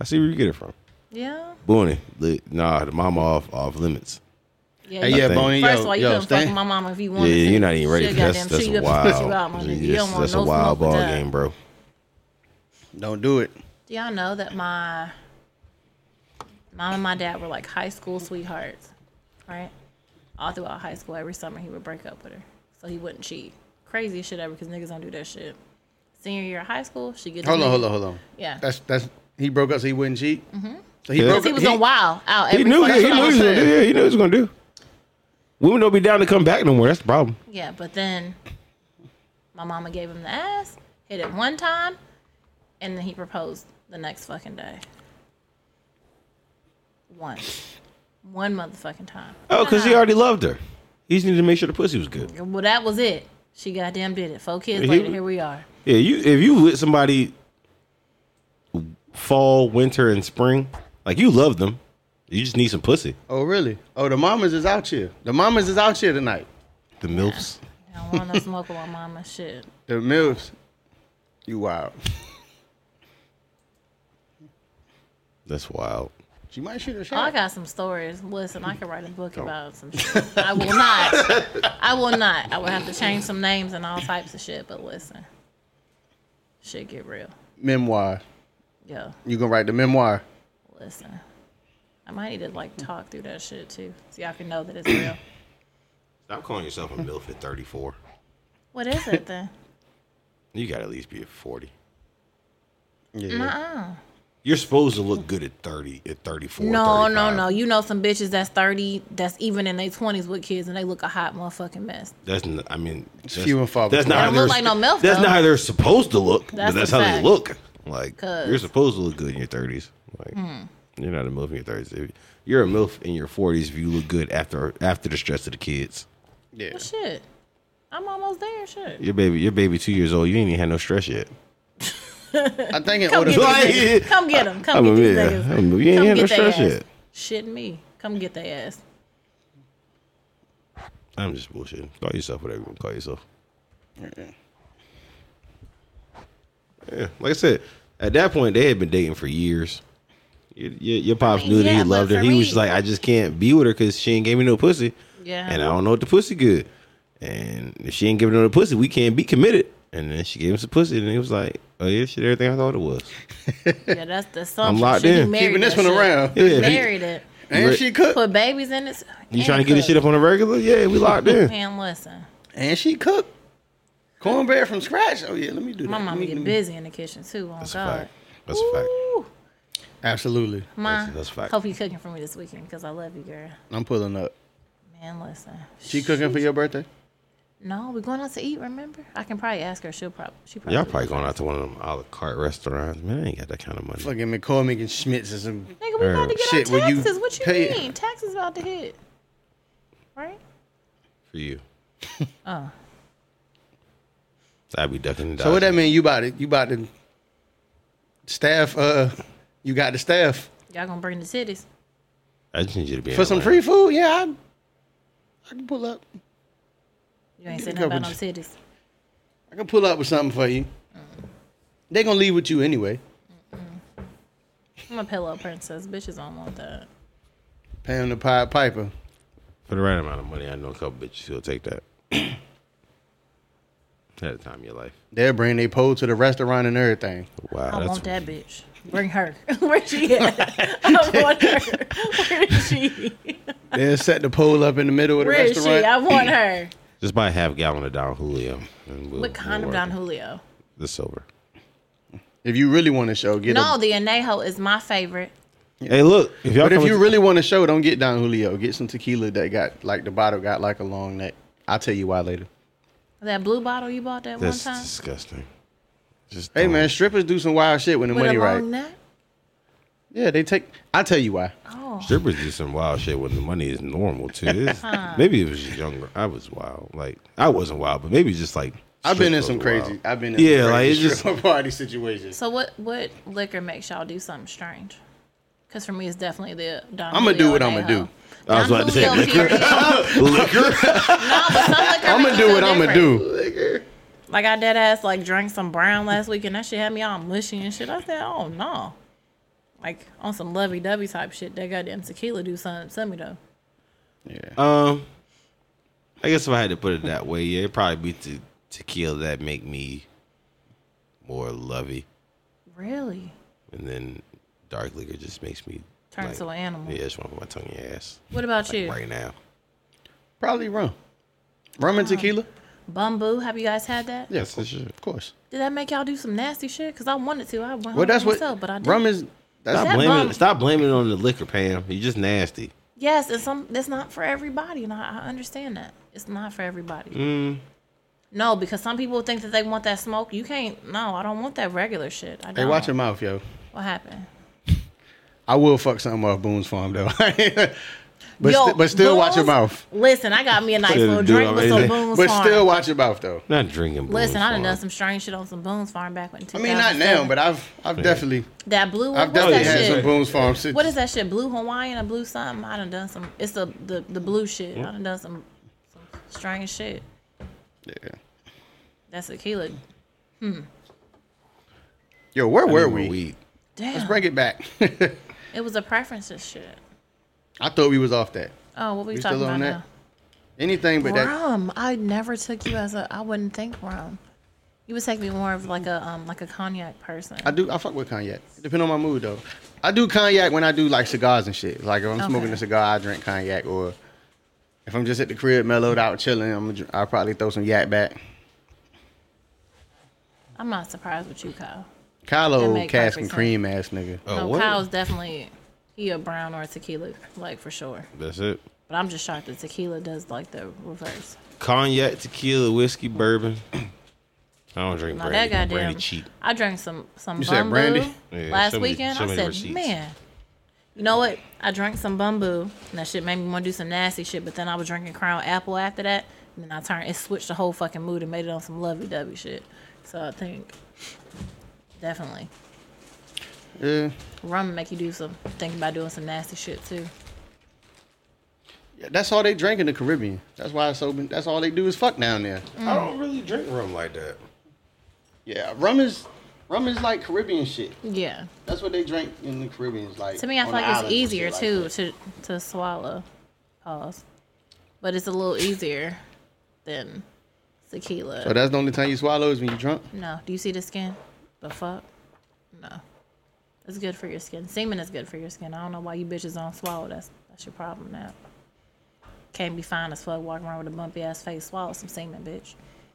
S3: I see where you get it from.
S2: Yeah.
S3: Booney, li- nah, the mama off off limits.
S2: Yeah,
S1: Hey,
S2: you-
S1: yeah,
S3: think-
S1: Boney, yo,
S2: First of all, you
S1: yo,
S2: couldn't fuck
S1: stand.
S2: with my mama if you
S3: Yeah,
S2: wanted to.
S3: you're not even ready
S2: She'll
S3: for that. That's,
S2: goddamn
S3: that's
S2: shoot
S3: a
S2: you up and spit you out,
S3: wild,
S2: my nigga. You don't
S3: that's,
S2: want
S3: that's
S2: no
S3: a wild
S2: smoke with
S3: ball
S2: that.
S3: game, bro.
S1: Don't do it.
S2: Do y'all know that my mom and my dad were like high school sweethearts, right? All throughout high school, every summer he would break up with her so he wouldn't cheat. Crazy shit ever because niggas don't do that shit. Senior year of high school, she gets
S1: Hold on, hold on, hold on.
S2: Mm-hmm. Yeah.
S1: That's that's he broke up so he wouldn't cheat. Mm-hmm. So he
S3: Yeah.
S1: broke
S2: He
S1: up.
S2: was on wild out.
S3: He
S2: Every
S3: knew, yeah,
S2: fucking
S3: he knew
S2: summer.
S3: what he was gonna do. Yeah, he knew what he was gonna do. Women don't be down to come back no more. That's the problem.
S2: Yeah, but then my mama gave him the ass, hit it one time, and then he proposed the next fucking day. Once. One motherfucking time.
S3: Oh, because he already loved her. He just needed to make sure the pussy was good.
S2: Well, that was it. She goddamn did it. Four kids
S3: He-
S2: later, here we are.
S3: Yeah, you if you with somebody fall, winter, and spring, like you love them. You just need some pussy.
S1: Oh really? Oh the mamas is out here. The mamas is out here tonight.
S3: The MILFs.
S2: I don't
S3: [laughs]
S2: want no smoke with my mama. Shit.
S1: The milfs. You wild.
S3: That's wild.
S1: She might shoot a
S2: Oh, I
S1: shot.
S2: got some stories. Listen, I could write a book about some shit. I will not. I will not. I will have to change some names and all types of shit, but listen. Shit get real.
S1: memoir.
S2: Yo.
S1: You gonna write the memoir?
S2: Listen, I might need to like talk through that shit too, so y'all can know that it's real.
S3: Stop calling yourself a MILF at 34.
S2: [coughs] what is it then?
S3: You got to at least be at 40.
S1: Yeah.
S3: You're supposed to look good at 30, at 34.
S2: No, no, no. You know some bitches that's thirty, that's even in their twenties with kids, and they look a hot motherfucking mess.
S3: That's n- I mean, it's
S1: few and far
S3: That's
S1: between.
S3: not how
S2: They
S3: they're,
S2: don't look like no MILF,
S3: That's
S2: though.
S3: not how they're supposed to look.
S2: That's
S3: but that's
S2: the
S3: how they
S2: fact.
S3: look. Like
S2: 'Cause- Hmm.
S3: you're supposed to look good in your thirties. Like you're not a milf in your thirties. If- You're a milf in your forties if you look good after after the stress of the kids.
S1: Yeah.
S2: Well, shit, I'm almost there. Shit,
S3: Your baby, your baby, two years old. You ain't even had no stress yet.
S1: I think in
S2: come
S1: order
S2: get
S1: for
S3: Like-
S2: these niggas.
S3: [laughs]
S2: Come get them. Come
S3: I'm
S2: get
S3: a-
S2: these
S3: yeah,
S2: niggas.
S3: I'm a- you ain't
S2: Come
S3: had no
S2: get their
S3: stress
S2: ass.
S3: yet.
S2: Shit me. Come get their ass.
S3: I'm just bullshitting. Call yourself whatever you want to call yourself. Yeah, like I said, at that point they had been dating for years. Your, your, your pops
S2: I mean,
S3: knew that
S2: yeah,
S3: he
S2: but
S3: loved her.
S2: for
S3: He
S2: me-
S3: was just like, I just can't be with her because she ain't gave me no pussy.
S2: Yeah.
S3: and I don't know what the pussy good. And if she ain't giving no pussy, we can't be committed. And then she gave him some pussy, and he was like, "Oh yeah, shit, everything I thought it was."
S2: Yeah, that's the assumption.
S3: locked
S2: Shit, he
S3: in.
S2: married
S1: keeping this
S2: that
S1: one
S2: shit.
S1: around.
S3: Yeah, if you,
S2: Married it.
S1: And she cooked.
S2: Put babies in it.
S3: you trying to get this shit up on a regular? Yeah, we locked
S2: [laughs]
S3: in.
S2: Man, listen.
S1: And she cooked. Cornbread from scratch. Oh yeah, let me do that.
S2: My
S1: Let
S2: mama
S1: me-
S2: get
S1: let me-
S2: busy in the kitchen too. Oh
S3: That's a
S2: God.
S3: fact. That's a fact.
S2: Ooh.
S1: Absolutely.
S2: Ma,
S3: That's- that's a fact.
S2: Hope you cooking for me this weekend because I love you, girl.
S1: I'm pulling up.
S2: Man, listen.
S1: She cooking for your birthday?
S2: No, we're going out to eat. Remember? I can probably ask her. She'll probably. She probably.
S3: Y'all probably going out to one of them a la carte restaurants. Man, I ain't got that kind of money.
S1: Fucking McCormick and Schmitz or some.
S2: Nigga, we about to get
S1: Shit,
S2: our
S1: will you
S2: taxes. what you
S1: pay-
S2: mean? Taxes about to hit. Right? [laughs]
S3: for you. Oh. I'd be ducking and
S1: So what that
S3: dodging.
S1: mean? You about to you about to staff? Uh, you got the staff
S2: Y'all gonna bring the cities?
S3: I just need you to be in
S1: for some
S3: Atlanta.
S1: free food? Yeah, I, I can pull up.
S2: You ain't said
S1: Get
S2: nothing about no
S1: coverage.
S2: cities.
S1: I can pull up with something for you. They gonna leave with you anyway.
S2: I'm a pillow princess. Bitches don't want that.
S1: Pay them the Pied Piper.
S3: For the right amount of money, I know a couple bitches who'll take that. [coughs] At the time of your life.
S1: They'll bring their pole to the restaurant and everything.
S3: Wow.
S2: I
S3: that's,
S2: want that bitch. Bring her. [laughs]
S1: [laughs]
S2: Where she at? I want her. Where is she?
S1: They'll set the pole up in the middle of the
S2: Where is she?
S1: restaurant.
S2: I want
S1: [laughs]
S2: her.
S3: Just buy a half gallon of Don Julio. And we'll,
S2: What kind
S3: we'll
S2: of Don
S3: work it.
S2: Julio?
S3: The silver.
S1: if you really want to show, get
S2: No,
S1: a,
S2: the Anejo is my favorite.
S3: Hey, look. If y'all
S1: But if
S3: come
S1: you
S3: with-
S1: really want to show, don't get Don Julio. Get some tequila that got like the bottle got like a long neck. I'll tell you why later.
S2: That blue bottle you bought that
S3: That's
S2: one time
S3: disgusting. Just
S1: Hey
S3: don't-
S1: man, strippers do some wild shit when the
S2: with
S1: money
S2: a long
S1: right.
S2: neck.
S1: Yeah, they take. I'll tell you why.
S2: Oh,
S3: Strippers do some wild shit when the money is
S2: [laughs]
S3: normal too. It's- maybe it was just younger. I was wild. Like I wasn't wild, but maybe just like
S1: I've been in
S3: strippers
S1: some
S3: are
S1: crazy.
S3: wild.
S1: I've been in
S3: yeah,
S1: some
S3: like
S1: crazy
S3: it's just
S1: stripper [laughs] party situations.
S2: so what? What liquor makes y'all do something strange? Because for me, it's definitely the Don.
S1: I'ma do
S2: Julio
S1: what I'ma
S2: Añejo.
S1: do.
S3: I was
S2: Don
S3: about to say
S2: Julio
S3: liquor.
S2: period.
S1: [laughs]
S3: liquor.
S2: no, but [laughs]
S1: I'm gonna
S2: some liquor. make you
S1: do
S2: feel
S1: what I'm gonna
S2: different.
S1: do.
S2: Like I dead ass like drank some brown last week and that shit had me all mushy and shit. I said, oh no. Like on some lovey dovey type shit, that goddamn tequila do something to me though.
S1: Yeah.
S3: Um, I guess if I had to put it that way, yeah, it'd probably be to tequila that make me more lovey,
S2: Really?
S3: and then dark liquor just makes me
S2: Turns to an animal.
S3: Yeah, I just want to put my tongue in your ass
S2: What about you?
S3: right now.
S1: Probably rum. Rum
S2: Oh.
S1: and tequila?
S2: Bamboo, have you guys had that?
S1: Yes, for sure. Of course.
S2: Did that make y'all do some nasty shit? Because I wanted to. I went
S1: Well, that's what
S2: myself, but I didn't.
S1: rum is. That's
S3: Stop
S2: that
S3: blaming.
S2: bum-
S3: Stop blaming it on the liquor, Pam. You're just nasty.
S2: Yes, and some that's not for everybody, and I, I understand that. It's not for everybody.
S1: Mm.
S2: No, because some people think that they want that smoke. You can't. No, I don't want that regular shit. I
S1: hey,
S2: don't.
S1: watch your mouth, yo.
S2: What happened?
S1: I will fuck something off Boone's farm though. [laughs] but
S2: Yo,
S1: sti- but still watch your
S2: Boone's-
S1: mouth.
S2: Listen, I got me a nice
S3: Should've
S2: little
S3: do
S2: drink with some
S3: amazing.
S2: Boone's
S1: But
S2: Farm.
S1: still watch your mouth though.
S3: Not drinking.
S2: Listen, I done done
S3: does
S2: some strange shit on some Boone's Farm back when.
S1: I mean, not now, but I've I've definitely
S2: that blue. One,
S1: I've
S2: what's
S1: definitely
S2: that
S1: had
S2: shit?
S1: some Boone's farm. Since,
S2: What is that shit? Blue Hawaiian or blue something? I done done some. It's the the, the blue shit. I done done some, some strange shit.
S1: Yeah.
S2: That's tequila.
S1: Yo, where were we?
S3: weed.
S1: Let's
S2: Damn,
S1: bring it back. [laughs]
S2: it was a preferences shit.
S1: I thought we was off that.
S2: Oh, what were you
S1: We
S2: talking
S1: still
S2: about
S1: on
S2: now?
S1: that. Anything but that.
S2: Rum. I never took you as a. I wouldn't think rum. You would take me more of like a um like a cognac person.
S1: I do. I fuck with cognac. It depend on my mood though. I do cognac when I do like cigars and shit. Like if I'm smoking
S2: Okay.
S1: a cigar, I drink cognac. Or if I'm just at the crib, mellowed out, chilling, I'm gonna dr- I'll probably throw some yak back.
S2: I'm not surprised with you, Kyle.
S1: Kyle old
S2: make
S1: cask
S2: perfect
S1: and
S2: sense.
S1: cream ass nigga.
S3: Oh,
S2: no,
S3: what?
S2: Kyle's definitely he a brown or a tequila, like for sure.
S3: That's it.
S2: But I'm just shocked that tequila does like the reverse.
S3: Cognac, tequila, whiskey, bourbon. [clears throat] I don't drink
S2: Now
S3: brandy.
S2: that goddamn,
S3: brandy cheap.
S2: I drank some some
S1: You said
S2: bamboo
S1: brandy?
S3: Yeah,
S2: last
S3: so many-
S2: weekend.
S3: so
S2: I
S3: many
S2: said,
S3: receipts.
S2: man, you know what? I drank some bamboo, and that shit made me want to do some nasty shit. But then I was drinking Crown Apple after that, and then I turned it switched the whole fucking mood and made it on some lovey dovey shit. So I think definitely
S1: Yeah.
S2: rum make you do some think about doing some nasty shit too.
S1: Yeah, That's all they drink in the Caribbean. That's why it's so. That's all they do is fuck down there.
S4: I don't really drink rum like that.
S1: Yeah, rum is rum is like Caribbean shit.
S2: Yeah,
S1: That's what they drink in the Caribbean. Like
S2: to me, I
S1: on
S2: feel
S1: the
S2: like
S1: islands
S2: it's
S1: and
S2: easier
S1: shit like
S2: too
S1: that.
S2: to to swallow. Pause. But it's a little easier than tequila.
S1: So that's the only time you swallow is when you drunk.
S2: No. Do you see the skin? The fuck? No. It's good for your skin. Semen is good for your skin. I don't know why you bitches don't swallow. That's that's your problem now. Can't be fine as fuck walking around with a bumpy ass face. Swallow some semen, bitch.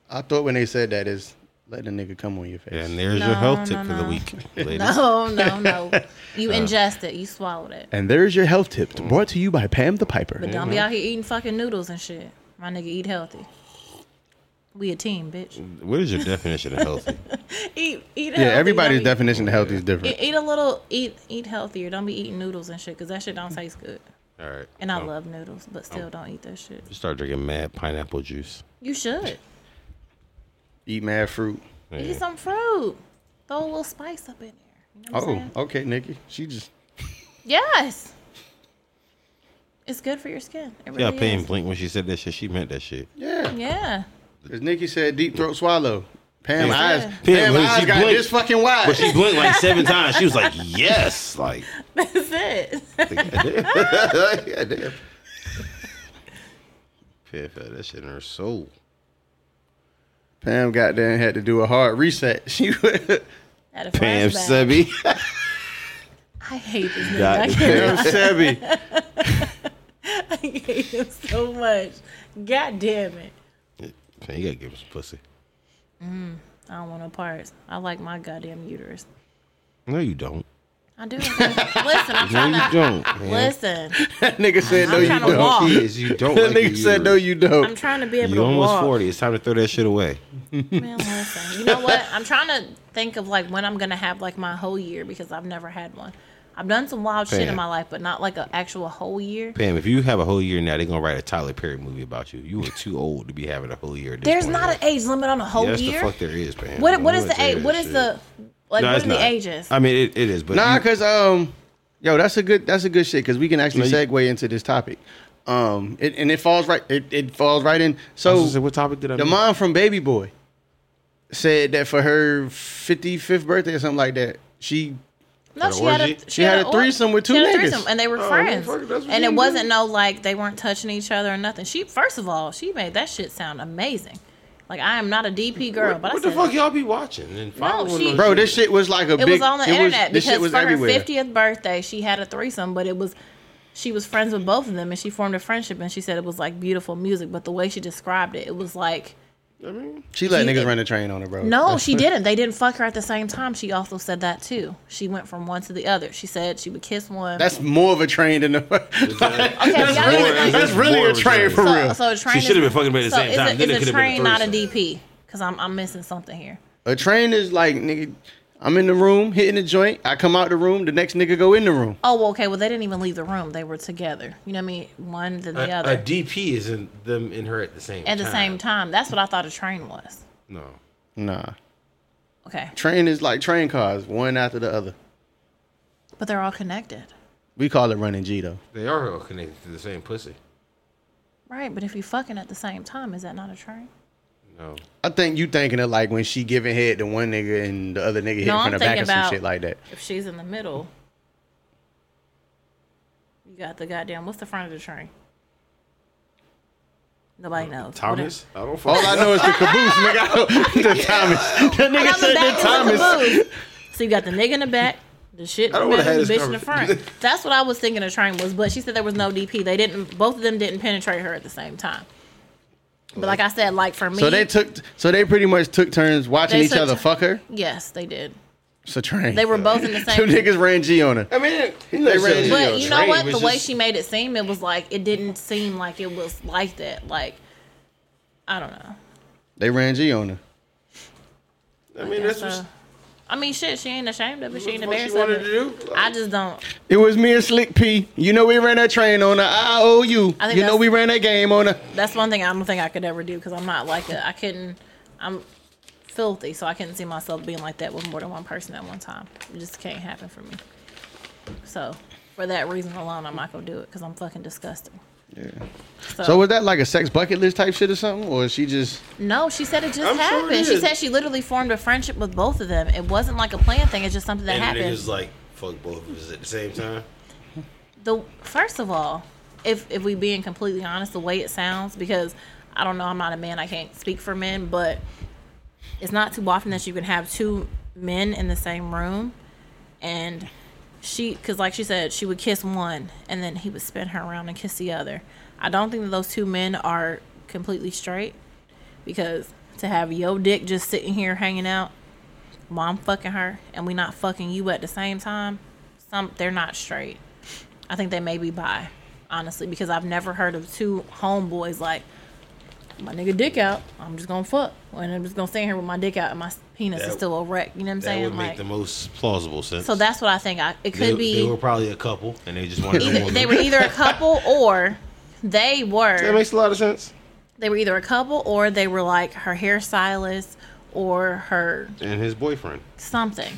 S1: I thought when they said that is let the nigga come on your face.
S3: And there's your
S2: No,
S3: health tip
S2: no,
S3: for the
S2: no. [laughs]
S3: week, ladies.
S2: No, [laughs] no,
S3: [laughs]
S2: no. You
S3: Uh.
S2: ingest it. You swallowed it.
S1: And there's your health tip brought to you by Pam the Piper.
S2: But don't be
S3: Mm-hmm.
S2: out here eating fucking noodles and shit. My nigga, eat healthy. We a team, bitch.
S3: What is your definition of healthy?
S2: [laughs] Eat, eat healthy.
S1: yeah, everybody's
S2: Don't be-
S1: definition of healthy is different.
S2: Eat, eat a little. Eat, eat healthier. Don't be eating noodles and shit, cause that shit don't taste good.
S3: All right.
S2: And I
S3: Mm. Oh,
S2: love noodles, but still don't eat that shit.
S3: you start drinking mad pineapple juice.
S2: You should.
S1: Eat mad fruit.
S2: Eat some fruit. Throw a little spice up in there. You know what I'm
S1: Oh,
S2: saying?
S1: okay, Nikki. She just
S2: Yes. It's good for your skin. It
S3: Yeah,
S2: really
S3: Pam
S2: is.
S3: blink when she said that shit. She meant that shit.
S1: yeah.
S2: Yeah. [laughs]
S1: Because Nikki said deep throat swallow. Pam
S3: Yeah.
S1: eyes.
S2: Pam,
S1: Pam,
S3: when
S1: eyes
S3: she
S1: got
S3: blinked-
S1: this fucking wide.
S3: But she blinked like [laughs] seven times. She was like, "Yes!" [laughs] Like,
S2: That's it. [laughs]
S3: yeah, damn. Pam felt that shit in her soul.
S1: Pam got there and had to do a hard reset. [laughs] She would-
S2: Had a
S3: Pam
S2: flashback.
S3: Sebby.
S2: [laughs] I hate this nigga.
S3: Got
S2: I
S3: it.
S2: can't-
S1: Pam Sebby.
S2: [laughs] I hate him so much. God damn it.
S3: Pam, you gotta give him some pussy.
S2: I don't want no parts. I like my goddamn uterus.
S3: No, you don't.
S2: I do. Listen,
S3: [laughs]
S2: I'm
S3: No,
S2: trying
S3: you
S2: to.
S3: don't. man.
S2: Listen,
S1: That nigga said no,
S2: I'm
S1: you
S2: trying to
S1: don't.
S2: [laughs] walk.
S3: Kids, you don't.
S1: That
S3: like your
S1: nigga said no,
S3: uterus.
S1: you
S2: I'm
S1: don't.
S2: trying to be able
S3: You
S2: to
S3: almost
S2: walk.
S3: forty. It's time to throw that shit away.
S2: Man, listen. You know what? I'm trying to think of like when I'm gonna have like my whole year because I've never had one. I've done some wild shit
S3: Fam.
S2: in my life, but not like an actual whole year.
S3: Pam, if you have a whole year now, they're gonna write a Tyler Perry movie about you. You were too old to be having a whole year. At this
S2: There's
S3: point,
S2: not
S3: right?
S2: an age limit on a whole
S3: yes,
S2: year.
S3: the fuck there is, Pam.
S2: what
S3: Don't
S2: what is
S3: let
S2: the
S3: you
S2: age?
S3: hear
S2: What
S3: that
S2: is
S3: shit.
S2: the like
S3: No,
S2: what
S3: it's
S2: are the
S3: not.
S2: ages?
S3: I mean, it, it is, but
S1: Nah,
S3: you-
S1: cause um, yo, that's a good that's a good shit because we can actually
S3: No, you-
S1: segue into this topic. Um, it, and it falls right it, it falls right in.
S3: I was
S1: So
S3: gonna say, what topic did I?
S1: the
S3: miss?
S1: mom from Baby Boy said that for her 55th birthday or something like that, she
S2: No,
S5: Had
S2: she
S5: an
S2: had a
S5: orgy?
S2: she,
S1: She had a
S2: or-
S1: threesome with two
S2: she had a
S1: niggas.
S2: threesome, and they were
S3: man,
S2: friends.
S3: fuck it, Oh, that's what
S2: and
S3: you
S2: it
S3: do.
S2: wasn't no like they weren't touching each other or nothing. She first of all, she made that shit sound amazing. Like I am not a DP girl,
S3: what
S2: but
S3: what
S2: I
S3: the
S2: said,
S3: fuck y'all be watching and following?
S2: Oh, she-
S3: those
S1: Bro, this shit was like a
S2: it
S1: big.
S2: was on the internet
S1: this
S2: because
S1: shit was
S2: for
S1: everywhere.
S2: her 50th birthday she had a threesome but it was she was friends with both of them and she formed a friendship and she said it was like beautiful music but the way she described it it was like
S1: she let
S2: she-
S1: niggas run the train on her, bro.
S2: no she didn't they didn't fuck her at the same time she also said that too she went from one to the other she said she would kiss one
S1: That's more of a [laughs] train than the. that's
S2: y'all
S1: really,
S2: even think-
S1: that's really a train for
S2: so,
S1: real.
S2: so a train
S5: She
S2: is-
S5: should've been fucking by the
S2: so
S5: same
S2: is
S5: time.
S2: a-
S5: Then it
S2: is a
S5: could've been a
S2: train not a
S5: threesome.
S2: dp because I'm, I'm missing something here
S1: A train is like nigga. I'm in the room hitting the joint. I come out the room. The next nigga go in the room.
S2: oh well, okay well they didn't even leave the room they were together you know what i mean one then the
S3: a,
S2: other
S3: a DP is in them in her at the same
S2: at the
S3: time.
S2: same time that's what i thought a train was
S3: No.
S1: Nah,
S2: okay
S1: train is like train cars, one after the other.
S2: But they're all connected.
S1: We call it running G though.
S3: They are all connected to the same pussy.
S2: Right, but if you're fucking at the same time, is that not a train?
S3: No.
S1: I think you thinking of like when she giving head to one nigga and the other nigga hit
S2: No,
S1: from
S2: I'm
S1: the back
S2: thinking
S1: or some
S2: about-
S1: shit like that.
S2: If she's in the middle, you got the goddamn, what's the front of the train? Nobody knows.
S3: Uh, Thomas? I don't fuck.
S1: All I know is the caboose, nigga. [laughs] I don't-
S2: [laughs]
S1: the Thomas. The
S2: Whatever.
S1: nigga
S2: Another
S1: said
S3: [laughs]
S1: the
S2: back is
S1: Thomas.
S2: a caboose. So you got the nigga in the back, the shit in
S3: don't
S2: the
S3: wanna
S2: middle,
S3: have
S2: the
S3: this
S2: bitch in the front.
S3: [laughs]
S2: That's what I was thinking a train was, but she said there was no DP. They didn't, both of them didn't penetrate her at the same time. But like I said, like for me,
S1: So they took. So they pretty much took turns watching
S2: They
S1: each
S2: took
S1: other
S2: tu-
S1: fuck her.
S2: yes, they did.
S1: It's a train.
S2: They were both in the
S1: [laughs] two
S2: same
S3: [laughs]
S1: niggas ran G on her.
S3: [laughs] I mean, they
S1: ran-
S2: But you know what? The way she made it seem, it was like it didn't seem like it was like that. Like I don't know.
S1: They ran G on her.
S3: I mean, that's
S2: So,
S3: what
S2: I mean, shit. She ain't ashamed of it. She ain't
S3: she, what she
S2: embarrassed of
S3: wanted to
S2: it.
S3: do.
S2: I just don't.
S1: It was me and Slick P. You know we ran that train on her. I owe you.
S2: I think
S1: You know
S2: that's-
S1: we ran that game on her.
S2: That's one thing I don't think I could ever do because I'm not like that. I couldn't. I'm filthy, so I couldn't see myself being like that with more than one person at one time. It just can't happen for me. So for that reason alone, I'm not gonna do it because I'm fucking disgusting. Yeah.
S1: So was that like a sex bucket list type shit or something, or is she just?
S2: No, she said it just
S3: I'm sure it
S2: happened. she
S3: is.
S2: said she literally formed a friendship with both of them. It wasn't like a planned thing. It's just something that
S3: And the
S2: happened.
S3: niggas like, fuck both of us at the same time.
S2: the first of all, if if we being completely honest, the way it sounds, because I don't know, I'm not a man, I can't speak for men, but it's not too often that you can have two men in the same room, and she, because like she said, she would kiss one, and then he would spin her around and kiss the other. I don't think that those two men are completely straight, because to have yo dick just sitting here hanging out while I'm fucking her, and we not fucking you at the same time, some they're not straight. I think they may be bi, honestly, because I've never heard of two homeboys like my nigga dick out. I'm just gonna fuck, and I'm just gonna stand here with my dick out and my s- penis is
S3: That-
S2: still erect. You know what I'm
S3: That
S2: saying?
S3: would make
S2: Like,
S3: the most plausible sense.
S2: so that's what I think. I, it
S3: they,
S2: could
S3: They were
S2: be
S3: probably a couple, and they just wanted to
S2: either, they were either
S3: [laughs]
S2: a couple or they
S3: That
S2: were
S3: makes a lot of sense.
S2: they were either a couple or they were like her hairstylist or her
S3: And his boyfriend. [laughs]
S2: something.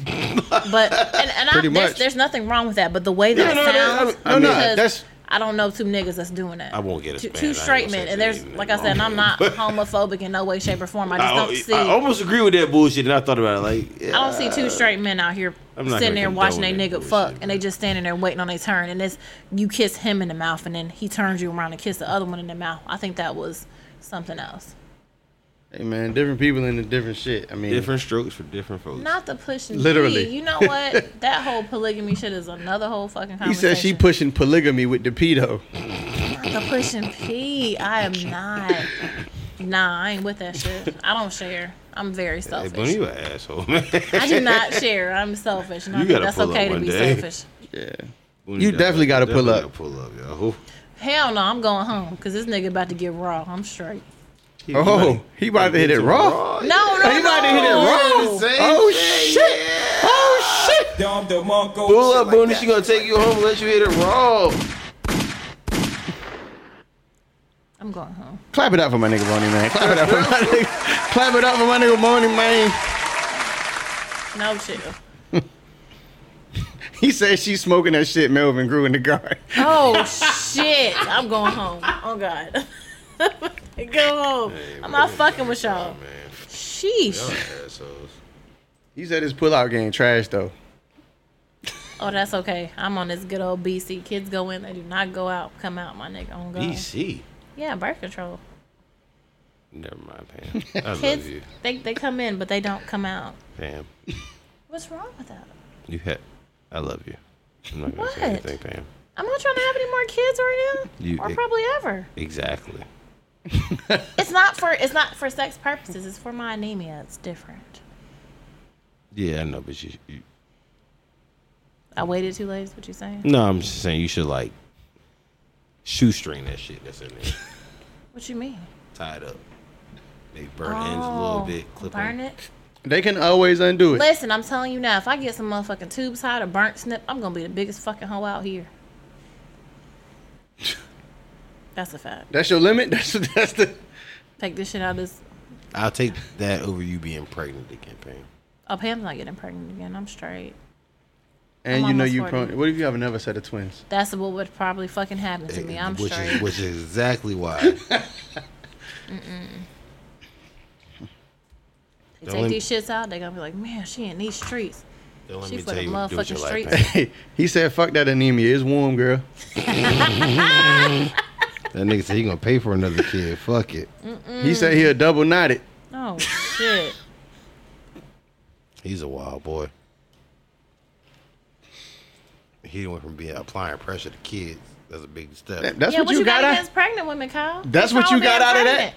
S2: but and, and I,
S1: Pretty
S2: there's,
S1: much.
S2: there's nothing wrong with that. But the way that
S3: Yeah, no, that- I
S2: sounds,
S3: mean- I mean-
S1: No, no,
S2: because
S1: that's-
S2: I don't know two niggas that's doing that.
S3: I won't get us
S2: two,
S3: banned. I
S2: two
S3: ain't
S2: straight
S3: gonna
S2: men,
S3: say
S2: and
S3: there's
S2: there's
S3: nothing
S2: like I said, and I'm
S3: [laughs]
S2: not homophobic in no way, shape, or form. I just don't see. Oh.
S3: I almost agree with that bullshit, and I thought about it like, yeah,
S2: I don't see two straight men out here
S3: I'm not
S2: sitting
S3: gonna
S2: there watching a
S3: condone that
S2: nigga
S3: bullshit,
S2: fuck,
S3: man.
S2: and they just standing there waiting on their turn. And it's you kiss him in the mouth, and then he turns you around and kiss the other one in the mouth. I think that was something else.
S1: Hey man, different people into different shit. I mean,
S5: Different strokes for different folks.
S2: Not the pushing.
S1: Literally.
S2: Literally, you know what? that whole polygamy shit is another whole fucking
S1: He
S2: conversation.
S1: said she pushing polygamy with the pedo.
S2: The pushing P. I am not. Nah, I ain't with that shit. I don't share. I'm very
S5: Hey,
S2: selfish.
S5: Bunny, you an asshole,
S3: [laughs]
S5: man.
S2: I do not share. I'm selfish. And I
S5: You
S2: think
S5: gotta
S2: that's
S5: pull up
S2: okay to
S5: one
S2: be
S5: day.
S2: selfish.
S1: You definitely gotta pull up.
S5: Pull up, yo.
S2: Hell no, I'm going home because this nigga about to get raw. I'm straight.
S1: Oh, he about to hit it raw.
S2: No,
S3: [laughs]
S2: no,
S1: He about to hit it
S2: no.
S1: raw. Oh shit! Oh shit!
S4: Dom the Monko.
S5: Pull up, Bunny. She gonna take you home and let you hit it raw.
S2: I'm going home.
S1: Clap it up for my nigga Bonnie, man. Clap it up for my nigga. Clap it up for my nigga Bonnie, man.
S2: No chill.
S1: He said she's smoking that shit Melvin grew in the garden. [laughs]
S2: Oh [laughs] shit! I'm going home. Oh god. [laughs] Go home. I'm not fucking with y'all. Sheesh.
S1: He said his pullout game trash though.
S2: Oh, that's okay. I'm on this good old BC. Kids go in, they do not go out, come out, my nigga. On God.
S7: BC.
S2: Yeah, birth control.
S3: Never mind, Pam.
S2: [laughs]
S3: I love you,
S2: Kids, they, they come in, but they don't come out.
S3: Pam.
S2: What's wrong with that?
S3: You had. I love you. I'm not gonna say
S2: What?
S3: anything, Pam.
S2: I'm not trying to have any more kids right now,
S3: You-
S2: or probably ever.
S3: Exactly.
S2: It's not for it's not for sex purposes. It's for my anemia. It's different.
S3: Yeah, I know, but you, you
S2: I waited too late. Is what you saying?
S3: No, I'm just saying you should like shoestring that shit that's in there,
S2: What you mean?
S3: tied up. Maybe burn ends a little
S2: Oh,
S3: bit, clip
S2: burn
S3: them.
S2: it.
S1: They can always undo it.
S2: Listen, I'm telling you now. If I get some motherfucking tubes tied or burnt snip, I'm gonna be the biggest fucking hoe
S1: [laughs]
S2: out here. That's a fact.
S1: That's your limit. [laughs] That's that's the.
S2: Take this shit out of this.
S3: I'll take that over you being pregnant again, Pam.
S2: Oh, Pam's not getting pregnant again. I'm straight.
S1: And
S2: I'm
S1: you know
S2: almost
S1: you
S2: 40.
S1: prone. What if you have another set of twins?
S2: That's what would probably fucking happen to me. I'm
S3: which
S2: straight.
S3: is which is exactly
S2: [laughs]
S3: why.
S2: They
S3: Don't
S2: take
S3: let-
S2: these shits out, they gonna be like, man, she in these streets.
S3: Don't let
S2: She
S3: me
S2: for
S3: tell
S2: the
S3: you what to do with your
S2: motherfucking
S3: life,
S2: streets.
S3: Pam.
S1: [laughs] he said, "Fuck that anemia. It's warm, girl."
S3: That nigga said he gonna pay for
S2: [laughs]
S3: another kid. Fuck it.
S1: He said he'll
S2: Mm.
S1: double knot it. [laughs]
S2: Oh shit.
S3: He's a wild boy. He went from being applying pressure to kids. That's a big step.
S1: That- That's
S2: yeah,
S1: what, you got. out-
S2: against pregnant women, Kyle?
S1: That's
S2: What's
S1: what
S2: wrong
S1: you
S2: with
S1: got
S2: being
S1: out of that?
S2: pregnant?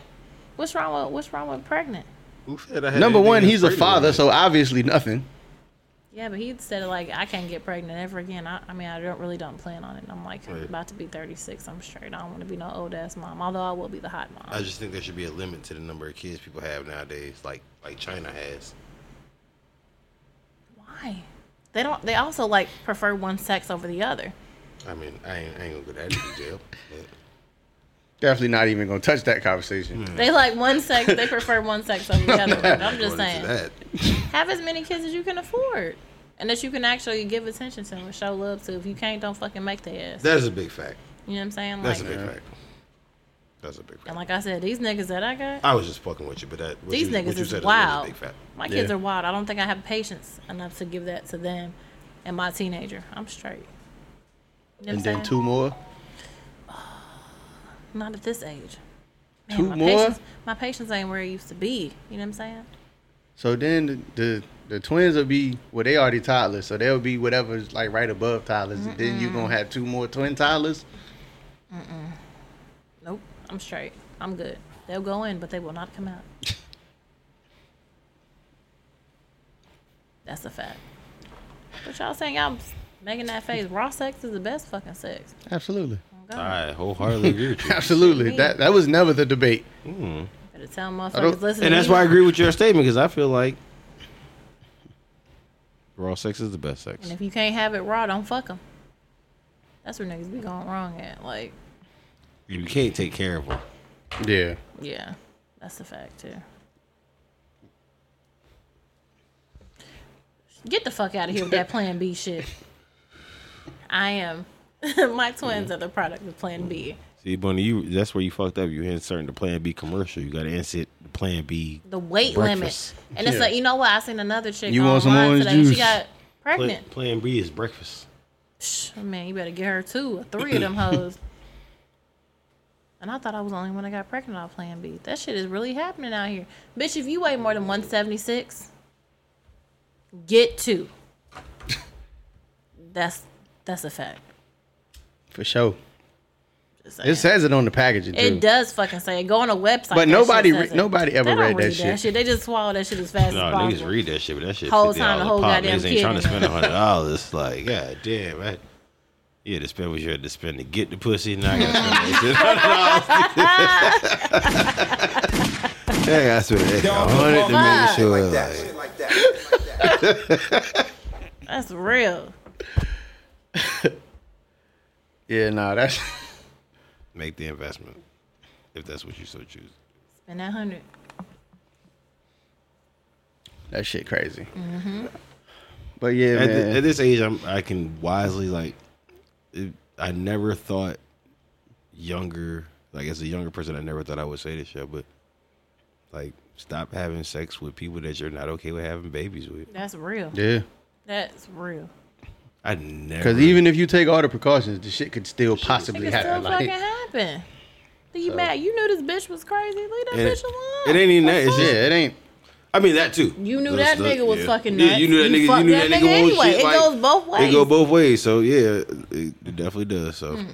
S2: What's wrong with what's wrong with pregnant?
S3: Who said I had
S1: Number
S3: anything
S1: one,
S3: that's
S1: he's a
S3: greater than
S1: father,
S3: that?
S1: so obviously nothing.
S2: Yeah, but he said like I can't get pregnant ever again. I, I mean I don't really don't plan on it. I'm like
S3: Right.
S2: about to be 36. I'm straight. I don't want to be no old ass mom. Although I will be the hot mom.
S3: I just think there should be a limit to the number of kids people have nowadays, like like China has.
S2: Why? They don't. They also like prefer one sex over the other.
S3: I mean, I ain't, I ain't gonna go that to jail.
S1: Definitely not even gonna touch that conversation.
S2: They like one sex. They prefer one sex over
S3: [laughs]
S2: the other. one. I'm just
S3: According to
S2: saying,
S3: that,
S2: have as many kids as you can afford, and that you can actually give attention to and show love to. If you can't, don't fucking make their ass.
S3: that is a big fact.
S2: You know what I'm saying?
S3: That's
S2: Like,
S3: a big fact. That's a big fact.
S2: and like I said, these niggas that I got,
S3: I was just fucking with you, but that what
S2: these
S3: you, what
S2: niggas
S3: you
S2: is
S3: said
S2: wild.
S3: Is a big fact.
S2: My kids
S1: Yeah.
S2: are wild. I don't think I have patience enough to give that to them and my teenager. I'm straight. You know what I'm
S1: And then
S2: saying?
S1: two more.
S2: Not at this age. Man,
S1: Two
S2: my
S1: more?
S2: Patience, my patience ain't where it used to be. You know what I'm saying?
S1: So then the, the the twins will be well, they already toddlers, so they'll be whatever's like right above toddlers. And then you gonna have two more twin toddlers.
S2: Nope. I'm straight. I'm good. They'll go in, but they will not come out. That's a fact. But y'all saying y'all making that face. Raw sex is the best fucking sex.
S1: Absolutely,
S2: Oh, God.
S3: I wholeheartedly agree with
S2: [laughs]
S3: you,
S1: absolutely.
S2: Yeah.
S1: That that was never the debate.
S2: Better tell
S1: I don't-
S2: motherfuckers listen.
S3: [laughs] and
S2: to
S3: that's
S2: me.
S3: why I agree with your statement because I feel like raw sex is the best
S2: And
S3: sex.
S2: if you can't have it raw, don't fuck them. That's where niggas be going wrong at. Like,
S3: You can't take care of them.
S1: Yeah,
S2: yeah, that's a fact too. Get the fuck out of here with that Plan B shit. I am. [laughs] My twins are the product of Plan B,
S3: See, Bunny, you that's where you fucked up. You inserting the Plan B commercial. You got to insert the Plan B.
S2: the weight
S3: Breakfast.
S2: limit, and it's
S1: Yeah.
S2: like you know what? I seen another chick
S1: You want some
S2: online
S1: orange
S2: today. She
S1: juice?
S2: got
S3: Plan,
S2: pregnant.
S3: plan B is breakfast.
S2: Psh, man, you better get her two or
S1: [coughs]
S2: three of them hoes. And I thought I was the only one that got pregnant off Plan B. That shit is really happening out here. Bitch, if you weigh more than 176,
S1: [laughs]
S2: get two. That's that's a fact.
S1: for sure.
S2: Just
S1: It
S2: saying.
S1: says it on the packaging too.
S2: it does fucking say it. Go on a website.
S1: But
S2: that
S1: nobody
S2: shit says
S1: re-
S2: it.
S1: nobody ever
S2: They don't
S1: read that
S2: read
S1: shit.
S2: They just swallow that shit as fast
S3: No,
S2: as
S3: niggas
S2: possible.
S3: read that shit, but that shit
S2: Whole
S3: whole
S2: time,
S3: time
S2: the
S3: a
S2: whole
S3: pop.
S2: goddamn
S3: Niggas ain't trying to
S2: kid.
S3: spend
S2: [laughs]
S3: a hundred dollars. Like, god damn, I, you had to spend what you had to spend to get the pussy. Now I gotta spend that [laughs] shit. I gotta spend that extra hundred to make
S2: Fuck.
S3: sure. like,
S4: Like that. Shit like that. Shit like that.
S2: That's real.
S1: yeah, nah, that's
S3: make the investment if that's what you so choose.
S2: Spend that hundred.
S1: [laughs] that shit crazy.
S2: Mm-hmm.
S1: But yeah, man.
S3: At, thi- at this age, I'm, I can wisely like. It, I never thought younger, like as a younger person, I never thought I would say this shit, but like, stop having sex with people that you're not okay with having babies with.
S2: That's real.
S1: yeah,
S2: That's real.
S3: I never.
S1: Because even if you take all the precautions, the shit could still
S2: It
S1: possibly
S2: could
S1: happen.
S2: still fucking
S1: Like,
S2: happen. Do you mad? You knew this bitch was crazy. Leave that
S3: And
S2: bitch
S3: it-
S2: alone.
S3: it ain't even that. It's
S1: yeah,
S3: just
S1: it ain't.
S8: I mean that too.
S2: You knew
S3: That's
S2: that
S3: the-
S2: nigga was
S3: yeah.
S2: fucking
S3: Yeah,
S2: nuts.
S3: you knew that nigga. You
S2: fucked
S3: knew that nigga
S2: nigga
S3: on
S2: anyway.
S3: shit.
S2: It
S3: like,
S2: goes both ways. Mm.
S3: It go both ways. So yeah, it, it definitely does. So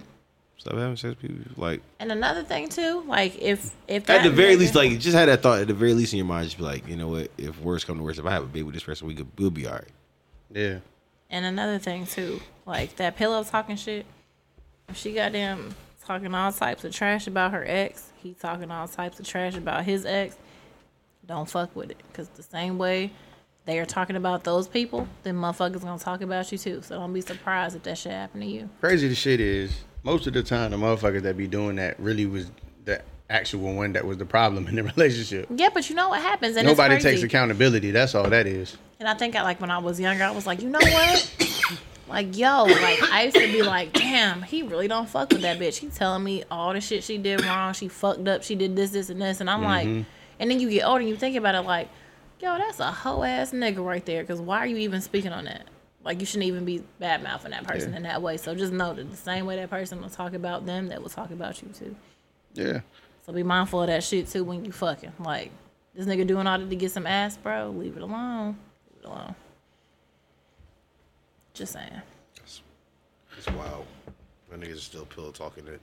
S3: stop having sex, people. Like
S2: and another thing too, like if if
S3: at the
S2: that
S3: very
S2: nigga-
S3: least, like just had that thought. At the very least, in your mind, just be like, you know what? If worse come to worse, if I have a baby with this person, we could we'll be all right.
S1: Yeah.
S2: And another thing too, like that pillow talking shit. If she goddamn talking all types of trash about her ex, he talking all types of trash about his ex. Don't fuck with it, cause the same way they are talking about those people, then motherfuckers gonna talk about you too. So don't be surprised if that shit happen to you.
S1: Crazy the shit is, most of the time, the motherfuckers that be doing that really was the actual one that was the problem [laughs] in the relationship.
S2: Yeah, but you know what happens, and
S1: Nobody
S2: it's crazy.
S1: takes accountability. That's all that is.
S2: And I think I like when I was younger, I was like, you know what? [coughs] like, yo, like I used to be like, damn, he really don't fuck with that bitch. He telling me all the shit she did wrong, she fucked up, she did this, this, and this, and I'm like, and then you get older and you think about it like, yo, that's a hoe ass nigga right there. Cause why are you even speaking on that? Like you shouldn't even be bad mouthing that person in that way. So just know that the same way that person will talk about them, that will talk about you too.
S1: Yeah.
S2: So be mindful of that shit too when you fucking. Like this nigga doing all that to get some ass, bro. Leave it alone. Leave it alone. Just saying.
S3: It's wild. My niggas are still pillow talking it.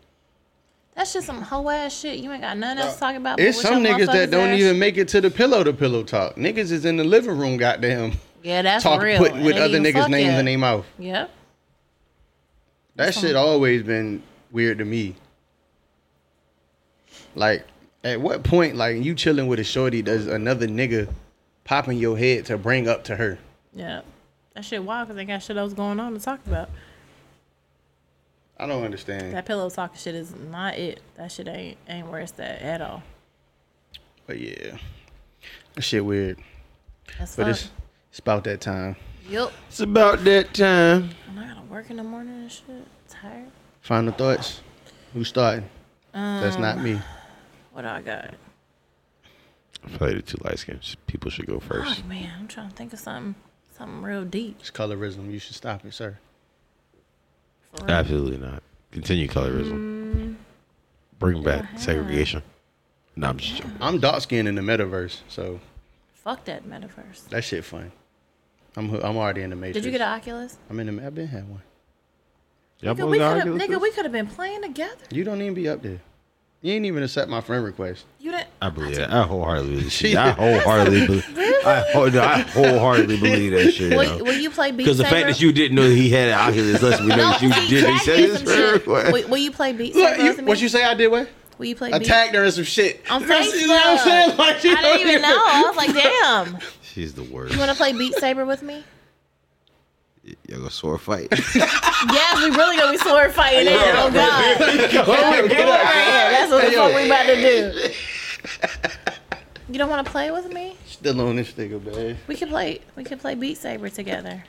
S2: That's just some hoe ass shit. You ain't got nothing else to talk about. but
S1: It's
S2: with
S1: some
S2: your
S1: niggas that
S2: motherfuckers
S1: don't
S2: ass-
S1: even make it to the pillow to pillow talk. Niggas is in the living room, goddamn,
S2: yeah, that's
S1: talk
S2: real.
S1: put
S2: and
S1: with
S2: they
S1: other
S2: didn't
S1: niggas'
S2: fuck
S1: names
S2: yet.
S1: in their mouth.
S2: Yep.
S1: That shit always been weird to me. Like, at what point, like, you chilling with a shorty, does another nigga pop in your head to bring up to her?
S2: Yep. That shit wild because they got shit else going on to talk about.
S1: I don't understand.
S2: That pillow talking shit is not it. That shit ain't ain't where it's at at all.
S1: But yeah, that shit weird.
S2: That's
S1: But
S2: fuck.
S1: it's it's about that time.
S2: Yup.
S3: It's about that time.
S2: And I gotta work in the morning and shit. Tired.
S1: Final thoughts. Who's starting? That's not
S2: Um.
S1: me.
S2: What do I got?
S3: Probably the two light skins. People should go first.
S2: Fuck, man, I'm trying to think of something, something real deep.
S1: It's colorism. You should stop it, sir.
S2: For real.
S3: Absolutely not. Continue colorism.
S2: Mm-hmm.
S3: Bring back segregation. No, I'm just joking.
S1: I'm dark skinned in the metaverse, so
S2: Fuck that metaverse.
S1: that shit fun. I'm ho- I'm already in the matrix.
S2: Did you get an Oculus?
S1: I'm in the. I've been had one.
S3: Y'all
S2: Nigga, we coulda- nigga, we could have been playing together.
S1: You don't even be up there. You ain't even accept my friend request.
S2: You didn't.
S3: I believe that. I wholeheartedly believe
S1: She-
S3: [laughs] that. I wholeheartedly believe. I, whole- no, I wholeheartedly believe that shit.
S2: Will,
S3: yo.
S2: will you play Beat
S3: Because
S2: Saber?
S3: the fact that you didn't know he had an Oculus lets me know
S2: no,
S3: that you
S2: see,
S3: did.
S2: Jack
S3: He said
S2: did
S3: this
S2: some
S3: for
S2: shit.
S3: request.
S2: Will, will you play Beat
S1: Look,
S2: Saber?
S1: you-
S2: with me?
S1: what you say I did? What?
S2: Will you play
S1: I
S2: Beat?
S1: tagged her in some shit.
S2: On
S1: That's- [laughs] You know what I'm
S2: Facebook.
S1: saying? Like, she
S2: I
S1: don't
S2: didn't
S3: [laughs]
S2: even know.
S1: [laughs]
S2: I was like, damn.
S3: She's the worst.
S2: You want to play Beat Saber with me?
S3: Y'all go sword fight.
S1: [laughs]
S2: Yes, we really gonna be sword fighting in. Oh
S3: [laughs]
S2: God,
S1: Oh, God.
S2: Right here. That's what the
S1: Yo.
S2: fuck we about to do.
S3: [laughs]
S2: You don't want to play with me?
S1: Still on this nigga, man.
S2: We could play. We could play Beat Saber
S3: [laughs]
S2: together.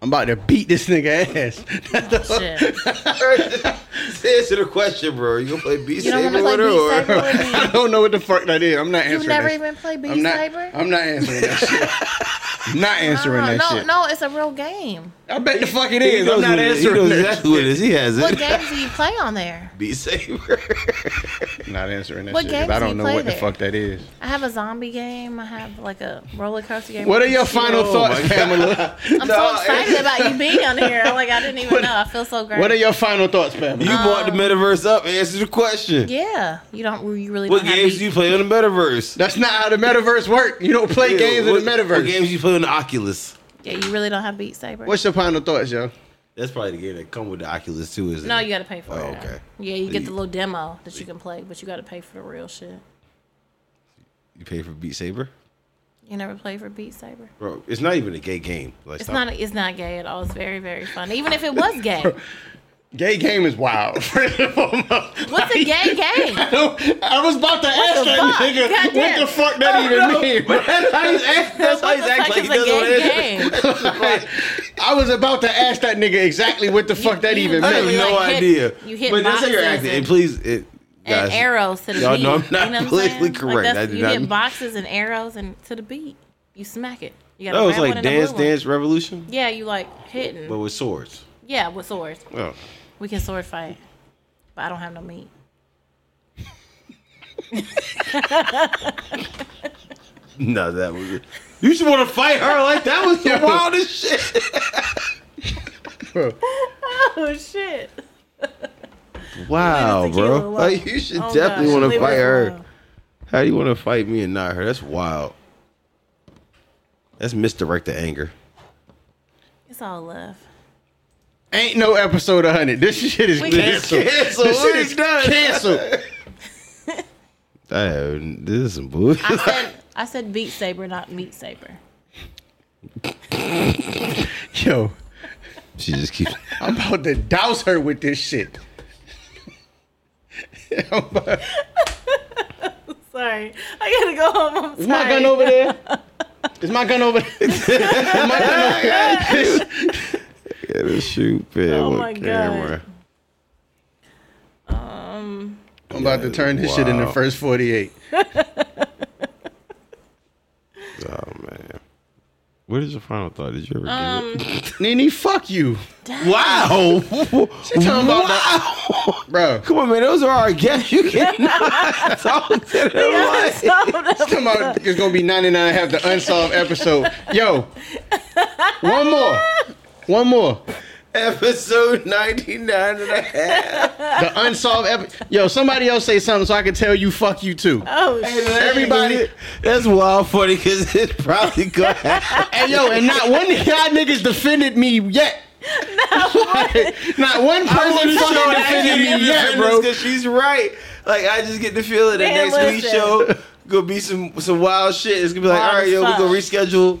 S1: I'm about to beat this nigga ass. [laughs]
S2: Shit.
S3: Answer the question, bro. You gonna play Beat
S2: You don't want to
S3: Saber
S2: play
S3: with
S2: Beat
S3: her or?
S1: [laughs]
S2: Saber with me?
S1: I don't know what the fuck that is. I'm not answering.
S2: You've never
S1: that
S2: even played
S1: shit.
S2: Beat
S1: I'm not.
S2: Saber?
S1: I'm not answering that shit. I'm
S2: [laughs]
S1: not answering
S2: no,
S1: that
S2: Uh-uh, no,
S1: shit.
S2: no, it's a real
S1: [laughs]
S2: game.
S1: I bet the fuck it
S3: [laughs] He
S1: is. I'm
S3: knows
S1: not
S3: what it is. He
S1: answering
S3: knows
S1: that.
S3: exactly what it is. He has
S2: What
S3: it.
S2: games do you play on there?
S3: Beat Saber. [laughs]
S1: shit. Not answering that
S2: What
S1: shit. 'cause
S2: games
S1: I
S2: do
S1: don't
S2: you
S1: know
S2: play
S1: what the
S2: there?
S1: fuck that is.
S2: I have a zombie game. I have like a roller coaster game.
S1: What are your final thoughts, Pamela?
S2: [laughs] I'm so excited about you being on
S3: [laughs]
S2: here. Like I didn't even know. I feel so great.
S1: What are your final thoughts, Pamela?
S3: You brought the metaverse up. Answer the question.
S2: Um, yeah, you don't. You really
S3: What
S2: don't
S3: games
S2: have
S3: do you play on the metaverse?
S1: That's not how the metaverse work. You don't play games
S3: what,
S1: in the metaverse.
S3: What games you play on the Oculus?
S2: Beat, yeah, you really don't have Beat Saber.
S1: What's your final thoughts, yo?
S3: That's probably the game that come with the Oculus too, isn't
S2: no,
S3: it?
S2: you got to pay for
S3: Oh,
S2: it.
S3: okay.
S2: Yeah, you get the
S3: You-
S2: little demo that you can play, but you got to pay for the real shit.
S3: You pay for Beat Saber,
S2: You never play for Beat Saber.
S3: bro. It's not even a gay game. Like,
S2: It's
S3: stop.
S2: not. It's not gay at all. It's very, very fun. Even if it was gay,
S1: Gay game is wild. [laughs] First and foremost.
S2: what's a gay [laughs] game?
S1: I was about to ask
S2: the
S1: that
S2: fuck?
S1: nigga what
S2: Goddamn.
S1: the fuck that even mean.
S2: [laughs]
S1: bro.
S3: [laughs] That's how he's acting. That's how
S2: What
S3: he's
S2: the
S3: acting
S2: fuck is
S3: like he
S2: a
S3: doesn't want to answer.
S2: gay game?
S1: I was about to ask that nigga exactly what the fuck that
S2: you
S1: even
S3: I have
S1: meant.
S2: literally-
S3: no
S2: Like, hit-
S3: idea.
S2: you hit
S3: but that's how you're
S2: boxes
S3: acting.
S2: and-
S3: And please, it,
S2: and
S3: [laughs] guys,
S2: arrows to the
S3: y'all
S2: beat.
S3: know I'm not
S2: you know what I'm
S3: politically
S2: saying?
S3: correct.
S2: Like
S3: I
S2: that's,
S3: do
S2: you
S3: not-
S2: hit boxes and arrows and to the beat. You smack it. You got
S3: That
S2: a
S3: was
S2: red one
S3: like
S2: and a blue
S3: Dance
S2: one.
S3: Dance Revolution,
S2: Yeah, you like hitting.
S3: but with swords.
S2: yeah, with swords.
S3: Oh.
S2: We can sword fight, but I don't have no meat.
S3: No, that was. You should want to fight her like that was [laughs] the wildest [laughs] shit.
S2: [laughs] Oh shit!
S3: Wow,
S2: Minus the
S3: Oh, bro.
S2: kilo, wow.
S3: Like, [laughs] you should
S2: Oh,
S3: definitely
S2: gosh.
S3: want to
S2: Leave
S3: fight
S2: us
S3: her.
S2: alone.
S3: How do you want to fight me and not her? That's wild. That's misdirected anger.
S2: It's all love.
S1: Ain't no episode 100. This shit is
S2: We
S1: canceled.
S3: canceled.
S1: This shit
S3: We're
S1: is
S3: done.
S1: canceled.
S3: Damn, this is some bullshit.
S2: I said I said beat saber, not meat saber.
S1: Yo,
S3: [laughs] She just keeps.
S1: I'm about to douse her with this shit. I'm about-
S2: Sorry, I gotta go home. I'm sorry.
S1: Is my gun over there? Is my gun over there? Is my gun over there?
S3: Get a shoot pin
S2: Oh
S3: on
S2: my God.
S3: camera.
S1: I'm about to turn this shit in the
S3: Wow.
S1: first 48.
S3: Oh man. What is your final thought? Did you ever get
S2: Um,
S3: it?
S1: Nene, fuck you.
S3: Wow.
S1: She talking about that. [laughs]
S3: wow.
S1: Bro.
S3: Come on, man. Those are our
S2: [laughs]
S3: guests. You cannot talk to them like.
S1: Come on, it's gonna be 99 have the unsolved episode. Yo, one more, one more.
S3: Episode 99 and a half.
S1: The unsolved episode. Yo, somebody else say something so I can tell you. Fuck you too.
S2: [laughs] Oh shit!
S3: [laughs]
S1: Everybody,
S3: That's wild funny because it's probably [laughs] going to happen.
S1: and yo, and not one of y'all niggas defended me yet. [laughs] Not one person fucking defended me yet, bro.
S3: Because she's right. Like, I just get the feeling that
S2: Man,
S3: next week's
S2: listen.
S3: show going to be some, some wild shit. It's going to be like,
S2: Wild
S3: all right,
S2: as
S3: yo, we're
S2: fuck.
S3: going to reschedule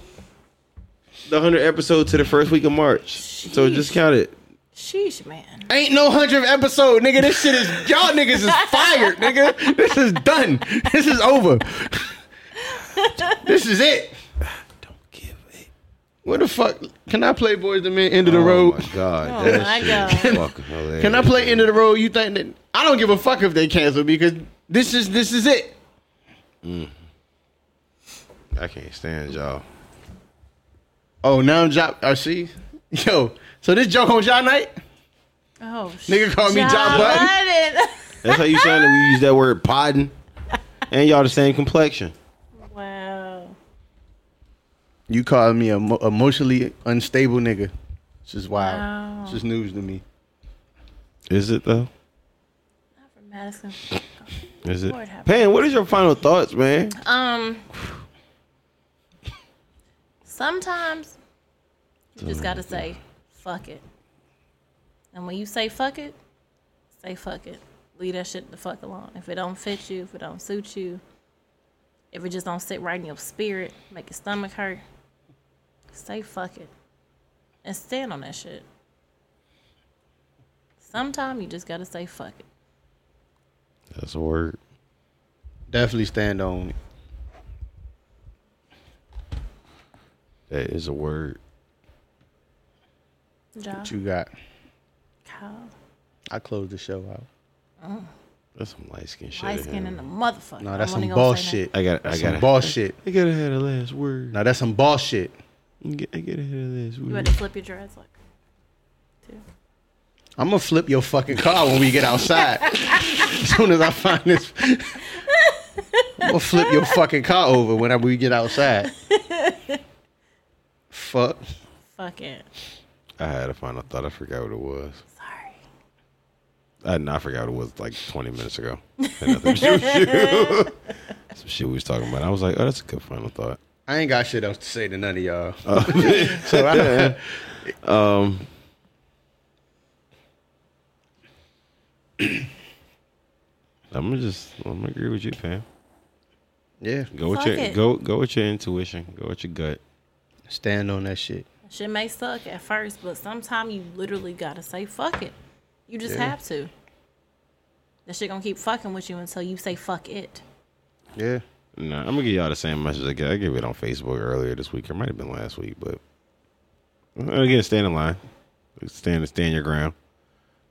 S3: the 100 episode to the first week of March. So
S2: Sheesh.
S3: just count it.
S2: Sheesh, man.
S1: Ain't no hundredth episode, nigga. This shit is y'all niggas is fired, nigga. This is done. This is over. [laughs] this is it.
S3: Don't give it.
S1: What the fuck? Can I play Boys the Men End of the
S3: Oh
S1: Road?
S3: my God.
S2: Oh
S3: that
S2: my
S3: shit
S2: God.
S3: is fucking hilarious.
S1: Can I play End of the Road? You think that I don't give a fuck if they cancel because this is this is it.
S3: I can't stand y'all.
S1: Oh, now I'm job. I see. Yo, so this joke on John Knight,
S2: Oh shit!
S1: nigga called me John
S2: John
S1: Button.
S2: Button.
S3: That's how you sound. We use that word podding. And y'all the same complexion.
S2: Wow.
S1: You called me a mo- emotionally unstable nigga. This is wild.
S2: Wow.
S1: This is news to me.
S3: Is it though?
S2: Not from Madison.
S3: Is it?
S2: Lord have
S3: Pan, what is your final thoughts, man?
S2: Um. Sometimes you just gotta
S1: Mm,
S2: say fuck it, and when you say fuck it, say fuck it. Leave that shit the fuck alone. If it don't fit you, if it don't suit you, if it just don't sit right in your spirit, make your stomach hurt, say fuck it, and stand on that shit. Sometimes you just gotta say fuck it.
S3: That's a word.
S1: Definitely stand on it.
S3: That is a word.
S2: Job,
S1: What you got?
S2: Kyle,
S1: I closed the show out.
S3: That's some light skin shit.
S2: light skin in the motherfucker.
S1: No, that's
S2: I'm only
S1: some
S2: gonna
S1: boss
S2: say that.
S1: shit.
S3: I got. I
S1: That's
S3: got.
S1: some boss shit.
S3: I gotta have the last word.
S1: Now that's some boss shit.
S3: I get- I gotta have the last
S2: You
S3: word.
S2: better flip your dress like. too.
S1: I'm gonna flip your fucking car when we get
S2: [laughs]
S1: outside. as soon as I find this, I'm gonna flip your fucking car over whenever we get
S2: [laughs]
S1: outside. Fuck.
S2: Fuck it.
S3: I had a final thought. I forgot what it was.
S2: Sorry.
S3: I, no, I forgot what it was like 20 minutes ago. Had nothing to do with you.
S2: [laughs]
S3: some shit we was talking about. I was like, oh, that's a good final thought.
S1: I ain't got shit else to say to none of [laughs] y'all. [laughs]
S3: I'm gonna just. I'm gonna agree with you, Pam.
S1: yeah,
S3: Go with
S2: Fuck
S3: your
S2: it.
S3: go go with your intuition. Go with your gut.
S1: stand on that shit.
S2: Shit may suck at first, but sometime you literally gotta say fuck it. You just have to. That shit gonna keep fucking with you until you say fuck it.
S1: Yeah,
S3: No, I'm gonna give y'all the same message I gave. I gave it on Facebook earlier this week. It might have been last week, but Uh, again, stand in line, stand stand your ground.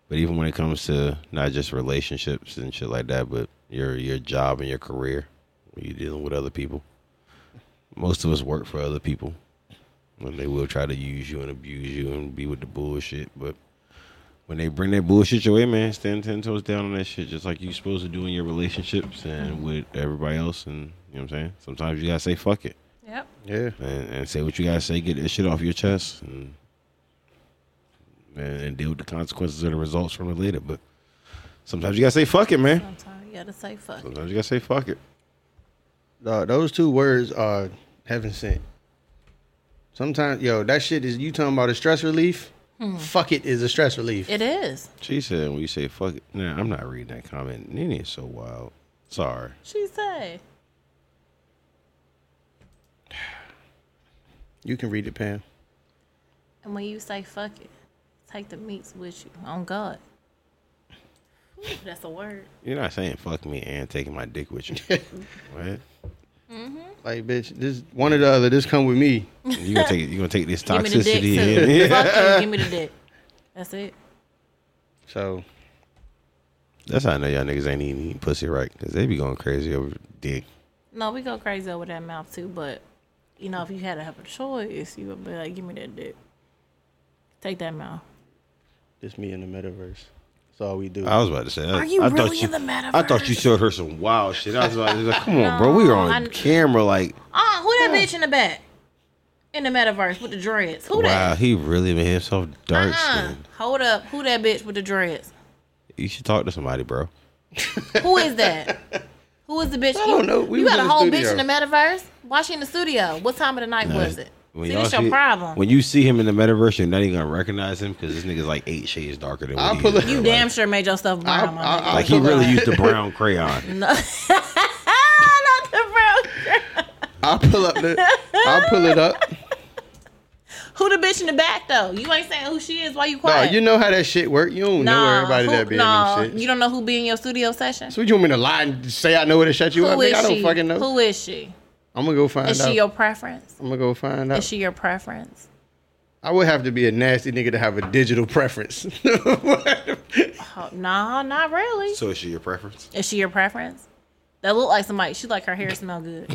S3: But even when it comes to not just relationships and shit like that, but your your job and your career, when you're dealing with other people. Most of us work for other people. When they will try to use you and abuse you and be with the bullshit, but when they bring that bullshit your way, man, stand ten toes down on that shit, just like you supposed to do in your relationships and with everybody else. And you know what I'm saying? Sometimes you gotta say fuck it
S2: Yep.
S1: Yeah.
S3: and, and say what you gotta say, get that shit off your chest, and, and and deal with the consequences of the results from it later. But sometimes you gotta say fuck it, man.
S2: Sometimes you gotta say fuck. it.
S3: Sometimes you gotta say fuck it.
S1: Dog, Uh, those two words are heaven sent. Sometimes, yo, that shit is you talking about a stress relief.
S2: Hmm.
S1: Fuck it is a stress relief.
S2: It is.
S3: She said, "When you say fuck it, nah, I'm not reading that comment. Nene is so wild. Sorry,
S2: She say.
S1: You can read it, Pam.
S2: And when you say fuck it, take the meats with you. On God. Ooh, that's a word.
S3: you're not saying fuck me and taking my dick with
S2: [laughs]
S3: you. what?
S1: Like, bitch, this one or the other. This come with me.
S3: You gonna take you gonna take this
S2: Give me the dick
S3: toxicity?
S2: too.
S3: in.
S2: Fuck you. Give me the dick. That's it.
S1: So
S3: That's how I know y'all niggas ain't even eating pussy right, cause they be going crazy over dick.
S2: No, we go crazy over that mouth too, but you know, if you had to have a choice, you would be like, give me that dick. Take that mouth.
S1: this me in the metaverse. That's all we do.
S3: I was about to say. I-
S2: Are you
S3: I
S2: really
S3: thought you,
S2: in the metaverse?
S3: I thought you showed her some wild shit. I was about to say, like, come on, bro, we were on
S2: No, I-
S3: camera. Like,
S2: Oh, who that bitch in the back? In the metaverse with the dreads. Who
S3: wow,
S2: that?
S3: he really made himself dark
S2: Uh-uh.
S3: skin.
S2: Hold up. Who that bitch with the dreads?
S3: You should talk to somebody, bro.
S2: Who is that? Who is the bitch?
S1: I don't know. We
S2: you
S1: was
S2: got
S1: in
S2: a
S1: the
S2: whole
S1: studio.
S2: bitch in the metaverse? Why she in the studio? What time of the night was it? See,
S3: y'all
S2: this your
S3: see-
S2: problem.
S3: When you see him in the metaverse, you're not even gonna recognize him because this nigga's like eight shades darker than
S1: I'll
S3: what
S1: pull
S3: he is.
S1: up-
S2: you damn sure made yourself brown, my
S1: I-
S2: nigga.
S1: I-
S3: Like he
S1: I'll pull
S3: really
S1: up-
S3: used
S2: [laughs]
S3: the brown crayon.
S2: Not the brown.
S1: I'll pull up the. I'll pull it
S2: [laughs]
S1: up.
S2: Who the bitch in the back though? You ain't saying who she is. Why you
S1: No,
S2: quiet?
S1: you know how that shit work. You don't know
S2: Nah,
S1: everybody
S2: who-
S1: that be
S2: nah,
S1: in them
S2: You
S1: shit.
S2: don't know who be in your studio session.
S1: So what you want me to lie and say I know where to shut you
S2: Who
S1: up? Nigga,
S2: is
S1: I don't
S2: she?
S1: fucking know.
S2: Who is she?
S1: I'm gonna go find
S2: Is
S1: out.
S2: she your preference?
S1: I'm gonna go find out.
S2: Is she your preference?
S1: I would have to be a nasty nigga to have a digital preference. [laughs]
S2: Oh, no, not really.
S3: So is she your preference?
S2: Is she your preference? That look like somebody. She like her hair
S1: [laughs]
S2: smell good.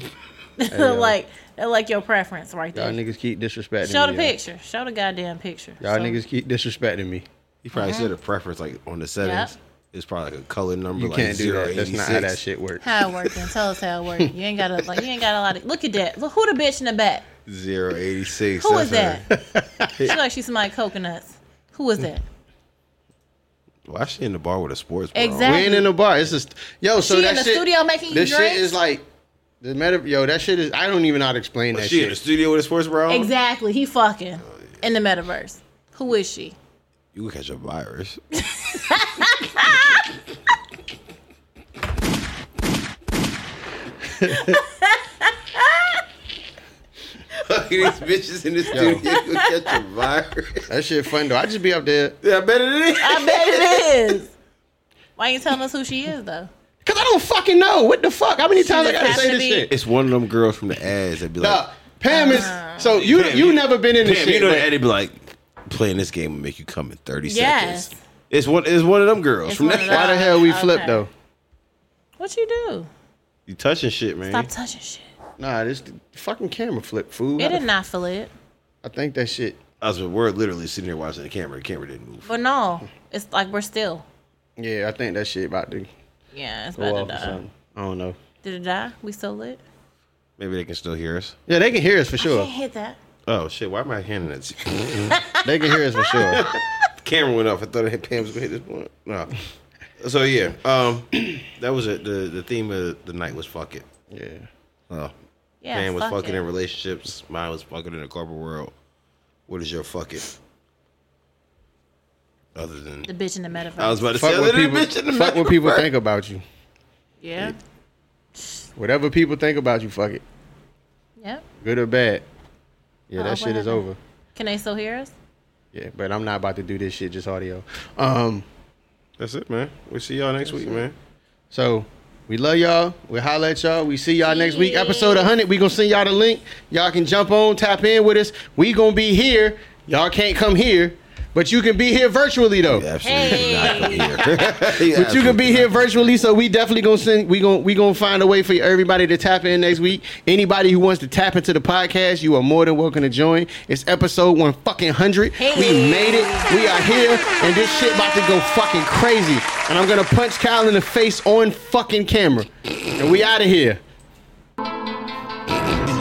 S2: [laughs] like that like your preference right
S1: Y'all
S2: there.
S1: niggas keep disrespecting
S2: Show the
S1: me. yo.
S2: picture. Show the goddamn picture.
S1: Y'all
S2: So-
S1: niggas keep disrespecting me.
S3: You probably said a preference like on the settings. It's probably like a color number.
S1: You
S3: like
S1: can't do that.
S3: 086.
S1: That's not how that shit works.
S2: How it
S1: [laughs]
S2: working? Tell us how it works. You ain't got a like. You ain't got a lot of. Look at that. Look who the bitch in the back.
S3: Zero eighty six.
S2: Who is that?
S1: [laughs]
S2: she like she smelled coconuts. Who is that?
S3: Why she in the bar with a sports bra? on?
S2: Exactly.
S1: We ain't in the bar. It's just yo. So
S2: She
S1: that
S2: in the
S1: shit,
S2: studio making you
S1: This
S2: drinks?
S1: shit is like the meta. Yo, that shit is. I don't even know how to explain that
S3: She in the
S1: shit.
S3: studio with a sports bra? on?
S2: Exactly. He fucking in the metaverse. Who is
S3: [laughs]
S2: she?
S3: You can catch
S2: [laughs]
S3: a virus. these bitches in the studio you catch a virus.
S1: That shit fun though. I just be up there
S3: Yeah, better than it.
S2: I bet it is. Why ain't telling us who she is though?
S1: because I don't fucking know what the fuck. How many times I
S2: just
S1: gotta
S2: happened
S1: say
S2: to
S1: this
S2: be-
S1: shit?
S3: It's one of them girls from the ads that be like,
S1: Nah, Pam
S2: Uh.
S1: is so you
S3: Pam,
S1: you,
S3: you-
S1: never been in
S3: Damn,
S1: this shit.
S3: you know
S1: but
S3: that Eddie be like, playing this game will make you come in 30
S2: Yes.
S3: seconds. It's one, it's one of them girls
S2: It's
S3: from
S2: one
S3: the
S2: of
S1: why
S2: them.
S1: the hell we
S2: Okay.
S1: flipped though?
S2: What you do?
S3: You touching shit, man.
S2: Stop touching shit.
S1: Nah, this fucking camera flip fool.
S2: It did not feel it.
S1: I think that shit.
S3: I was, we're literally sitting here watching the camera. The camera didn't move.
S2: But no, it's like we're still.
S1: Yeah, I think that shit about to
S2: Yeah, it's
S1: go
S2: about
S1: off
S2: to
S1: or
S2: die.
S1: something. I don't know.
S2: Did it die? We still lit?
S3: Maybe they can still hear us.
S1: Yeah, they can hear us for
S2: I
S1: sure.
S2: can't hit that.
S3: Oh shit! Why am I handing that? To you? [laughs]
S1: They can hear us for sure.
S2: [laughs]
S3: Camera went off. I thought I had Pam was gonna hit this point. No. So yeah, um, [clears throat] that was it. The the theme of the night was fuck it.
S1: Yeah.
S3: Oh,
S2: Yeah,
S3: Pam was
S2: fuck
S3: fucking
S2: it.
S3: in relationships. Mine was fucking in the corporate world. What is your fuck it? Other than
S2: the bitch in the metaverse.
S3: I was about to say,
S1: Fuck
S3: other
S1: what
S3: than
S1: people.
S3: bitch in the
S1: Fuck what
S3: metaverse.
S1: people think about you.
S2: yeah.
S1: Whatever people think about you, fuck it.
S2: Yep.
S1: Good or bad. Yeah,
S2: Uh-oh,
S1: that
S2: what
S1: shit is
S2: happened?
S1: over.
S2: Can they still hear us?
S1: Yeah, but I'm not about to do this shit just audio. Um,
S3: That's it, man. We see y'all next week, man.
S1: so we love y'all. We holla at y'all. We see y'all next week. Episode 100. We gonna send y'all the link. Y'all can jump on, tap in with us. We gonna be here. Y'all can't come here, But you can be here virtually though.
S3: Yeah, absolutely
S2: Hey.
S3: not [laughs] from here.
S1: But you can be here virtually, so we definitely gonna send. We gonna we gonna find a way for everybody to tap in next week. Anybody who wants to tap into the podcast, you are more than welcome to join. It's episode one fucking hundred. We made it. We are here, and this shit about to go fucking crazy. And I'm gonna punch Kyle in the face on fucking camera. And we out of here.